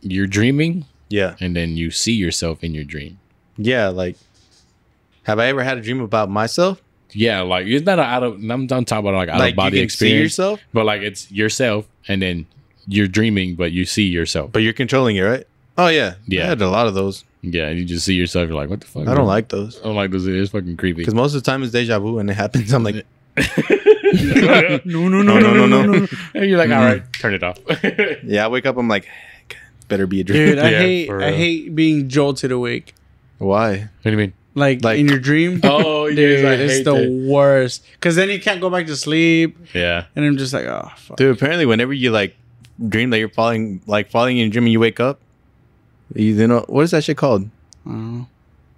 you're dreaming
Yeah.
and then you see yourself in your dream.
Yeah, like have I ever had a dream about myself?
Yeah, like it's not an out of. I'm, I'm talking about like out
like
of body
you can see
experience,
yourself,
but like it's yourself, and then you're dreaming, but you see yourself.
but you're controlling it, right? Oh yeah.
Yeah.
I had a lot of those.
Yeah, and you just see yourself. You're like, what the fuck?
I
bro?
don't like those.
I don't like this. It's fucking creepy.
Because most of the time it's deja vu and it happens. I'm like,
and
No, no,
no, no, no, no. Mm-hmm.
you're like, all right, turn it off.
Yeah, I wake up, I'm like, better be a dream.
Dude, I
Yeah,
hate
for
I
real.
hate being jolted awake.
Why?
what do you mean?
Like,
Like-
in your dream.
Oh, yeah,
Dude,
I
it's
hate
the
that.
worst. Cause then you can't go back to sleep,
Yeah,
and I'm just like, oh fuck.
Dude, apparently whenever you like dream that you're falling like falling in a dream and you wake up, you, you know what is that shit called?
I don't know.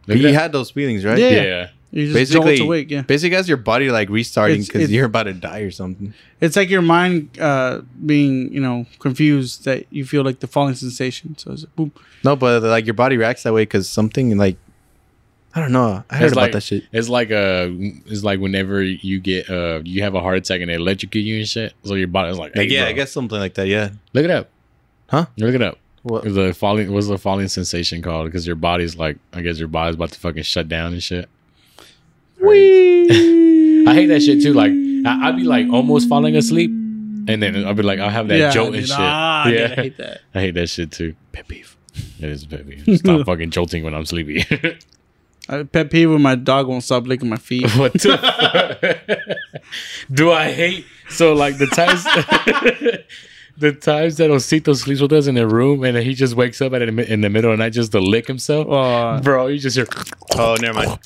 Look at
you
that.
had those feelings, right?
Yeah.
yeah.
You just
basically,
jolt awake. Yeah,
basically, has your body like restarting
It's-
because
it's-
you're about to die or something.
it's like your mind uh, being you know confused that you feel like the falling sensation. So it's like, boom.
No, but like your body reacts that way because something like I don't know. I heard
It's
about
like-
that shit.
It's like uh it's like whenever you get uh you have a heart attack and they electrocute you and shit. So your body's like,
Like,
"Hey,
yeah,
bro."
I guess something like that. Yeah.
Look it up,
Huh?
Look it up.
What?
The falling what's the falling sensation called? Because your body's like, I guess your body's about to fucking shut down and shit. I hate that shit too. Like I, I'd be like almost falling asleep, and then I'll be like, I'll have that
Yeah,
jolt and
dude.
shit.
Ah, dude,
yeah,
I hate that.
I hate that shit too. Pet peeve. It is a pet peeve. Stop fucking jolting when I'm sleepy.
I pet peeve when my dog won't stop licking my feet.
what the fuck? Do I hate? So like the times, the times that Osito sleeps with us in the room, and then he just wakes up at in the, in the middle of the night just to lick himself.
Uh,
Bro, you just hear.
Oh, never mind.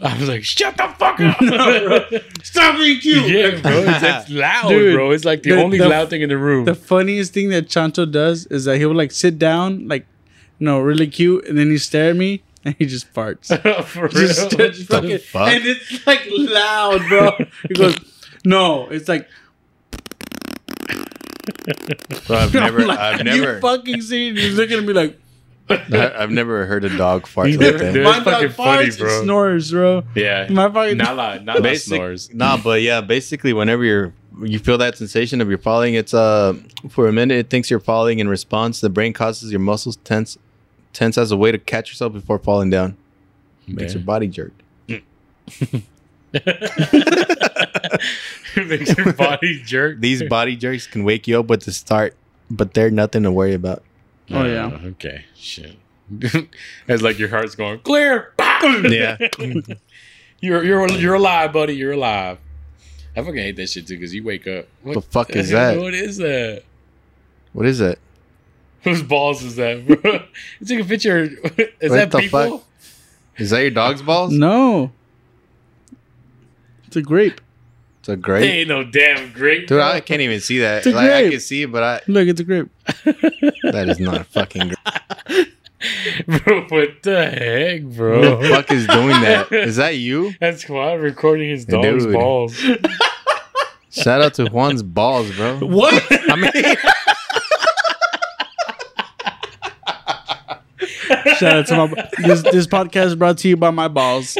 I was like, shut the fuck up.
stop being cute.
yeah, bro, it's, it's loud,
Dude,
bro. It's like the,
the-
only
the-
loud thing in the room.
The funniest thing that Chanto does is that he would like sit down, like, you know, really cute, and then he stare at me and he just farts.
For
just,
real.
just fucking,
fuck?
and it's like loud, bro. He goes, no, it's like
Bro, I've
I'm
never,
like,
I've
"Are
never,
You fucking seen. it?" He's looking at me like
I- I've never heard a dog fart like
Neither,
that.
dude.
my dog
fucking
farts
funny,
and
bro.
snores, bro.
Yeah.
My fucking
Nala, Nala
Basic-
snores.
Nah, but yeah, basically, whenever you're you feel that sensation of you're falling, it's uh for a minute it thinks you're falling. In response, the brain causes your muscles tense, tense as a way to catch yourself before falling down. Makes
Okay.
your body jerk.
It makes your body jerk.
These body jerks can wake you up with the start, but they're nothing to worry about.
Oh, yeah.
Uh, okay. Shit. it's like your heart's going clear.
Yeah.
You're you're you're alive, buddy. You're alive. I fucking hate that shit too because you wake up. What
The fuck is
hell?
that?
What is that?
What is it?
Whose balls is that, bro? You took a picture. Is that
the
people?
fuck? Is that your dog's balls?
No, it's a grape.
It's a
They
grape.
ain't no damn grape.
Dude,
bro.
I can't even see that.
a
Like, I
grape.
can see, it, but I
Look, it's a grape.
that is not a fucking. Grape.
bro, what the heck,
Who the
bro?
fuck is doing that? Is that you?
That's why I'm recording his dog's
Dude.
balls.
Shout out to Juan's balls, bro.
What?
I mean,
Shout out to my this this podcast is brought to you by my balls.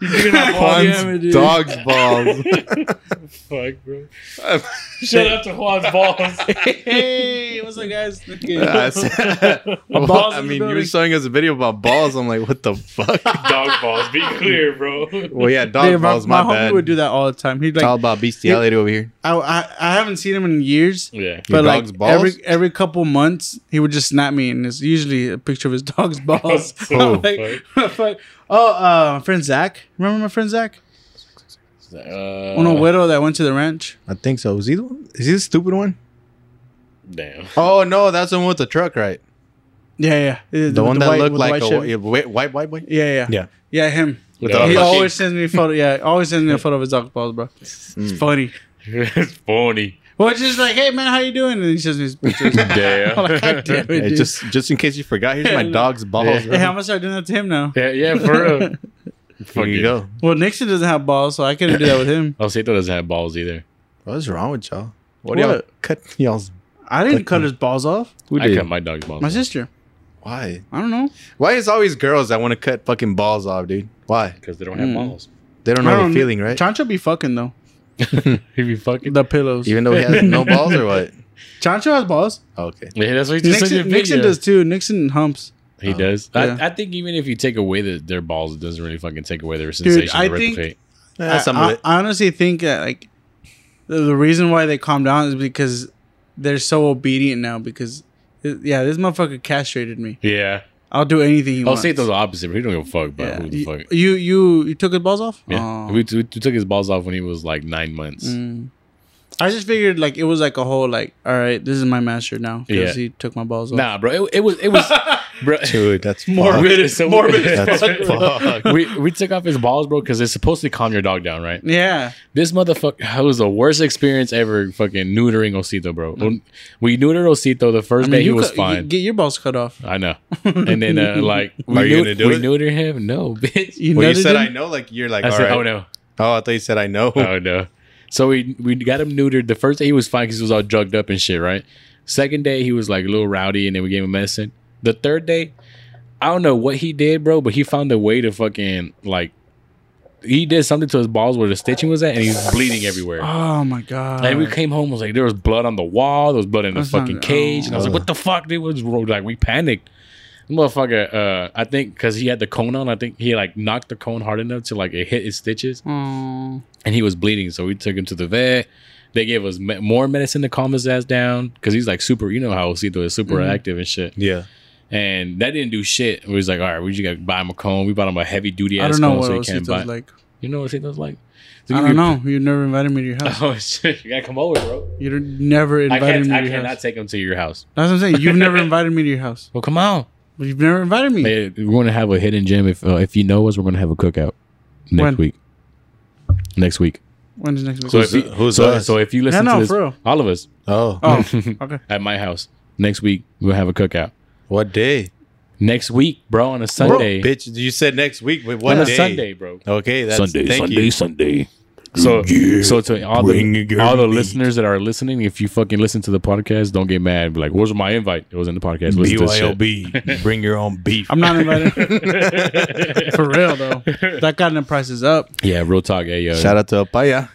You give me my balls, yeah, man.
Oh,
Juan's
dude.
dog's balls.
Fuck, bro. Shout out to Juan's balls.
hey, what's up, guys?
I said- Well,
balls
I
in the
mean, you were
building.
showing us a video about balls. I'm like, what the fuck?
Dog balls. Be clear, bro.
Well, yeah, dog
Yeah, my,
balls. My,
my homie
bad.
would do that all the time. He'd
it's all
like,
about bestiality over here.
I, I, I haven't seen him in years,
Yeah.
Your
but
dog's
like
balls?
every every couple months, he would just snap me, and it's usually a picture of his dog's balls. I'm
Oh,
like, fuck. Oh, uh, my friend Zach. Remember my friend Zach?
Uh,
Uno widow that went to the ranch.
I think so. Is he the one? Is he the stupid one?
Damn.
Oh no, that's the one with the truck, right?
Yeah, yeah.
The, one that looked like a
yeah,
white, white, white, white boy.
yeah, yeah,
Yeah.
yeah. Him.
With
Yeah.
the
he
fucking-
always sends me photo. Yeah, always sends me a photo of his dog's balls, bro. It's
Mm.
funny.
it's phony.
Well, it's just like, hey man, how you doing? And he sends me his pictures.
Damn.
I'm like, God damn it,
Hey,
dude.
just, just in case you forgot, here's my
Yeah.
dog's balls.
hey, I'm
bro.
gonna start doing that to him now.
yeah, yeah, for real.
Here you go.
Well, Nixon doesn't have balls, so I couldn't do that with him.
Osito doesn't have balls either.
What's wrong with y'all? What,
What?
y'all cut y'all's?
I didn't cut his balls off.
Who
I
did?
cut my dog's balls.
My sister.
Why?
I don't know.
Why is always girls that want to cut fucking balls off, dude? Why?
Because they don't have
Mm.
balls.
They don't
I
know
don't-
the feeling, right?
Chancho be fucking though.
He be fucking.
The pillows.
Even though he has no balls or what? Oh,
Chancho has balls.
Okay.
Yeah, that's what he just said.
Nixon, Nixon does too. Nixon humps.
He does.
Yeah.
I, I think even if you take away the, their balls, it doesn't really fucking take away their sensation
Dude, I
to
think-
replicate.
Yeah,
I-
some
I,
of it.
I honestly think that like the, the reason why they calm down is because they're so obedient now. Because it- yeah, this motherfucker castrated me.
Yeah.
I'll do anything he
I'll
wants.
Oh, say those opposite, but he don't give a fuck about
Yeah.
who the fuck.
You, you you you took his balls off.
Yeah.
Oh.
We, we, we took his balls off when he was like nine months.
Mm. I just figured like it was like a whole like all right, this is my master now
Yeah.
because he took my balls off.
Nah, bro. It, it was it was bro.
Dude, that's
Morbid.
fucked.
Really, so-
Morbid as
That's
fuck.
fucked.
we we took off his balls, bro, because it's supposed to calm your dog down, right?
Yeah,
This motherfucker it was the worst experience ever. Fucking neutering Osito, bro. When We neutered Osito the first day he
you
was
cut- you
fine.
get your balls cut off.
I know. And then uh, like we,
Are you
neut-
gonna do
we
it?
neutered him. No, bitch.
You
Well, you
nutted
said
him?
I know, like you're like,
I
all
said,
right.
oh no,
Oh, I thought you said I know.
oh no. So we we got him neutered. The first day he was fine because he was all drugged up and shit, right? Second day he was like a little rowdy, and then we gave him medicine. The third day, I don't know what he did, bro, but he found a way to fucking like he did something to his balls where the stitching was at, and he's bleeding everywhere.
Oh my god!
And we came home, was like, there was blood on the wall, there was blood in the
That's
fucking
not-
cage. And I was like,
oh.
what the fuck, dude? What's wrong? Like, we panicked. The Motherfucker, uh, I think because he had the cone on, I think he like knocked the cone hard enough to like it hit his stitches
Oh.
and he was bleeding. So we took him to the vet. They gave us me- more medicine to calm his ass down because he's like super, you know how Osito is super
Mhm.
active and shit.
Yeah.
And that didn't do shit. We was like, all right, we just got to buy him a cone. We bought him a heavy duty
I
ass
don't know
cone
what
so he
Osito's
can't buy.
like.
you know what Osito's like? So
I
you-
don't know. You never invited me to your house.
Oh shit, you gotta come over, bro.
You don't- never
I,
invited
can't,
me
I
to your
cannot
house.
take him to your house.
That's what I'm saying. You've never invited me to your house.
Well, come on.
You've never invited me.
Hey, we're gonna have a hidden gem. If uh, if you know us, we're gonna have a cookout next
When?
week. Next week.
When's next week?
So
Who's
if
the-
you,
who's
so,
us?
so if you
no,
listen
no,
to this,
for real.
all of us
Oh,
Oh, okay.
at my house next week, we'll have a cookout.
what day?
Next week, bro, on a
Bro,
Sunday.
bitch, you said next week, but
on
what
a
day?
Sunday, bro.
Okay, that's
Sunday,
thank
Sunday,
you.
Sunday.
So,
Yeah.
so to all
Bring
the
your
all the
meat.
listeners that are listening, if you fucking listen to the podcast, don't get mad. Be like, "Where's my invite?" It was in the podcast. Listen to this shit.
BYOB. Bring your own beef.
I'm not invited. for real though, that got the prices up.
Yeah, real talk. Hey, yo.
Shout out to Apaya.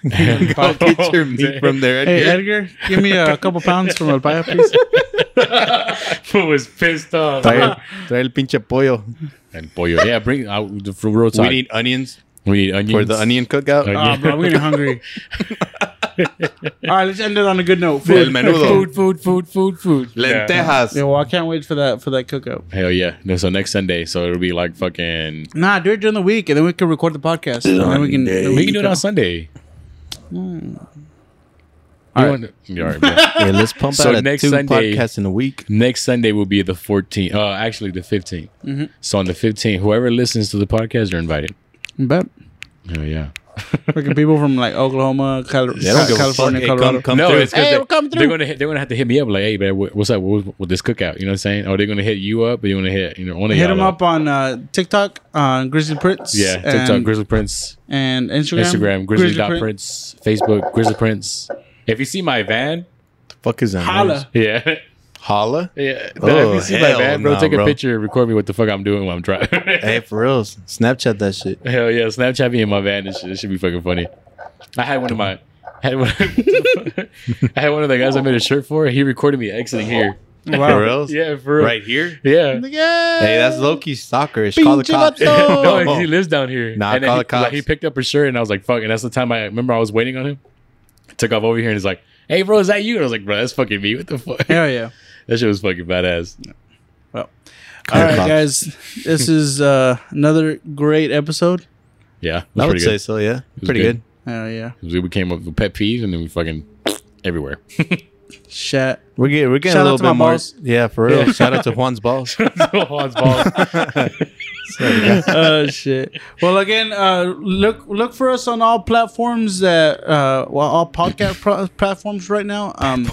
Go get your meat from there.
Hey
Edgar.
Edgar, give me a couple pounds from El Paya, please.
Fool was pissed off.
Trae, trae el pinche pollo.
and Boyo. Yeah, bring out the for real
We
talk.
need onions
we need onions
for the onion cookout.
Onion.
Ah, bro, I'm getting hungry. All right, let's end it on a good note.
El
Food.
menudo.
food, food, food, food.
Lentejas.
Yeah, well, I can't wait for that for that cookout.
Hell yeah. No, so next Sunday, so it'll be like fucking.
Nah, do it during the week, and then we can record the podcast. And then we can.
Sunday.
then
We can do it
go.
on Sunday. You want- Yeah, all right, bro.
Hey, let's pump
So
out a
next
two
Sunday-
podcasts in a week.
next Sunday will be the 14th. Uh, actually, the 15th. So on the 15th, whoever listens to the podcast are invited.
Bet.
Hell yeah.
Freaking people from like Oklahoma, Cal-
They don't give a fuck.
California,
Hey,
Colorado.
come, come
no,
through.
it's 'cause
Hey,
they-
we're coming
they're
through.
gonna hit, they're gonna have to hit me up like, hey, man, what- what's up with, with this cookout? You know what I'm saying? Or they're gonna hit you up. Or you wanna hit you know one of
Hit
y'all
them up on uh, TikTok, on Grizzly Prince.
Yeah,
and,
TikTok, Grizzly Prince,
and Instagram.
Instagram, Grizzly dot Prince, Facebook, Grizzly Prince. If you see my van,
Fuck is that? noise?
Holla.
yeah,
Holla.
Yeah.
Oh,
man, if you see my
hell
van, bro,
nah,
take a
bro.
picture and record me what the fuck I'm doing while I'm driving.
Hey, for real. Snapchat that shit.
Hell yeah, Snapchat me in my van and shit. It should be fucking funny. I had one of my I had one, I had one of the guys I made a shirt for. He recorded me exiting here.
For real.
Yeah, for real.
Right here.
Yeah.
Hey, that's Loki stalker. Call the
Pinche
cops.
vato.
No, he lives down here.
Nah,
and then
call
he,
the cops.
like, he picked up a shirt and I was like, fuck. And that's the time I remember I was waiting on him. Took off over here and he's like, hey, bro, is that you? And I was like, bro, that's fucking me. What the fuck?
Hell yeah.
That shit was fucking badass.
All
the
right,
cops.
guys. This is uh, another great episode.
Yeah. it was
I would
pretty
say
good.
so, yeah.
was
Pretty
good.
good.
Hell yeah.
We became up with pet peeves and then we fucking everywhere.
Chat.
We're getting, we're getting
Shout
a
out
little
to my
bit more.
balls.
Yeah, for real. Shout out to Juan's balls.
Hans Ball.
oh shit. Well, again, uh, look look for us on all platforms that uh, well, all podcast pro- platforms right now. Um,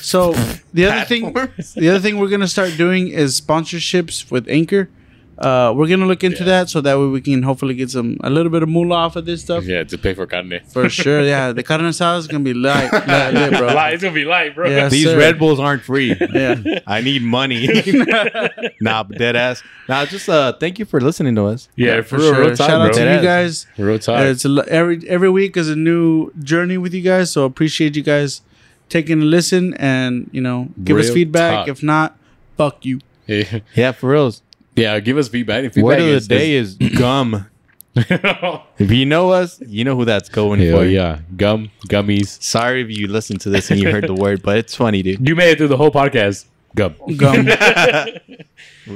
so the other thing, the other thing we're gonna start doing is sponsorships with Anchor. Uh, we're gonna look into that so that way we can hopefully get some a little bit of moolah off of this stuff.
Yeah, to pay for carne.
For sure, yeah. The carne asada is gonna be light, light lit, bro.
Lie, it's gonna be light, bro.
Yes,
These
sir.
Red Bulls aren't free.
Yeah.
I need money. nah, but dead ass. Nah, just uh, thank you for listening to us.
Yeah,
for sure. Shout out to
That
you
is.
guys.
Real
Uh,
talk.
it's a, lo- every every week is a new journey with you guys, so appreciate you guys taking a listen and you know give us
Real
feedback.
talk.
If not, fuck you.
yeah.
Yeah, for real.
yeah, give us feedback. If
Word
feedback
of the
is-
day is gum. If you know us, you know who that's going
Hell
for.
yeah. Gum, gummies.
Sorry if you listened to this and you heard the word, but it's funny, dude.
You made it through the whole podcast. Gum.
Gum.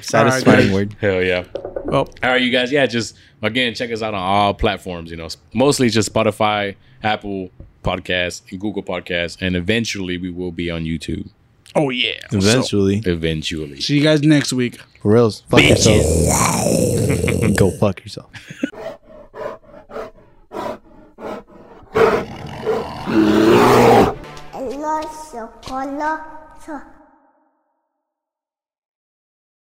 Satisfying word.
Hell yeah.
Well,
All right, you guys. Yeah, just again, check us out on all platforms. You know, mostly just Spotify, Apple Podcasts, and Google Podcasts, and eventually we will be on YouTube.
oh yeah. So,
Eventually.
Eventually.
see you guys next week.
For reals. Fuck yourself. Go fuck yourself.
El oso coloso